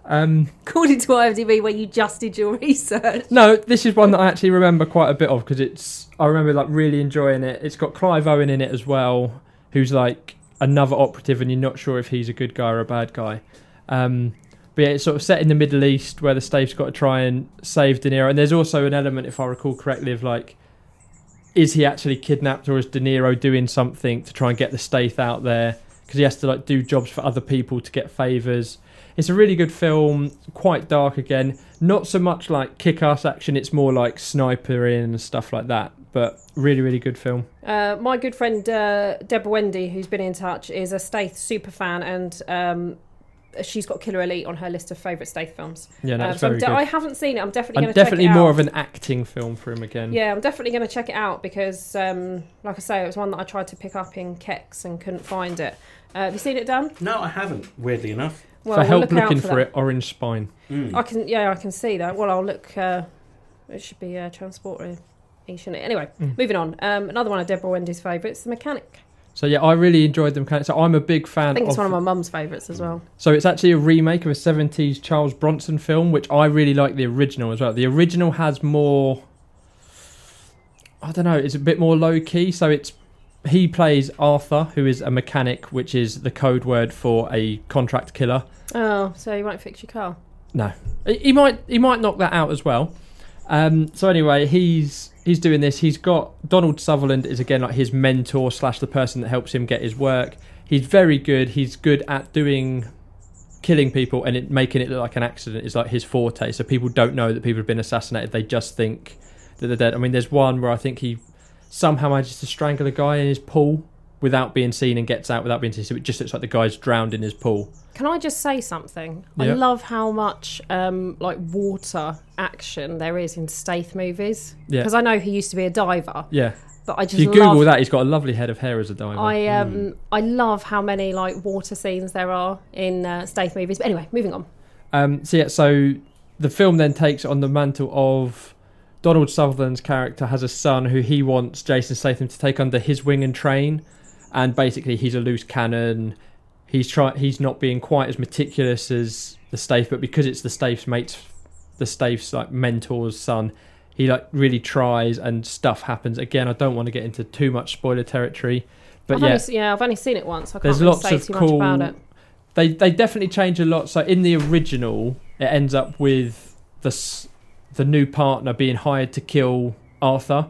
Speaker 3: Um,
Speaker 1: According to IMDb, where you just did your research.
Speaker 3: no, this is one that I actually remember quite a bit of because it's I remember like really enjoying it. It's got Clive Owen in it as well, who's like another operative, and you're not sure if he's a good guy or a bad guy. Um, but yeah, it's sort of set in the Middle East where the state's got to try and save De Niro, and there's also an element, if I recall correctly, of like. Is he actually kidnapped, or is De Niro doing something to try and get the staith out there? Because he has to like do jobs for other people to get favors. It's a really good film, quite dark again. Not so much like kick ass action, it's more like sniper in and stuff like that. But really, really good film.
Speaker 1: Uh, my good friend uh, Deborah Wendy, who's been in touch, is a Staith super fan and um, she's got Killer Elite on her list of favourite Statham films.
Speaker 3: Yeah, no,
Speaker 1: Um,
Speaker 3: it's
Speaker 1: so I'm
Speaker 3: very
Speaker 1: de-
Speaker 3: good.
Speaker 1: I haven't seen it. I'm definitely
Speaker 3: I'm
Speaker 1: going to check
Speaker 3: definitely
Speaker 1: it out.
Speaker 3: more of an acting film for him again.
Speaker 1: Yeah, I'm definitely going to check it out because, um, like I say, it was one that I tried to pick up in Kex and couldn't find it. Uh, have you seen it, Dan?
Speaker 2: No, I haven't. Weirdly enough.
Speaker 1: Well,
Speaker 3: for
Speaker 1: we'll
Speaker 3: help
Speaker 1: look out
Speaker 3: looking
Speaker 1: for
Speaker 3: for,
Speaker 1: that.
Speaker 3: it, Orange Spine.
Speaker 2: Mm.
Speaker 1: I can, yeah, I can see that. Well, I'll look. Uh, it should be uh, transporter. shouldn't it? Anyway,
Speaker 3: Mm.
Speaker 1: moving on. Um, another one of Deborah Wendy's favourites, The Mechanic.
Speaker 3: So yeah, I really enjoyed them. So I'm a big
Speaker 1: I
Speaker 3: fan
Speaker 1: think it's
Speaker 3: of.
Speaker 1: one of my mum's favourites as well.
Speaker 3: So it's actually a remake of a 70s Charles Bronson film, which I really like the original as well. The original has more. I don't know. It's a bit more low key. So it's he plays Arthur, who is a mechanic, which is the code word for a contract killer.
Speaker 1: Oh, so you won't fix your car?
Speaker 3: He he might he might knock that out as well. Um, so anyway, he's he's doing this. He's got Donald Sutherland is again like his mentor slash the person that helps him get his work. He's very good. He's good at doing killing people and it making it look like an accident is like his forte. So people don't know that people have been assassinated. They just think that they're dead. I mean, there's one where I think he somehow manages to strangle a guy in his pool without being seen and gets out without being seen. So it just looks like the guy's drowned in his pool.
Speaker 1: Can I just say something? I
Speaker 3: Yeah.
Speaker 1: love how much um, like water action there is in Staith movies.
Speaker 3: Yeah.
Speaker 1: Because I know he used to be a diver,
Speaker 3: Yeah.
Speaker 1: but I just
Speaker 3: If you
Speaker 1: love
Speaker 3: Google that, Mm. he's got a lovely head of hair as a diver.
Speaker 1: I um I love how many like water scenes there are in uh, Staith movies. But anyway, moving on.
Speaker 3: Um, so yeah, so the film then takes on the mantle of Donald Sutherland's character has a son who he wants Jason Statham to take under his wing and train, and basically he's a loose cannon. He's try he's not being quite as meticulous as the Stafe, but because it's the Stafe's mates, the Stafe's like mentor's son, he like really tries and stuff happens. Again, I don't want to get into too much spoiler territory, but
Speaker 1: I've
Speaker 3: yeah,
Speaker 1: only, se- yeah, I've only seen it once. I
Speaker 3: There's
Speaker 1: can't really
Speaker 3: lots
Speaker 1: say
Speaker 3: of
Speaker 1: too
Speaker 3: cool-
Speaker 1: much about it.
Speaker 3: they they definitely change a lot. So in the original, it ends up with the s- the new partner being hired to kill Arthur,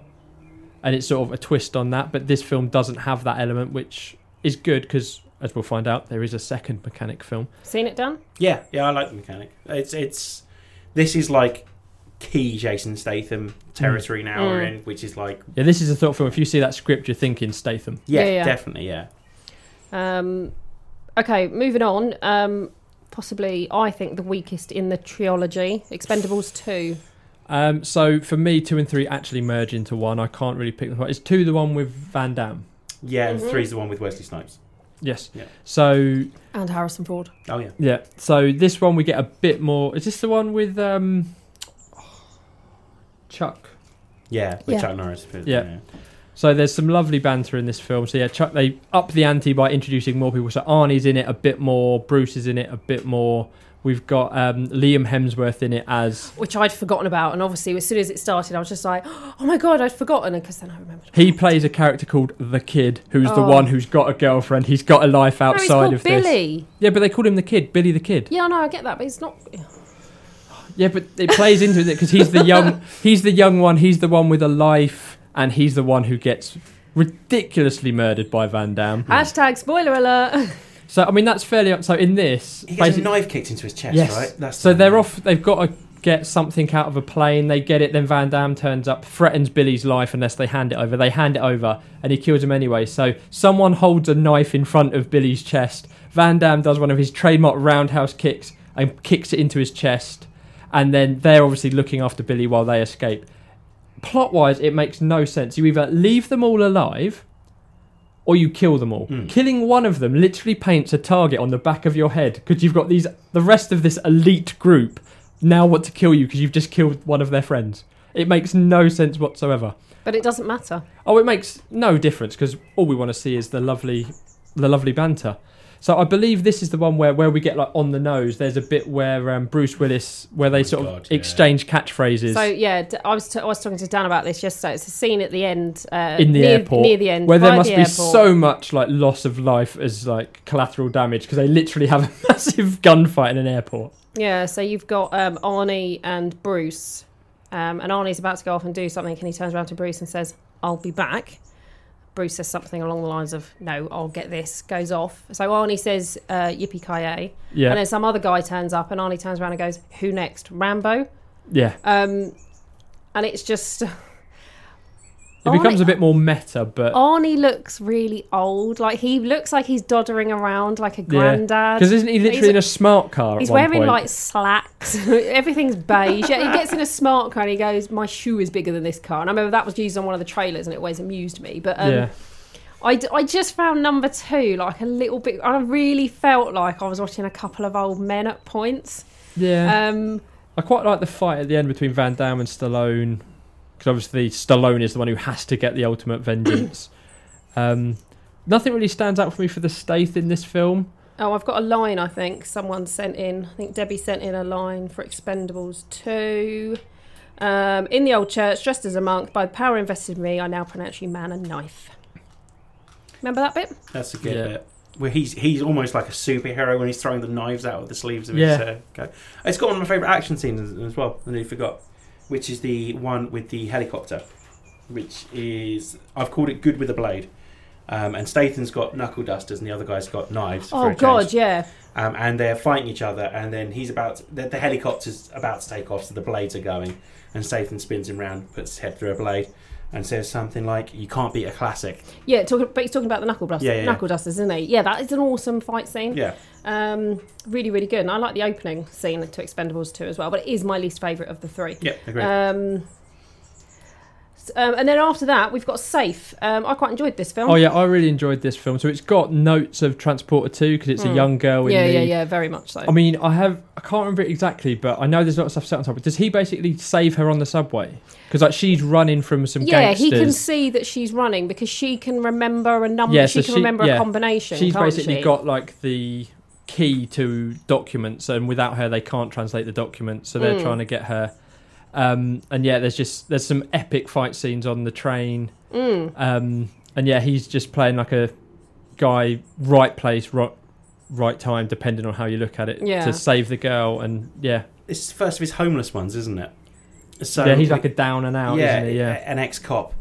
Speaker 3: and it's sort of a twist on that. But this film doesn't have that element, which is good because, as we'll find out, there is a second mechanic film.
Speaker 1: Seen it, Dan?
Speaker 2: Yeah, yeah, I like the mechanic. It's it's this is like key Jason Statham territory now we're
Speaker 1: Mm.
Speaker 2: in, which is like
Speaker 3: Yeah, this is a thought film. If you see that script, you're thinking Statham.
Speaker 2: yeah,
Speaker 1: Yeah, yeah.
Speaker 2: definitely yeah.
Speaker 1: Um, okay, moving on. Um, possibly, I think the weakest in the trilogy, Expendables two.
Speaker 3: Um, so for me, two and three actually merge into one. I can't really pick them apart. Is two the one with Van Damme?
Speaker 2: Yeah, and
Speaker 1: Mhm.
Speaker 2: three's the one with Wesley Snipes.
Speaker 3: Yes.
Speaker 2: Yeah.
Speaker 3: So
Speaker 1: And Harrison Ford.
Speaker 2: Oh yeah.
Speaker 3: Yeah. So this one we get a bit more. Is this the one with um, Chuck?
Speaker 2: Yeah, with
Speaker 1: Yeah.
Speaker 2: Chuck Norris. but,
Speaker 3: Yeah.
Speaker 2: yeah.
Speaker 3: So there's some lovely banter in this film. So yeah, Chuck they up the ante by introducing more people. So Arnie's in it a bit more. Bruce is in it a bit more. We've got um, Liam Hemsworth in it as
Speaker 1: Which I'd forgotten about, and obviously, as soon as it started, I was just like, "Oh my god, I'd forgotten!" Because then I remembered.
Speaker 3: he plays a character called the Kid, who's the
Speaker 1: Oh.
Speaker 3: one who's got a girlfriend. He's got a life
Speaker 1: No, it's
Speaker 3: outside
Speaker 1: called
Speaker 3: of this.
Speaker 1: Billy.
Speaker 3: Yeah, but they called him the Kid, Billy the Kid.
Speaker 1: Yeah, no, I get that, but it's not.
Speaker 3: Hmm. Yeah, but it plays into it because he's the young, he's the young one. He's the one with a life, and he's the one who gets ridiculously murdered by Van Damme.
Speaker 1: Hashtag spoiler alert.
Speaker 3: So I mean, that's fairly. So in this,
Speaker 2: He gets a
Speaker 3: basic-
Speaker 2: knife kicked into his chest,
Speaker 3: yes.
Speaker 2: right? That's
Speaker 3: so
Speaker 2: the-
Speaker 3: they're off. They've got to get something out of a plane. They get it. Then Van Damme turns up, threatens Billy's life unless they hand it over. They hand it over, and he kills him anyway. So someone holds a knife in front of Billy's chest. Van Damme does one of his trademark roundhouse kicks and kicks it into his chest. And then they're obviously looking after Billy while they escape. Plot wise, it makes no sense. You either leave them all alive or you kill them all.
Speaker 2: Mm.
Speaker 3: Killing one of them literally paints a target on the back of your head because you've got these the rest of this elite group now want to kill you because you've just killed one of their friends. It makes no sense whatsoever.
Speaker 1: But it doesn't matter.
Speaker 3: Oh, it makes no difference because all we want to see is the lovely, the lovely banter. So I believe this is the one where, where we get like on the nose. There's a bit where um, Bruce Willis, where they
Speaker 2: Oh my
Speaker 3: sort
Speaker 2: God,
Speaker 3: of
Speaker 2: yeah.
Speaker 3: exchange catchphrases
Speaker 1: So yeah, d- I was t- I was talking to Dan about this yesterday. It's a scene at the end. Uh,
Speaker 3: in the
Speaker 1: near,
Speaker 3: airport,
Speaker 1: Near the end.
Speaker 3: where there
Speaker 1: by
Speaker 3: must
Speaker 1: the
Speaker 3: be
Speaker 1: airport.
Speaker 3: so much like loss of life as like collateral damage because they literally have a massive gunfight in an airport.
Speaker 1: Yeah, so you've got um, Arnie and Bruce, um, and Arnie's about to go off and do something, and he turns around to Bruce and says, "I'll be back." Bruce says something along the lines of, "No, I'll get this." Goes off. So Arnie says, uh, "Yippee ki yay!"
Speaker 3: Yeah,
Speaker 1: And then some other guy turns up, and Arnie turns around and goes, "Who next? Rambo?"
Speaker 3: yeah.
Speaker 1: Um, and it's just,
Speaker 3: It
Speaker 1: Arnie-
Speaker 3: becomes a bit more meta, but
Speaker 1: Arnie looks really old. Like he looks like he's doddering around like a granddad.
Speaker 3: because isn't he literally
Speaker 1: He's-
Speaker 3: in a smart car? At
Speaker 1: He's
Speaker 3: one
Speaker 1: wearing
Speaker 3: point?
Speaker 1: like slacks. Everything's beige. Yeah, he gets in a smart car and he goes, "My shoe is bigger than this car." And I remember that was used on one of the trailers, and it always amused me. But um,
Speaker 3: yeah,
Speaker 1: I, d- I just found number two like a little bit. I really felt like I was watching a couple of old men at points.
Speaker 3: yeah.
Speaker 1: Um,
Speaker 3: I quite like the fight at the end between Van Damme and Stallone, because obviously Stallone is the one who has to get the ultimate vengeance. um, nothing really stands out for me for the Stath in this film.
Speaker 1: oh, I've got a line. I think someone sent in. I think Debbie sent in a line for Expendables two. Um, in the old church, dressed as a monk, by the power invested in me, I now pronounce you man and knife. Remember that bit?
Speaker 2: That's a good
Speaker 3: Yeah.
Speaker 2: bit. Where he's he's almost like a superhero when he's throwing the knives out of the sleeves of his
Speaker 3: Yeah.
Speaker 2: uh, coat. It's got one of my favourite action scenes as, as well. I nearly forgot, which is the one with the helicopter, which is I've called it good with a blade. Um, and Statham's got knuckle dusters, and the other guy's got knives. for a
Speaker 1: Oh
Speaker 2: change.
Speaker 1: God, yeah.
Speaker 2: um, and they're fighting each other. And then he's about the, the helicopter's about to take off, so the blades are going. And Statham spins him round, puts his head through a blade, and says something like, "You can't beat a classic."
Speaker 1: Yeah, talking, but he's talking about the knuckle dusters,
Speaker 2: Yeah, yeah, yeah.
Speaker 1: knuckle dusters, isn't he? Yeah, that is an awesome fight scene.
Speaker 2: Yeah,
Speaker 1: Um, really, really good. And I like the opening scene to Expendables 2 as well, but it is my least favourite of the three.
Speaker 2: yeah, agree.
Speaker 1: Um, s- um, and then after that, we've got Safe. Um, I quite enjoyed this film.
Speaker 3: Oh yeah, I really enjoyed this film. So it's got notes of Transporter 2 because it's a
Speaker 1: Hmm.
Speaker 3: young girl in
Speaker 1: yeah,
Speaker 3: the
Speaker 1: yeah, yeah, very much so.
Speaker 3: I mean, I have I can't remember it exactly, but I know there's a lot of stuff set on top. Does he basically save her on the subway? Because like she's running from some
Speaker 1: yeah,
Speaker 3: gangsters.
Speaker 1: he can see that she's running because she can remember a number.
Speaker 3: Yeah,
Speaker 1: she
Speaker 3: so
Speaker 1: can
Speaker 3: she-
Speaker 1: remember a
Speaker 3: yeah.
Speaker 1: combination.
Speaker 3: She's
Speaker 1: can't
Speaker 3: basically
Speaker 1: she?
Speaker 3: got like the key to documents, and without her, they can't translate the documents. So they're
Speaker 1: Mm.
Speaker 3: trying to get her. Um, and yeah, there's just there's some epic fight scenes on the train.
Speaker 1: Mm.
Speaker 3: Um, and yeah, he's just playing like a guy, right place, right, right time, depending on how you look at it,
Speaker 1: Yeah.
Speaker 3: to save the girl. And yeah,
Speaker 2: This is the first of his homeless ones, isn't it? So
Speaker 3: yeah, he's like a down and out,
Speaker 2: yeah,
Speaker 3: isn't he? Yeah.
Speaker 2: a- an ex cop.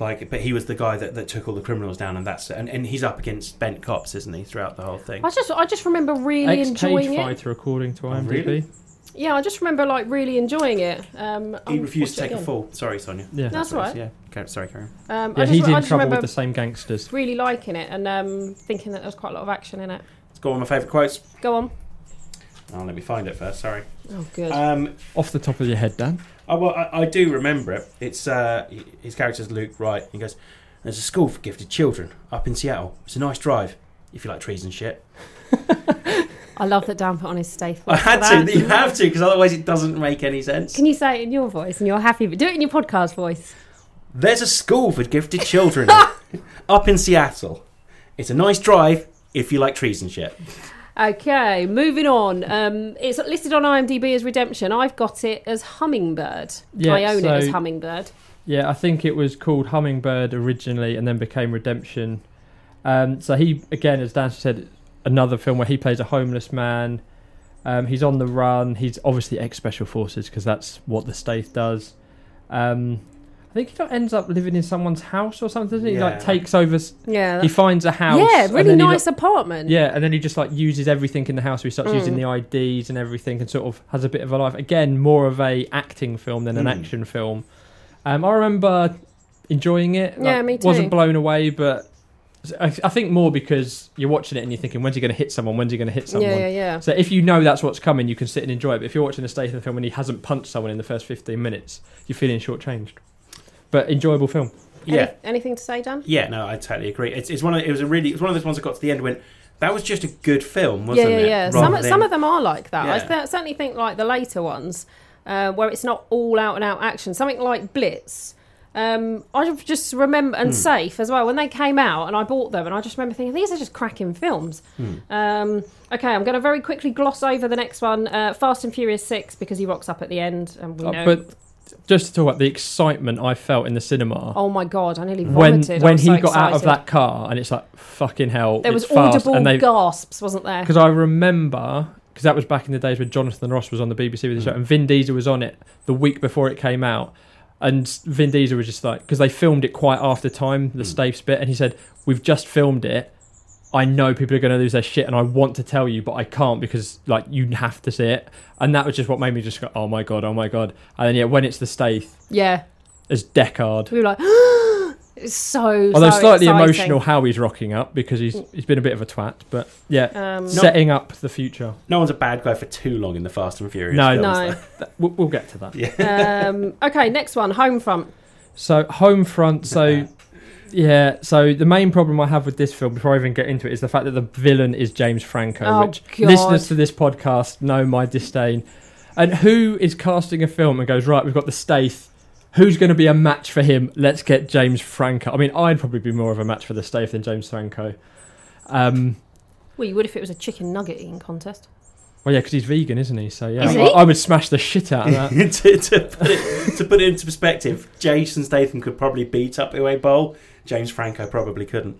Speaker 2: Like, but he was the guy that, that took all the criminals down, and that's and, and he's up against bent cops, isn't he? Throughout the whole thing,
Speaker 1: I just, I just remember really
Speaker 3: Ex
Speaker 1: enjoying
Speaker 3: cage
Speaker 1: it.
Speaker 3: fighter, according to
Speaker 2: Oh,
Speaker 3: IMDb.
Speaker 2: really?
Speaker 1: Yeah, I just remember like really enjoying it. Um,
Speaker 2: he
Speaker 1: I'll
Speaker 2: refused to
Speaker 1: watch it
Speaker 2: take a
Speaker 1: again.
Speaker 2: fall. Sorry, Sonia.
Speaker 3: Yeah.
Speaker 1: That's
Speaker 2: what it
Speaker 1: all
Speaker 2: is,
Speaker 1: right.
Speaker 2: Yeah, Car- sorry, Karen.
Speaker 1: Um, I
Speaker 3: Yeah,
Speaker 1: just,
Speaker 3: he's
Speaker 1: I
Speaker 3: in
Speaker 1: just
Speaker 3: trouble
Speaker 1: remember
Speaker 3: with the same gangsters.
Speaker 1: really liking it and um, thinking that there was quite a lot of action in it.
Speaker 2: It's got one of my favourite quotes.
Speaker 1: Go on.
Speaker 2: Oh, let me find it first. Sorry.
Speaker 1: Oh, good.
Speaker 2: Um,
Speaker 3: Off the top of your head, Dan.
Speaker 2: Oh, well, I, I do remember it. It's uh, h- his character's Luke Wright. He goes, "There's a school for gifted children up in Seattle. It's a nice drive if you like trees and shit."
Speaker 1: I love that Dan put on his stay.
Speaker 2: I had to. You have to because otherwise it doesn't make any sense.
Speaker 1: Can you say it in your voice and you're happy? But do it in your podcast voice.
Speaker 2: There's a school for gifted children up in Seattle. It's a nice drive if you like trees and shit.
Speaker 1: Okay, moving on. Um, it's listed on IMDb as Redemption. I've got it as Hummingbird.
Speaker 3: Yeah,
Speaker 1: I own
Speaker 3: so-
Speaker 1: it as Hummingbird.
Speaker 3: Yeah, I think it was called Hummingbird originally and then became Redemption. Um, so he, again, as Dan said, another film where he plays a homeless man. Um, he's on the run. He's obviously ex Special Forces because that's what the state does. Um, I think he like, ends up living in someone's house or something, doesn't he?
Speaker 2: Yeah.
Speaker 3: Like takes over. s-
Speaker 1: Yeah.
Speaker 3: He finds a house.
Speaker 1: Uh, yeah,
Speaker 3: and
Speaker 1: really
Speaker 3: then he, like,
Speaker 1: nice apartment.
Speaker 3: Yeah, and then he just like uses everything in the house. So he starts
Speaker 1: Hmm.
Speaker 3: using the IDs and everything, and sort of has a bit of a life. Again, more of a acting film than an
Speaker 1: Hmm.
Speaker 2: Mm.
Speaker 3: action film. Um, I remember enjoying it.
Speaker 1: Yeah, me too.
Speaker 3: Wasn't blown away, but I, I think more because you're watching it and you're thinking, when's he going to hit someone? When's he going to hit someone?
Speaker 1: yeah, yeah, yeah.
Speaker 3: So if you know that's what's coming, you can sit and enjoy it. But if you're watching a Statham film and he hasn't punched someone in the first 15 minutes, you're feeling shortchanged. But enjoyable film.
Speaker 1: Any-
Speaker 2: Yeah,
Speaker 1: anything to say, Dan?
Speaker 2: yeah. No, I totally agree. It's, it's one of it was a really it's one of those ones that got to the end and went. That was just a good film,
Speaker 1: yeah,
Speaker 2: wasn't
Speaker 1: yeah,
Speaker 2: it?
Speaker 1: yeah.
Speaker 2: Rather
Speaker 1: Some,
Speaker 2: than-
Speaker 1: some of them are like that. I
Speaker 2: Yeah.
Speaker 1: cer- certainly think like the later ones, uh, where it's not all out and out action. Something like Blitz. Um, I just remember
Speaker 3: Hmm.
Speaker 1: and Safe as well when they came out, and I bought them, and I just remember thinking these are just cracking films.
Speaker 3: Hmm.
Speaker 1: Um, okay, I'm going to very quickly gloss over the next one, uh, Fast and Furious Six, because he rocks up at the end, and we
Speaker 3: Uh,
Speaker 1: know.
Speaker 3: But just to talk about the excitement I felt in the cinema.
Speaker 1: oh my god, I nearly
Speaker 3: when
Speaker 1: vomited. I
Speaker 3: when
Speaker 1: was
Speaker 3: he
Speaker 1: so
Speaker 3: got out of
Speaker 1: excited.
Speaker 3: that car and it's like fucking hell
Speaker 1: there
Speaker 3: it's
Speaker 1: was
Speaker 3: fast.
Speaker 1: audible
Speaker 3: and they
Speaker 1: gasps, wasn't there?
Speaker 3: because i remember because that was back in the days when jonathan ross was on the bbc with the show and vin diesel was on it the week before it came out and vin diesel was just like because they filmed it quite after time the Staves bit and he said we've just filmed it I know people are going to lose their shit, and I want to tell you, but I can't because like you have to see it, and that was just what made me just go, oh my god, oh my god, and then yeah, when it's the Staith
Speaker 1: Yeah,
Speaker 3: as Deckard,
Speaker 1: we were like, It's so
Speaker 3: Although
Speaker 1: so
Speaker 3: slightly
Speaker 1: exciting.
Speaker 3: emotional, how he's rocking up because he's he's been a bit of a twat, but yeah,
Speaker 1: Um,
Speaker 3: setting up the future.
Speaker 2: No one's a bad guy for too long in the Fast and Furious.
Speaker 3: No,
Speaker 2: films,
Speaker 1: no.
Speaker 2: though.
Speaker 3: That- We'll, we'll get to that.
Speaker 1: um, okay, next one, home front.
Speaker 3: So home front. So yeah. So the main problem I have with this film, before I even get into it, is the fact that the villain is James Franco,
Speaker 1: Oh,
Speaker 3: which
Speaker 1: God.
Speaker 3: listeners to this podcast know my disdain. And who is casting a film and goes right? We've got the Staith. Who's going to be a match for him? Let's get James Franco. I mean, I'd probably be more of a match for the Staith than James Franco. Um,
Speaker 1: Well, you would if it was a chicken nugget eating contest.
Speaker 3: well, yeah, because he's vegan, isn't he? So
Speaker 1: Is
Speaker 3: yeah, I,
Speaker 1: he?
Speaker 3: I would smash the shit out of that.
Speaker 2: to, to, put it, to put it into perspective, Jason Statham could probably beat up Uwe Boll. James Franco probably couldn't.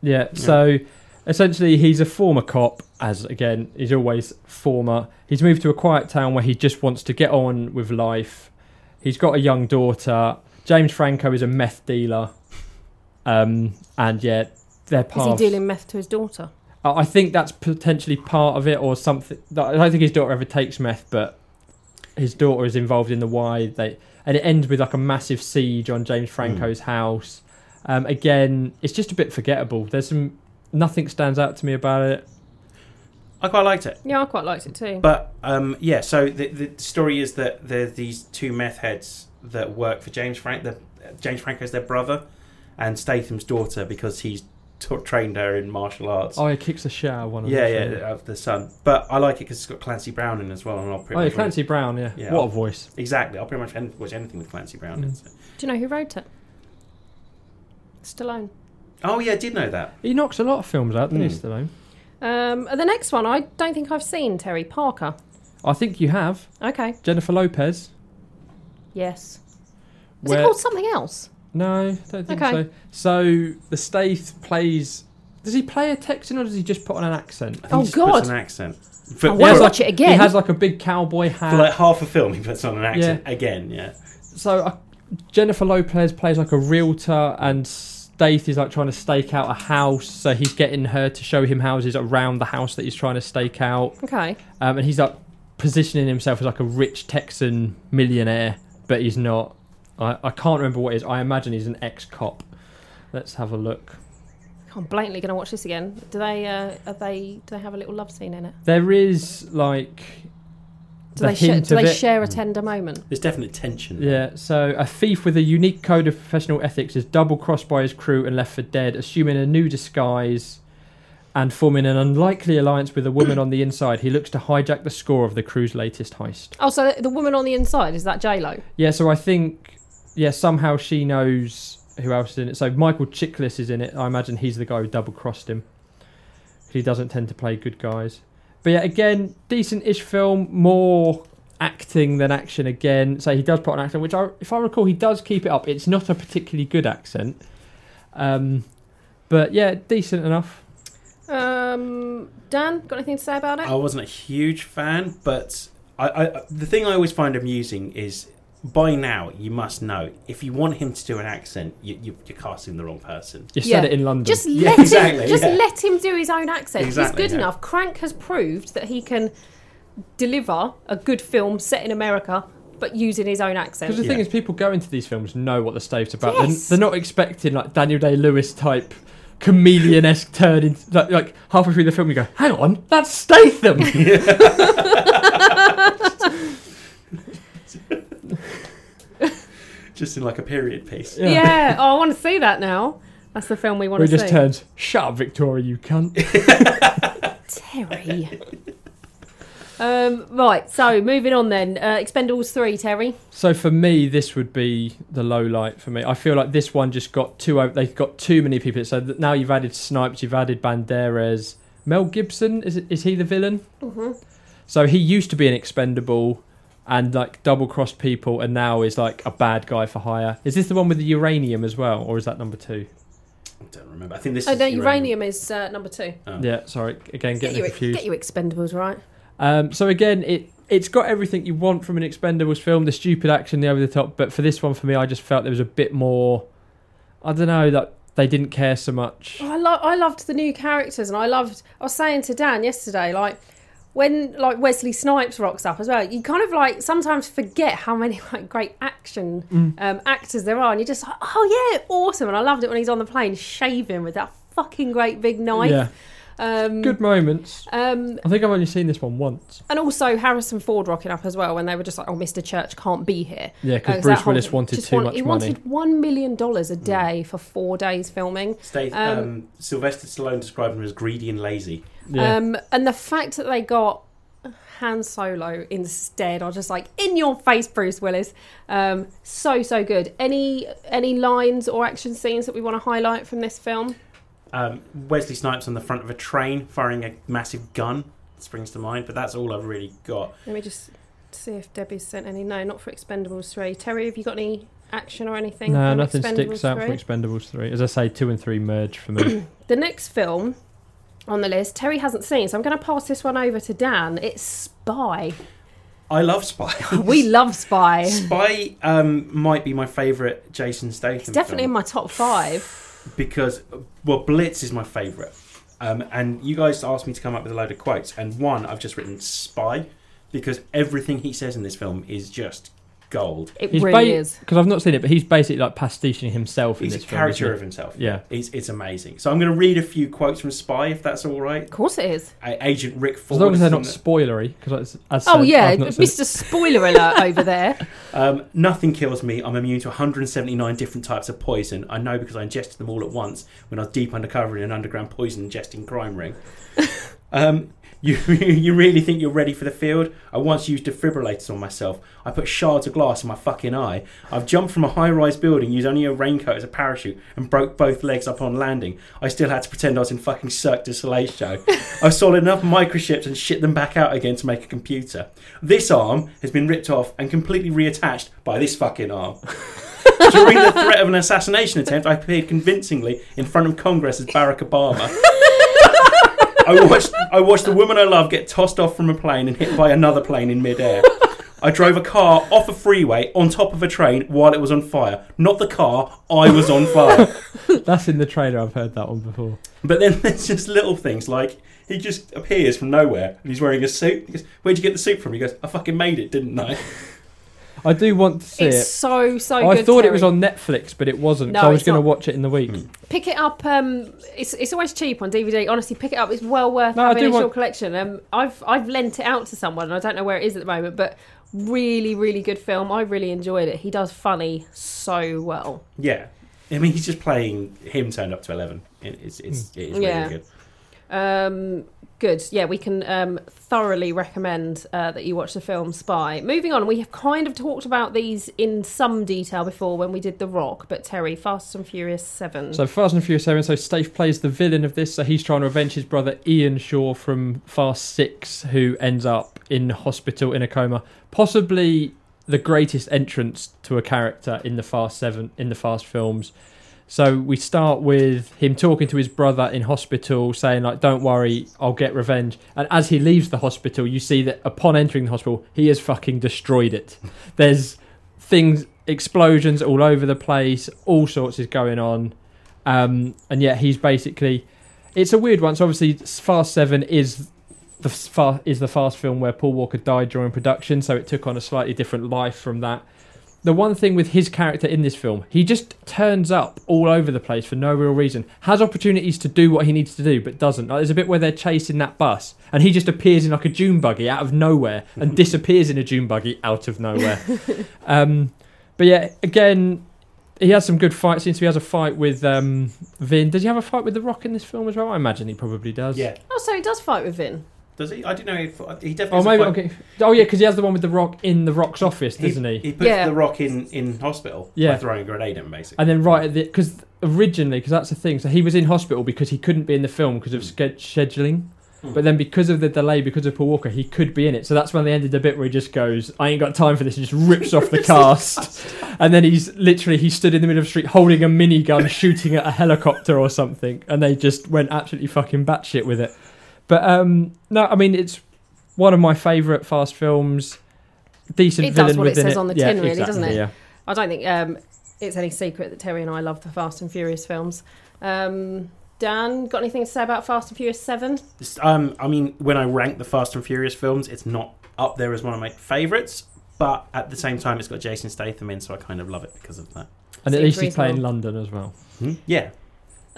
Speaker 3: Yeah, so essentially he's a former cop, as again, he's always former. He's moved to a quiet town where he just wants to get on with life. He's got a young daughter. James Franco is a meth dealer. Um, and yeah, their
Speaker 1: Is
Speaker 3: paths.
Speaker 1: he dealing meth to his daughter?
Speaker 3: I I think that's potentially part of it or something. I don't think his daughter ever takes meth, but his daughter is involved in the why they and it ends with like a massive siege on James
Speaker 2: Hmm.
Speaker 3: Franco's house. Um, again, it's just a bit forgettable. There's some nothing stands out to me about it.
Speaker 2: I quite liked it.
Speaker 1: Yeah, I quite liked it too.
Speaker 2: But um, yeah, so the, the story is that there's these two meth heads that work for James Frank. The, James Franco's their brother, and Statham's daughter because he's t- trained her in martial arts.
Speaker 3: Oh, he kicks the shit out of one of
Speaker 2: yeah,
Speaker 3: them.
Speaker 2: yeah, of the son. But I like it because it's got Clancy Brown in as well, and I'll pretty
Speaker 3: Oh, yeah,
Speaker 2: much
Speaker 3: Clancy Brown. Yeah.
Speaker 2: Yeah.
Speaker 3: What a voice.
Speaker 2: exactly. I'll pretty much en- watch anything with Clancy Brown. in.
Speaker 3: Mm.
Speaker 2: So-
Speaker 1: Do you know who wrote it? Stallone.
Speaker 2: Oh yeah, I did know that.
Speaker 3: He knocks a lot of films out, doesn't he,
Speaker 2: Hmm.
Speaker 3: Stallone?
Speaker 1: Um, the next one, I don't think I've seen Terry Parker.
Speaker 3: I think you have
Speaker 1: Okay.
Speaker 3: Jennifer Lopez.
Speaker 1: Yes. Is it
Speaker 3: where-
Speaker 1: called something else?
Speaker 3: No, I don't think
Speaker 1: Okay.
Speaker 3: so. So the Staith plays. Does he play a Texan or does he just put on an accent?
Speaker 2: I think
Speaker 1: Oh,
Speaker 2: he just puts
Speaker 1: God.
Speaker 2: an accent. For,
Speaker 1: I
Speaker 2: for-
Speaker 1: wanna
Speaker 3: has,
Speaker 1: watch it again.
Speaker 3: He has like a big cowboy hat.
Speaker 2: for like half a film, he puts on an accent again. Yeah,
Speaker 3: so uh, Jennifer Lopez plays like a realtor, and Staith is like trying to stake out a house. So he's getting her to show him houses around the house that he's trying to stake out,
Speaker 1: Okay.
Speaker 3: um, and he's like positioning himself as like a rich Texan millionaire, but he's not. I, I can't remember what it is. I imagine he's an ex-cop. Let's have a look.
Speaker 1: I'm blatantly going to watch this again. Do they? Uh, are they? Do they have a little love scene in it?
Speaker 3: There is like
Speaker 1: Do
Speaker 3: the
Speaker 1: they? sha-
Speaker 3: hint
Speaker 1: do
Speaker 3: of
Speaker 1: they
Speaker 3: it.
Speaker 1: share a tender moment?
Speaker 2: there's definite tension.
Speaker 3: Yeah, so a thief with a unique code of professional ethics is double crossed by his crew and left for dead, assuming a new disguise and forming an unlikely alliance with a woman on the inside. He looks to hijack the score of the crew's latest heist.
Speaker 1: Oh, so the, the woman on the inside is that J Lo?
Speaker 3: Yeah, so I think, yeah, somehow she knows who else is in it. So Michael Chiklis is in it. I imagine he's the guy who double crossed him. He doesn't tend to play good guys. But yeah, again, decent ish film, more acting than action again. So he does put on accent, which I, if I recall, he does keep it up. It's not a particularly good accent. Um, but yeah, decent enough.
Speaker 1: Um, Dan, got anything to say about it?
Speaker 2: I wasn't a huge fan, but I, I the thing I always find amusing is by now you must know if you want him to do an accent, you, you, you're casting the wrong person.
Speaker 3: You
Speaker 1: Yeah.
Speaker 3: said it in London.
Speaker 1: Just
Speaker 2: Yeah,
Speaker 1: let him.
Speaker 2: exactly,
Speaker 1: Just
Speaker 2: yeah.
Speaker 1: let him do his own accent.
Speaker 2: Exactly,
Speaker 1: He's good
Speaker 2: yeah.
Speaker 1: enough. Crank has proved that he can deliver a good film set in America, but using his own
Speaker 3: Because the
Speaker 1: accent.
Speaker 2: Yeah.
Speaker 3: thing is, people go into these films know what the stave's about. They're-
Speaker 1: Yes.
Speaker 3: They're, not expecting like Daniel Day Lewis type chameleon esque turn. In, like, like halfway through the film, you go, "Hang on, that's Statham."
Speaker 2: Just in like a period piece.
Speaker 1: Yeah. Oh, I want to see that now. That's the film we want
Speaker 3: Where he
Speaker 1: to
Speaker 3: just
Speaker 1: see.
Speaker 3: turns, "Shut up, Victoria, you cunt."
Speaker 1: Terry. um, right. So moving on then. Uh, Expendables three. Terry.
Speaker 3: so for me, this would be the low light for me. I feel like this one just got too over. They got too many people. So th- now you've added Snipes, you've added Banderas, Mel Gibson. Is it, is he the villain? So he used to be an expendable and like double crossed people and now is like a bad guy for hire. Is this the one with the uranium as well, or is that number two?
Speaker 2: I don't remember. I think this
Speaker 1: Oh,
Speaker 2: is
Speaker 1: no, uranium is uh, number two.
Speaker 2: Oh.
Speaker 3: Yeah, sorry, again
Speaker 1: Get
Speaker 3: getting
Speaker 1: you,
Speaker 3: it confused.
Speaker 1: get you Expendables right.
Speaker 3: Um, so again, it it's got everything you want from an Expendables film: the stupid action, the over the top. But for this one, for me, I just felt there was a bit more. I don't know that they didn't care so much.
Speaker 1: Oh, I, lo- I loved the new characters, and I loved. I was saying to Dan yesterday, like, when like Wesley Snipes rocks up as well, you kind of like sometimes forget how many like great action
Speaker 3: Mm.
Speaker 1: um, actors there are, and you're just like, oh yeah, awesome. And I loved it when he's on the plane shaving with that fucking great big knife.
Speaker 3: Yeah,
Speaker 1: Um,
Speaker 3: good moments.
Speaker 1: Um,
Speaker 3: I think I've only seen this one once.
Speaker 1: and also Harrison Ford rocking up as well when they were just like, "Oh, Mr. Church can't be here." Uh,
Speaker 3: Yeah, 'cause
Speaker 1: 'cause
Speaker 3: Bruce
Speaker 1: that whole-
Speaker 3: Willis wanted
Speaker 1: just
Speaker 3: too
Speaker 1: want-
Speaker 3: much
Speaker 1: He
Speaker 3: money. Mm.
Speaker 1: wanted one million dollars a day for four days filming.
Speaker 2: Stay, um,
Speaker 1: Um,
Speaker 2: Sylvester Stallone described him as greedy and lazy.
Speaker 3: Yeah,
Speaker 1: Um, and the fact that they got Han Solo instead, I was just like, in your face, Bruce Willis. Um, so so good. Any any lines or action scenes that we want to highlight from this film?
Speaker 2: Um, Wesley Snipes on the front of a train firing a massive gun springs to mind, but that's all I've really got.
Speaker 1: Let me just see if Debbie's sent any. No, not for Expendables three. Terry, have you got any action or anything?
Speaker 3: no,
Speaker 1: um, from
Speaker 3: nothing
Speaker 1: Expendables
Speaker 3: sticks out
Speaker 1: 3?
Speaker 3: from Expendables three. As I say, two and three merge for me.
Speaker 1: The next film on the list, Terry hasn't seen, so I'm going to pass this one over to Dan. It's Spy.
Speaker 2: I love Spy.
Speaker 1: We love Spy.
Speaker 2: Spy um, might be my favourite Jason Statham.
Speaker 1: It's definitely in
Speaker 2: film
Speaker 1: my top five.
Speaker 2: because well, Blitz is my favourite. Um, and you guys asked me to come up with a load of quotes, and one I've just written "spy" because everything he says in this film is just gold.
Speaker 1: It
Speaker 3: He's
Speaker 1: really is.
Speaker 3: because I've not seen it, but he's basically like pastiching himself
Speaker 2: He's
Speaker 3: in
Speaker 2: a
Speaker 3: this film, isn't
Speaker 2: character
Speaker 3: he?
Speaker 2: of himself.
Speaker 3: Yeah.
Speaker 2: it's it's amazing. So I'm going to read a few quotes from Spy, if that's all right.
Speaker 1: Of course it is.
Speaker 2: Uh, Agent Rick
Speaker 3: As
Speaker 2: Ford.
Speaker 3: long as they're
Speaker 2: is in
Speaker 3: not
Speaker 2: it.
Speaker 3: spoilery, because as
Speaker 1: Oh
Speaker 3: said,
Speaker 1: yeah,
Speaker 3: I've not seen it.
Speaker 1: Mr. Spoiler Alert over there.
Speaker 2: Um, nothing kills me. I'm immune to 179 different types of poison. I know because I ingested them all at once when I was deep undercover in an underground poison ingesting crime ring. um, you, you really think you're ready for the field? I once used defibrillators on myself. I put shards of glass in my fucking eye. I've jumped from a high rise building, used only a raincoat as a parachute, and broke both legs upon landing. I still had to pretend I was in fucking Cirque du Soleil show. I've sold enough microchips and shit them back out again to make a computer. This arm has been ripped off and completely reattached by this fucking arm. During the threat of an assassination attempt, I appeared convincingly in front of Congress as Barack Obama. I watched I watched the woman I love get tossed off from a plane and hit by another plane in midair. I drove a car off a freeway on top of a train while it was on fire. Not the car, I was on fire.
Speaker 3: That's in the trailer. I've heard that one before.
Speaker 2: But then there's just little things like he just appears from nowhere and he's wearing a suit. He goes, Where'd you get the suit from? He goes, I fucking made it, didn't I?
Speaker 3: I do want to see
Speaker 1: It's
Speaker 3: it.
Speaker 1: so so
Speaker 3: I
Speaker 1: good.
Speaker 3: thought it was
Speaker 1: Terry.
Speaker 3: on Netflix, but it wasn't.
Speaker 1: No,
Speaker 3: so I was
Speaker 1: it's
Speaker 3: going to
Speaker 1: not.
Speaker 3: watch it in the week.
Speaker 1: Pick it up. Um, it's it's always cheap on DVD. Honestly, pick it up. It's well worth
Speaker 3: No, I
Speaker 1: having
Speaker 3: do
Speaker 1: in your
Speaker 3: want-
Speaker 1: collection. Um, I've I've lent it out to someone, and I don't know where it is at the moment, but really really good film. I really enjoyed it. He does funny so well.
Speaker 2: yeah. I mean, he's just playing him turned up to 11. It- It's, it's,
Speaker 3: Hmm.
Speaker 2: it is really
Speaker 1: Yeah.
Speaker 2: good.
Speaker 1: Um, good. Yeah, we can um, thoroughly recommend uh, that you watch the film Spy. Moving on, we have kind of talked about these in some detail before when we did The Rock, but Terry, Fast and Furious 7.
Speaker 3: So Fast and Furious Seven. So Stafe plays the villain of this. So he's trying to avenge his brother Ian Shaw from Fast Six, who ends up in hospital in a coma. Possibly the greatest entrance to a character in the Fast Seven in the Fast films. So we start with him talking to his brother in hospital, saying like, "Don't worry, I'll get revenge." And as he leaves the hospital, you see that upon entering the hospital, he has fucking destroyed it. There's things, explosions all over the place, all sorts is going on, um, and yet he's basically. It's a weird one. So obviously, Fast Seven is the fast, is the fast film where Paul Walker died during production, so it took on a slightly different life from that the one thing with his character in this film, he just turns up all over the place for no real reason. Has opportunities to do what he needs to do, but doesn't. Like, there's a bit where they're chasing that bus, and he just appears in like a dune buggy out of nowhere, and disappears in a dune buggy out of nowhere. um, but yeah, again, he has some good fights. Seems to he has a fight with um, Vin. Does he have a fight with The Rock in this film as well? I imagine he probably does.
Speaker 2: Yeah.
Speaker 1: oh, so he does fight with Vin.
Speaker 2: Does he? I don't know if he definitely.
Speaker 3: Oh,
Speaker 2: has a
Speaker 3: maybe.
Speaker 2: fight-
Speaker 3: Okay. Oh, yeah, because he has the one with The Rock in The Rock's office, doesn't he?
Speaker 2: He puts
Speaker 1: Yeah.
Speaker 2: the rock in in hospital by
Speaker 3: Yeah.
Speaker 2: throwing a grenade at him, basically.
Speaker 3: And then right at the because originally because that's the thing. So he was in hospital because he couldn't be in the film because of sched- scheduling.
Speaker 2: Hmm.
Speaker 3: But then because of the delay, because of Paul Walker, he could be in it. So that's when they ended the bit where he just goes, "I ain't got time for this," and just rips off the cast. And then he's literally he stood in the middle of the street holding a minigun, shooting at a helicopter or something, and they just went absolutely fucking batshit with it. But um no, I mean it's one of my favourite fast films. Decent
Speaker 1: It does
Speaker 3: villain
Speaker 1: what it
Speaker 3: within
Speaker 1: says on the
Speaker 3: Yeah,
Speaker 1: tin, really, doesn't
Speaker 3: exactly,
Speaker 1: it?
Speaker 3: Yeah.
Speaker 1: I don't think um, it's any secret that Terry and I love the Fast and Furious films. Um, Dan, got anything to say about Fast and Furious Seven?
Speaker 2: This- Um, I mean, when I rank the Fast and Furious films, it's not up there as one of my favourites, but at the same time, it's got Jason Statham in, so I kind of love it because of that.
Speaker 3: And at
Speaker 1: Seems
Speaker 3: least he's playing
Speaker 1: reasonable.
Speaker 3: London as well.
Speaker 2: Yeah,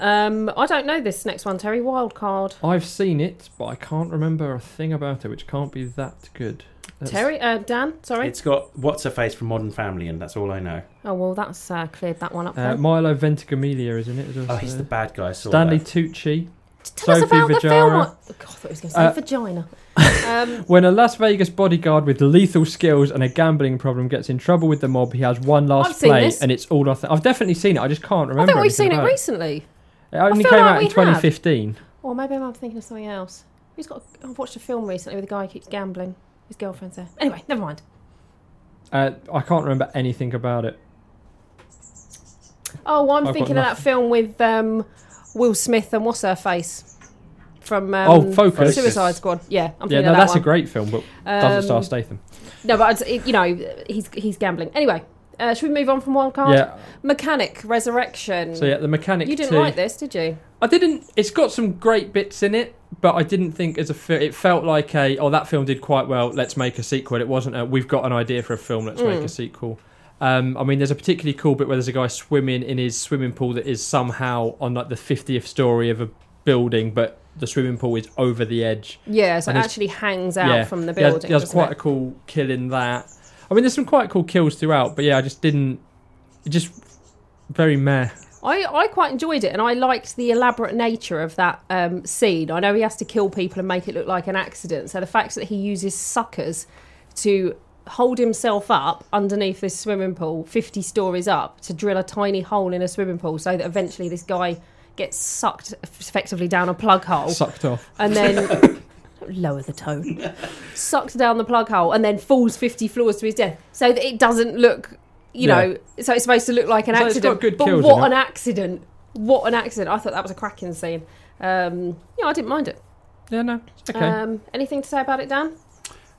Speaker 1: Um, I don't know this next one, Terry. Wildcard.
Speaker 3: I've seen it, but I can't remember a thing about it, which can't be that good. That's-
Speaker 1: Terry, uh, Dan, sorry.
Speaker 2: it's got what's her face from Modern Family, and that's all I know.
Speaker 1: Oh well, that's uh, cleared that one up.
Speaker 3: Uh,
Speaker 1: then.
Speaker 3: Milo Ventimiglia is in it as well.
Speaker 2: Oh, he's
Speaker 3: so-
Speaker 2: the bad guy. I saw
Speaker 3: Stanley
Speaker 2: that.
Speaker 3: Tucci.
Speaker 1: Tell us
Speaker 3: Sophie
Speaker 1: about the film.
Speaker 3: Vergara.
Speaker 1: I, God, I thought he was going to say
Speaker 3: Uh,
Speaker 1: vagina. Um,
Speaker 3: When a Las Vegas bodyguard with lethal skills and a gambling problem gets in trouble with the mob, he has one last
Speaker 1: I've seen
Speaker 3: play,
Speaker 1: this.
Speaker 3: and it's all I th- I've definitely seen it. I just can't
Speaker 1: I
Speaker 3: remember.
Speaker 1: think we've
Speaker 3: anything
Speaker 1: seen it
Speaker 3: about
Speaker 1: recently.
Speaker 3: It only
Speaker 1: feel
Speaker 3: came
Speaker 1: like
Speaker 3: out
Speaker 1: we
Speaker 3: in
Speaker 1: have.
Speaker 3: 2015.
Speaker 1: Or maybe I'm thinking of something else. Who's got? I've watched a film recently with a guy who keeps gambling. His girlfriend's there. Anyway, never mind.
Speaker 3: Uh, I can't remember anything about it.
Speaker 1: Oh, well, I'm
Speaker 3: I've got
Speaker 1: thinking of that
Speaker 3: nothing.
Speaker 1: film with um, Will Smith and what's her face from um,
Speaker 3: Oh, Focus.
Speaker 1: Suicide Squad. Yeah, I'm
Speaker 3: Yeah,
Speaker 1: thinking
Speaker 3: no,
Speaker 1: of that
Speaker 3: that's
Speaker 1: one. Um,
Speaker 3: a great film, but doesn't star Statham.
Speaker 1: No, but I'd- you know, he's he's gambling. Anyway, uh, should we move on from wild card?
Speaker 3: Yeah.
Speaker 1: Mechanic Resurrection.
Speaker 3: So yeah, the mechanic.
Speaker 1: you didn't
Speaker 3: too.
Speaker 1: like this, did you?
Speaker 3: I didn't. It's got some great bits in it, but I didn't think as a fi- it felt like a oh that film did quite well. Let's make a sequel. It wasn't a we've got an idea for a film. Let's make
Speaker 1: Mm.
Speaker 3: a sequel. Um, I mean, there's a particularly cool bit where there's a guy swimming in his swimming pool that is somehow on like the 50th story of a building, but the swimming pool is over the edge.
Speaker 1: Yeah, so it
Speaker 3: And it's-
Speaker 1: actually hangs out from the
Speaker 3: he has-
Speaker 1: building.
Speaker 3: He has,
Speaker 1: doesn't
Speaker 3: quite a
Speaker 1: it?
Speaker 3: cool kill in that. I mean, there's some quite cool kills throughout, but yeah, I just didn't. It just very meh.
Speaker 1: I, I quite enjoyed it, and I liked the elaborate nature of that um, scene. I know he has to kill people and make it look like an accident, so the fact that he uses suckers to hold himself up underneath this swimming pool, 50 stories up, to drill a tiny hole in a swimming pool so that eventually this guy gets sucked effectively down a plug hole
Speaker 3: Sucked off.
Speaker 1: and then lower the tone sucks down the plug hole and then falls 50 floors to his death so that it doesn't look you
Speaker 3: Yeah.
Speaker 1: know so it's supposed to look like an
Speaker 3: So it's
Speaker 1: accident
Speaker 3: got good
Speaker 1: but
Speaker 3: kills
Speaker 1: what
Speaker 3: in it.
Speaker 1: an accident what an accident i thought that was a cracking scene um, yeah i didn't mind it
Speaker 3: Yeah, no. it's Okay.
Speaker 1: um, anything to say about it dan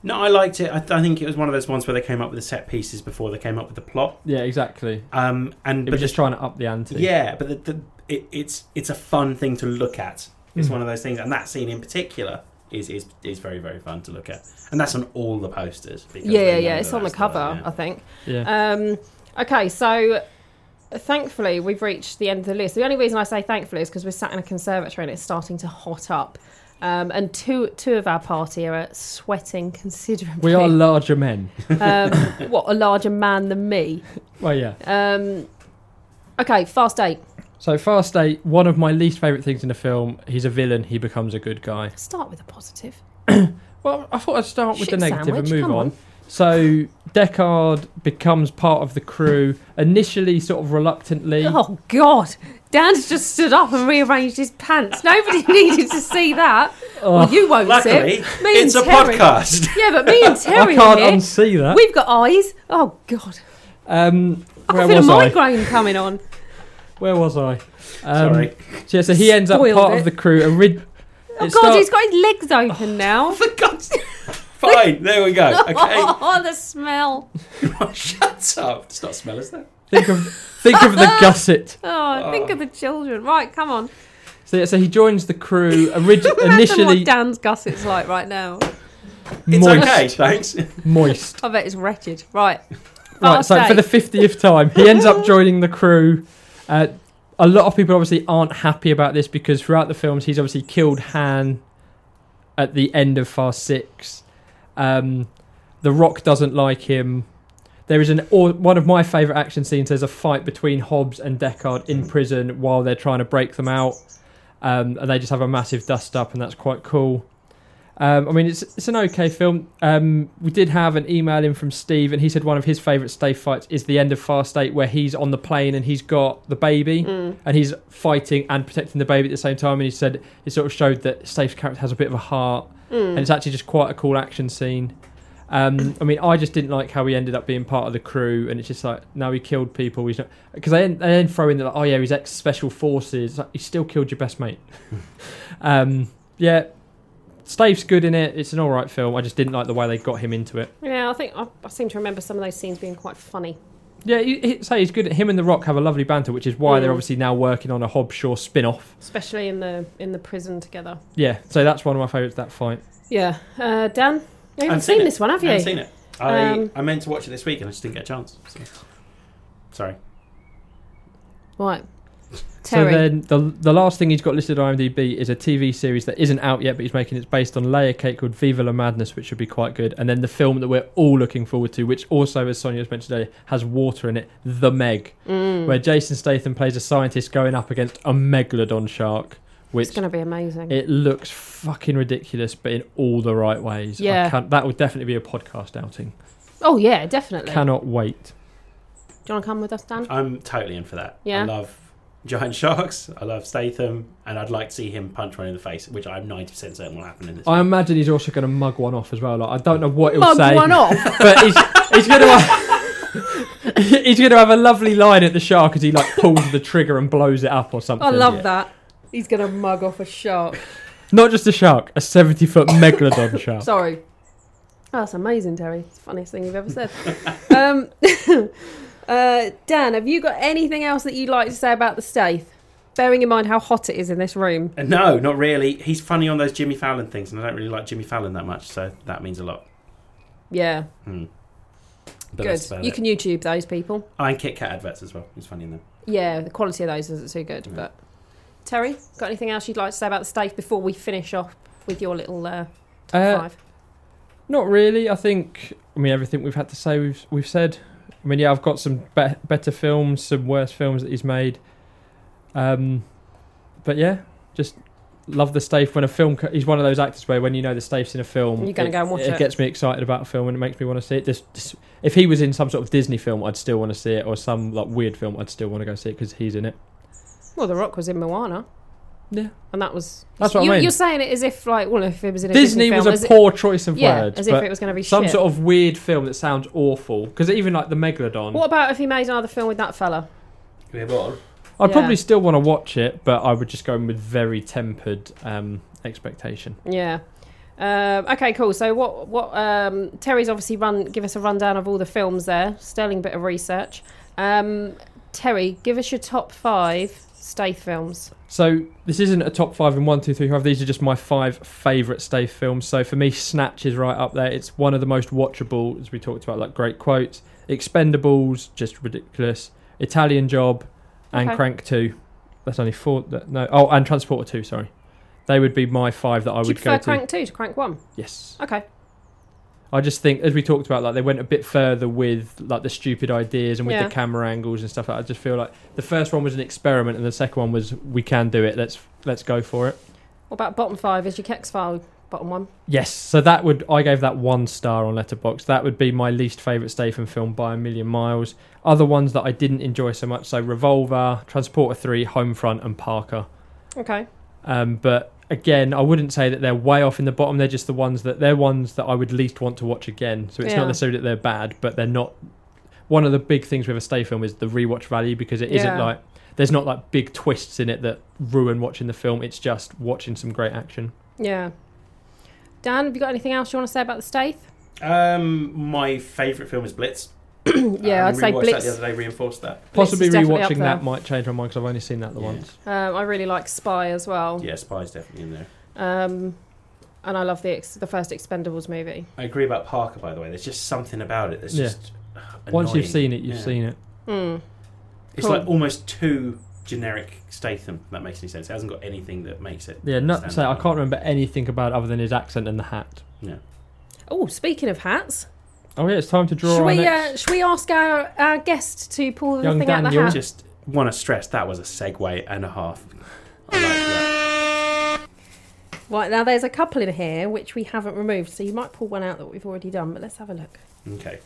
Speaker 2: No, I liked it. I, th- I think it was one of those ones where they came up with the set pieces before they came up with the plot.
Speaker 3: yeah, exactly.
Speaker 2: Um, and
Speaker 3: It
Speaker 2: but
Speaker 3: was just trying to up the ante.
Speaker 2: Yeah, but the, the, it, it's it's a fun thing to look at. It's
Speaker 3: Hmm.
Speaker 2: one of those things, and that scene in particular is is, is very very fun to look at, and that's on all the posters. because
Speaker 1: yeah yeah
Speaker 2: they
Speaker 1: yeah
Speaker 2: know
Speaker 1: it's
Speaker 2: that
Speaker 1: on the
Speaker 2: that's
Speaker 1: cover
Speaker 2: yeah.
Speaker 1: i think
Speaker 3: Yeah.
Speaker 1: Um, okay, so thankfully we've reached the end of the list. The only reason I say thankfully is because we're sat in a conservatory and it's starting to hot up. Um, and two two of our party are uh, sweating considerably.
Speaker 3: We are larger men.
Speaker 1: um, what a larger man than me.
Speaker 3: Well, yeah.
Speaker 1: Um, okay, fast eight.
Speaker 3: So Fast Eight, one of my least favourite things in the film. He's a villain. He becomes a good guy.
Speaker 1: Start with a positive.
Speaker 3: Well, I thought I'd start with
Speaker 1: Shit
Speaker 3: the negative
Speaker 1: sandwich,
Speaker 3: and move
Speaker 1: come
Speaker 3: on.
Speaker 1: on.
Speaker 3: So Deckard becomes part of the crew initially, sort of reluctantly.
Speaker 1: Oh God, Dan's just stood up and rearranged his pants. Nobody needed to see that.
Speaker 3: Oh,
Speaker 1: Well, you won't see
Speaker 2: Luckily,
Speaker 1: it. Me
Speaker 2: it's a
Speaker 1: and Terry.
Speaker 2: podcast.
Speaker 1: Yeah, but me and Terry
Speaker 3: I can't
Speaker 1: are here.
Speaker 3: unsee that.
Speaker 1: We've got eyes. Oh God,
Speaker 3: um,
Speaker 1: I
Speaker 3: where
Speaker 1: feel a
Speaker 3: was I?
Speaker 1: migraine coming on.
Speaker 3: Where was I? Um,
Speaker 2: Sorry,
Speaker 3: So, yeah, so he ends up
Speaker 1: Spoiled
Speaker 3: part
Speaker 1: it.
Speaker 3: of the crew. Ori-
Speaker 1: Oh God, he's got his legs open now.
Speaker 2: for God's fine. There we go. Okay,
Speaker 1: Oh, the smell.
Speaker 2: shut up. It's not smell, is there?
Speaker 3: think of think of the gusset.
Speaker 1: Oh, think of the children. Right, come on.
Speaker 3: So, yeah, so he joins the crew origi-
Speaker 1: Imagine what
Speaker 3: initially
Speaker 1: Dan's gusset's like right now.
Speaker 2: It's
Speaker 3: moist,
Speaker 2: okay. Thanks.
Speaker 3: moist.
Speaker 1: I bet it's wretched. Right.
Speaker 3: Right, so
Speaker 1: Fast
Speaker 3: for the
Speaker 1: eight.
Speaker 3: 50th time, he ends up joining the crew. Uh, a lot of people obviously aren't happy about this because throughout the films, he's obviously killed Han at the end of Fast Six. Um, the Rock doesn't like him. There is an or, one of my favourite action scenes. There's a fight between Hobbs and Deckard in prison while they're trying to break them out, um, and they just have a massive dust up, and that's quite cool. Um, I mean, it's it's an okay film. Um, we did have an email in from Steve, and he said one of his favourite stay fights is the end of Fast Eight, where he's on the plane and he's got the baby, and he's fighting and protecting the baby at the same time. And he said it sort of showed that Stave's character has a bit of a heart, and it's actually just quite a cool action scene. Um, I mean, I just didn't like how he ended up being part of the crew, and it's just like now he killed people. He's not because they then- they then throw in that like, oh yeah, he's ex special forces. It's Like, he still killed your best mate. um, yeah, Stave's good in it. It's an all right film. I just didn't like the way they got him into it.
Speaker 1: Yeah, I think I, I seem to remember some of those scenes being quite funny.
Speaker 3: Yeah, you- he, say he's good. Him and The Rock have a lovely banter, which is why they're
Speaker 1: Mm.
Speaker 3: obviously now working on a Hobshaw spin-off.
Speaker 1: especially in the in the prison together.
Speaker 3: Yeah, so that's one of my favourites. That fight.
Speaker 1: Yeah, uh, Dan, you haven't
Speaker 2: I've
Speaker 1: seen,
Speaker 2: seen it.
Speaker 1: this one, have
Speaker 2: I
Speaker 1: you?
Speaker 2: haven't seen it. I,
Speaker 1: Um,
Speaker 2: I meant to watch it this week and I just didn't get a chance. so- Sorry.
Speaker 1: Right, Terry.
Speaker 3: So then the the last thing he's got listed on IMDb is a TV series that isn't out yet, but he's making it's based on Layer Cake called Viva la Madness, which should be quite good. And then the film that we're all looking forward to, which also, as Sonia has mentioned earlier, has water in it, The Meg,
Speaker 1: Mm.
Speaker 3: where Jason Statham plays a scientist going up against a megalodon shark,
Speaker 1: it's
Speaker 3: which
Speaker 1: going to be amazing.
Speaker 3: It looks fucking ridiculous, but in all the right ways. I
Speaker 1: Yeah.
Speaker 3: can't- that would definitely be a podcast outing.
Speaker 1: oh yeah, definitely.
Speaker 3: Cannot wait.
Speaker 1: Do you want to come with us, Dan?
Speaker 2: I'm totally in for that.
Speaker 1: Yeah.
Speaker 2: I love giant sharks. I love Statham, and I'd like to see him punch one in the face, which I'm 90% certain will happen in this.
Speaker 3: I imagine he's also going to mug one off as well. Like, I don't know what he'll
Speaker 1: Mug
Speaker 3: say,
Speaker 1: one off.
Speaker 3: but he's, he's going to. He's going to have a lovely line at the shark as he like pulls the trigger and blows it up or something.
Speaker 1: I love
Speaker 2: yeah.
Speaker 1: that. He's going to mug off a shark.
Speaker 3: Not just a shark, a seventy foot megalodon shark.
Speaker 1: Sorry. Oh, that's amazing, Terry. It's the funniest thing you've ever said. um, uh, Dan, have you got anything else that you'd like to say about the Staith? Bearing in mind how hot it is in this room.
Speaker 2: And no, not really. He's funny on those Jimmy Fallon things, and I don't really like Jimmy Fallon that much, so that means a lot.
Speaker 1: Yeah,
Speaker 2: Hmm. But
Speaker 1: good.
Speaker 2: that's about
Speaker 1: You
Speaker 2: it.
Speaker 1: can YouTube those people.
Speaker 2: Oh, and Kit Kat adverts as well. He's funny in them.
Speaker 1: Yeah, the quality of those isn't too good.
Speaker 2: No.
Speaker 1: But Terry, got anything else you'd like to say about the Staith before we finish off with your little uh, top
Speaker 3: Uh,
Speaker 1: five?
Speaker 3: Not really. I think. I mean, everything we've had to say, we've we've said. I mean, yeah, I've got some be- better films, some worse films that he's made. Um, but yeah, just love the Stafe when a film. Co- he's one of those actors where when you know the Stafe's in a film,
Speaker 1: You're gonna go and watch it.
Speaker 3: It gets me excited about a film and it makes me want to see it. This, this, if he was in some sort of Disney film, I'd still want to see it, or some like weird film, I'd still want to go see it because he's in it.
Speaker 1: Well, The Rock was in Moana.
Speaker 3: Yeah.
Speaker 1: And that was.
Speaker 3: That's what I
Speaker 1: you,
Speaker 3: mean.
Speaker 1: You're saying it as if, like, well, if it was in a Disney,
Speaker 3: Disney, was
Speaker 1: film,
Speaker 3: a
Speaker 1: as it-
Speaker 3: poor choice of
Speaker 1: yeah,
Speaker 3: words,
Speaker 1: as if
Speaker 3: but
Speaker 1: it was going to be
Speaker 3: some
Speaker 1: shit.
Speaker 3: sort of weird film that sounds awful. Because even like the Megalodon.
Speaker 1: What about if he made another film with that fella?
Speaker 3: I'd
Speaker 1: Yeah.
Speaker 3: probably still want to watch it, but I would just go in with very tempered um, expectation.
Speaker 1: Yeah. Um, okay, cool. So what? What? Um, Terry's obviously run. Give us a rundown of all the films there. Sterling bit of research. Um, Terry, give us your top five Staith films.
Speaker 3: So this isn't a top five in one, two, three, five. These are just my five favourite Stave films. So for me, Snatch is right up there. It's one of the most watchable, as we talked about, like great quotes. Expendables, just ridiculous. Italian Job, and
Speaker 1: Okay.
Speaker 3: Crank Two. That's only four. That, no, oh, and Transporter Two. Sorry, they would be my five that I
Speaker 1: Do you
Speaker 3: would go
Speaker 1: prefer
Speaker 3: to.
Speaker 1: Crank Two to Crank One?
Speaker 3: Yes.
Speaker 1: Okay.
Speaker 3: I just think, as we talked about, like they went a bit further with like the stupid ideas and with
Speaker 1: Yeah.
Speaker 3: the camera angles and stuff. Like, that. I just feel like the first one was an experiment, and the second one was we can do it. Let's let's go for it.
Speaker 1: What about bottom five? Is your Kex file bottom one?
Speaker 3: Yes. So that would I gave that one star on Letterbox. That would be my least favorite Statham film by a million miles. Other ones that I didn't enjoy so much, so Revolver, Transporter Three, Homefront, and Parker.
Speaker 1: Okay.
Speaker 3: Um, but again, I wouldn't say that they're way off in the bottom. They're just the ones that they're ones that I would least want to watch again. So it's
Speaker 1: Yeah.
Speaker 3: not necessarily that they're bad, but they're not. One of the big things with a stay film is the rewatch value because it not
Speaker 1: Yeah.
Speaker 3: like there's not like big twists in it that ruin watching the film. It's just watching some great action.
Speaker 1: Yeah. Dan, have you got anything else you want to say about the Staith?
Speaker 2: Um, my favourite film is Blitz.
Speaker 1: yeah,
Speaker 2: Um,
Speaker 1: I'd say
Speaker 2: rewatched
Speaker 1: Blitz.
Speaker 2: That the other day reinforced that.
Speaker 1: Blitz is
Speaker 3: Possibly
Speaker 1: definitely up
Speaker 3: rewatching
Speaker 1: there.
Speaker 3: that might change my mind because I've only seen that the
Speaker 2: Yeah.
Speaker 3: once.
Speaker 1: Um, I really like Spy as well.
Speaker 2: Yeah, Spy's definitely in there.
Speaker 1: Um, and I love the ex- the first Expendables movie.
Speaker 2: I agree about Parker, by the way. There's just something about it that's
Speaker 3: Yeah.
Speaker 2: just annoying.
Speaker 3: Once you've seen it, you've
Speaker 2: Yeah.
Speaker 3: seen it.
Speaker 1: Mm.
Speaker 2: It's
Speaker 1: Cool.
Speaker 2: like almost too generic Statham. If that makes any sense. It hasn't got anything that makes it.
Speaker 3: Yeah, not
Speaker 2: stand
Speaker 3: say I
Speaker 2: out.
Speaker 3: can't remember anything about it other than his accent and the hat.
Speaker 1: Oh, speaking of hats,
Speaker 3: Oh yeah, it's time to draw
Speaker 1: should
Speaker 3: our
Speaker 1: we,
Speaker 3: next-
Speaker 1: uh, should we ask our, our guest to pull the
Speaker 3: Young
Speaker 1: thing out of the
Speaker 3: Daniel.
Speaker 1: hat?
Speaker 2: Just want to stress that was a segue and a half. I like that.
Speaker 1: Right, now there's a couple in here which we haven't removed, so you might pull one out that we've already done, but let's have a look.
Speaker 2: Okay.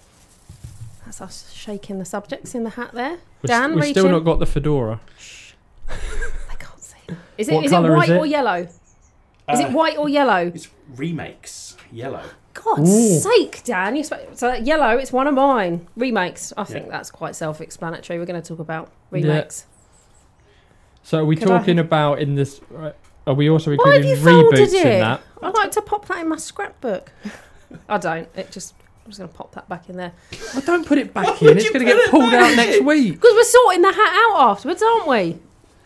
Speaker 1: That's us shaking the subjects in the hat there.
Speaker 3: We've
Speaker 1: Dan,
Speaker 3: st- we've
Speaker 1: reach
Speaker 3: still
Speaker 1: in.
Speaker 3: not got the fedora.
Speaker 1: I can't see. Is it,
Speaker 3: What
Speaker 1: is it
Speaker 3: colour is
Speaker 1: white
Speaker 3: it?
Speaker 1: or yellow? Is
Speaker 2: Uh,
Speaker 1: it white or yellow?
Speaker 2: It's remakes. Yellow.
Speaker 1: God's
Speaker 3: Ooh.
Speaker 1: sake, Dan. You sp- so that yellow, it's one of mine. Remakes. I think
Speaker 2: Yeah.
Speaker 1: that's quite self explanatory. We're going to talk about remakes.
Speaker 3: So are we
Speaker 1: Could I-
Speaker 3: talking about in this? right, Are we also
Speaker 1: Why have
Speaker 3: including
Speaker 1: you folded
Speaker 3: reboots
Speaker 1: it?
Speaker 3: in that?
Speaker 1: I like to pop that in my scrapbook. I don't. It just I'm just going to pop that back in there.
Speaker 3: Well, don't put it back
Speaker 2: Why would
Speaker 3: in. It's
Speaker 2: you
Speaker 3: going to
Speaker 2: put
Speaker 3: get
Speaker 2: it
Speaker 3: pulled out
Speaker 2: back
Speaker 3: next
Speaker 2: in?
Speaker 3: week.
Speaker 1: Because we're sorting the hat out afterwards, aren't we?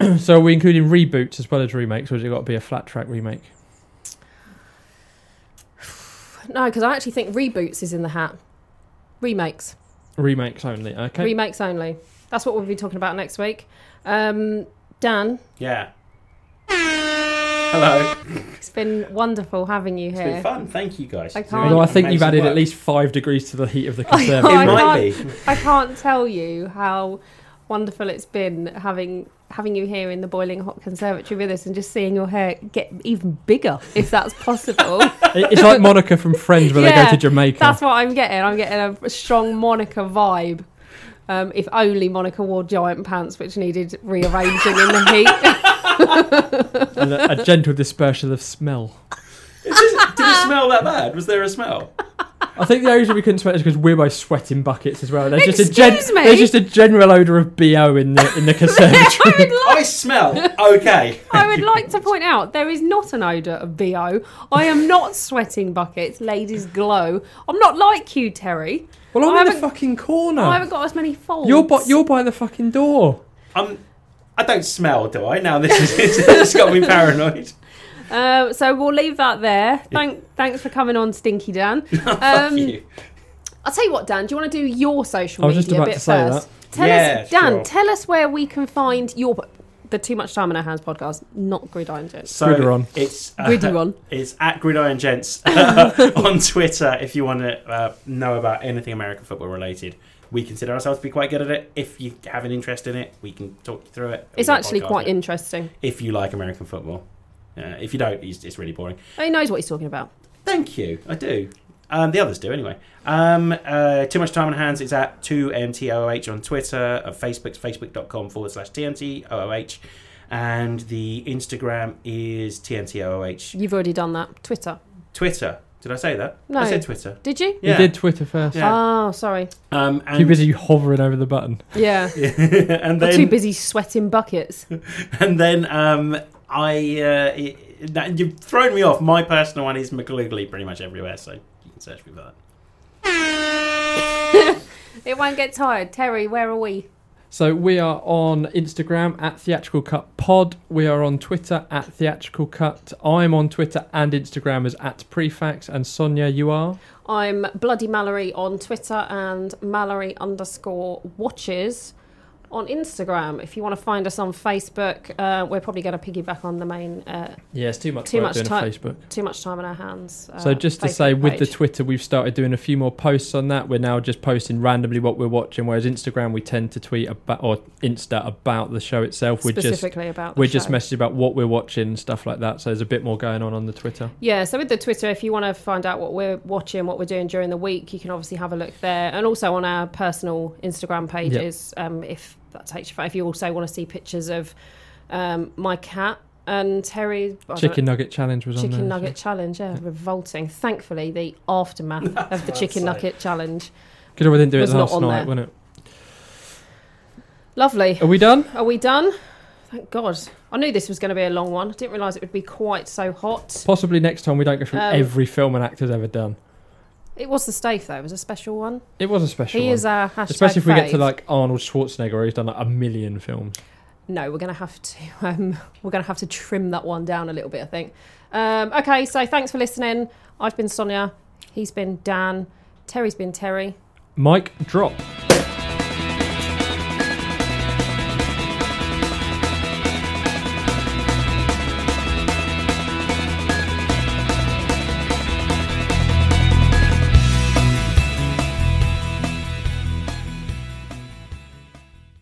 Speaker 3: So are we including reboots as well as remakes, or has it got to be a flat track remake?
Speaker 1: No, because I actually think reboots is in the hat. Remakes.
Speaker 3: Remakes only. Okay.
Speaker 1: Remakes only. That's what we'll be talking about next week. Um, Dan,
Speaker 2: Yeah. Hello.
Speaker 1: it's been wonderful having you
Speaker 2: It's
Speaker 1: here.
Speaker 2: been fun. Thank you guys.
Speaker 1: I
Speaker 2: It's
Speaker 1: can't- Oh
Speaker 2: really
Speaker 3: Although I think you've
Speaker 2: amazing
Speaker 3: added
Speaker 2: work.
Speaker 3: at least five degrees to the heat of the
Speaker 2: It
Speaker 1: I
Speaker 3: conservative.
Speaker 2: might
Speaker 1: can't-
Speaker 2: be.
Speaker 1: I can't tell you how wonderful it's been having having you here in the boiling hot conservatory with us and just seeing your hair get even bigger if that's possible
Speaker 3: It- it's like Monica from Friends when they
Speaker 1: Yeah,
Speaker 3: go to Jamaica.
Speaker 1: that's what i'm getting i'm getting a strong monica vibe um, if only monica wore giant pants which needed rearranging in the heat
Speaker 3: and a, a gentle dispersion of smell.
Speaker 2: It just- Did it smell that bad? Was there a smell?
Speaker 3: I think the only reason we couldn't sweat is because we're both sweating buckets as well. There's just a
Speaker 1: Excuse me?
Speaker 3: There's just a general odour of bo in the in the conservatory.
Speaker 1: I would like
Speaker 2: I smell okay.
Speaker 1: I would like to point out there is not an odour of BO. I am not sweating buckets. Ladies glow. I'm not like you, Terry.
Speaker 3: well,
Speaker 1: I
Speaker 3: I'm in the
Speaker 1: haven't-
Speaker 3: fucking
Speaker 1: I
Speaker 3: corner.
Speaker 1: haven't got as many folds.
Speaker 3: You're by, you're by the fucking door.
Speaker 2: I'm. Um, I don't smell, do I? Now this is it's got me paranoid.
Speaker 1: Uh, so we'll leave that there. Thank, thanks for coming on, Stinky Dan.
Speaker 2: Fuck
Speaker 1: Um,
Speaker 2: you.
Speaker 1: I'll tell you what, Dan. Do you want to do your social
Speaker 3: I was
Speaker 1: media
Speaker 3: just about
Speaker 1: bit
Speaker 3: to say
Speaker 1: first? Tell
Speaker 2: Yeah,
Speaker 1: us, Dan.
Speaker 2: sure.
Speaker 1: Tell us where we can find your the Too Much Time in Our Hands podcast, not Gridiron Gents.
Speaker 2: So
Speaker 3: Gridiron.
Speaker 2: It's uh,
Speaker 1: Gridiron.
Speaker 2: It's at Gridiron Gents on Twitter. If you want to uh, know about anything American football related, we consider ourselves to be quite good at it. If you have an interest in it, we can talk you through it. We
Speaker 1: It's
Speaker 2: can
Speaker 1: actually
Speaker 2: podcast
Speaker 1: quite
Speaker 2: it.
Speaker 1: interesting.
Speaker 2: If you like American football, uh, if you don't, it's, it's really boring.
Speaker 1: Oh, He knows what he's talking about.
Speaker 2: Thank you. I do. Um, the others do anyway. Um, uh, too much time on hands is at 2mtoh on Twitter, at Facebook's facebook.com forward slash tmtoh, and the Instagram is tmtoh.
Speaker 1: You've already done that. Twitter.
Speaker 2: Twitter. Did I say that?
Speaker 1: No.
Speaker 2: I said Twitter.
Speaker 1: Did you?
Speaker 3: You did Twitter first.
Speaker 2: Yeah.
Speaker 1: Oh, sorry.
Speaker 2: Um, and,
Speaker 3: Too busy hovering over the button.
Speaker 1: Yeah.
Speaker 2: and
Speaker 1: We're too
Speaker 2: then,
Speaker 1: busy sweating buckets.
Speaker 2: and then um, I. Uh, it, that, you've thrown me off. My personal one is McGloogly pretty much everywhere, so you can search me for that.
Speaker 1: It won't get tired. Terry, where are we?
Speaker 3: So we are on Instagram at Theatrical Cut Pod. We are on Twitter at Theatrical Cut. I'm on Twitter and Instagram as at Prefax. And Sonia, you are.
Speaker 1: I'm Bloody Mallory on Twitter and Mallory underscore watches on Instagram. If you want to find us on Facebook, uh, we're probably going to piggyback on the main uh,
Speaker 3: Yeah, it's too much
Speaker 1: Too
Speaker 3: work
Speaker 1: much
Speaker 3: doing a
Speaker 1: time.
Speaker 3: Facebook.
Speaker 1: Too Much Time on Our Hands. Uh,
Speaker 3: So just to
Speaker 1: Facebook
Speaker 3: say, with the
Speaker 1: page.
Speaker 3: Twitter, we've started doing a few more posts on that. We're now just posting randomly what we're watching, whereas Instagram we tend to tweet about or Insta about the show itself. We're just
Speaker 1: specifically about the
Speaker 3: we're just
Speaker 1: show.
Speaker 3: messaging about what we're watching and stuff like that. So there's a bit more going on on the Twitter.
Speaker 1: Yeah, so with the Twitter, if you want to find out what we're watching, what we're doing during the week, you can obviously have a look there, and also on our personal Instagram pages. Um, if that takes you, fa- if you also want to see pictures of um, my cat and Terry I don't
Speaker 3: Chicken Nugget Challenge was
Speaker 1: know,
Speaker 3: on there.
Speaker 1: chicken
Speaker 3: so-
Speaker 1: nugget challenge. Yeah, revolting. Thankfully, the aftermath of the
Speaker 2: what I
Speaker 1: chicken
Speaker 2: say.
Speaker 1: nugget challenge.
Speaker 3: Good, we didn't do it
Speaker 1: was not
Speaker 3: last
Speaker 1: on there.
Speaker 3: night, wasn't
Speaker 1: Lovely.
Speaker 3: it? Are we done?
Speaker 1: Are we done? Thank God. I knew this was going to be a long one. I didn't realise it would be quite so hot.
Speaker 3: Possibly next time we don't go through
Speaker 1: Um,
Speaker 3: every film an actor's ever done.
Speaker 1: It was the stave though. It was a special one.
Speaker 3: It was a special
Speaker 1: he
Speaker 3: one.
Speaker 1: is our hashtag.
Speaker 3: Especially if we get to
Speaker 1: fave.
Speaker 3: like Arnold Schwarzenegger, where he's done like a million films.
Speaker 1: No, we're gonna have to um, we're gonna have to trim that one down a little bit, I think. Um, okay, so thanks for listening. I've been Sonia, he's been Dan, Terry's been Terry.
Speaker 3: Mike, drop.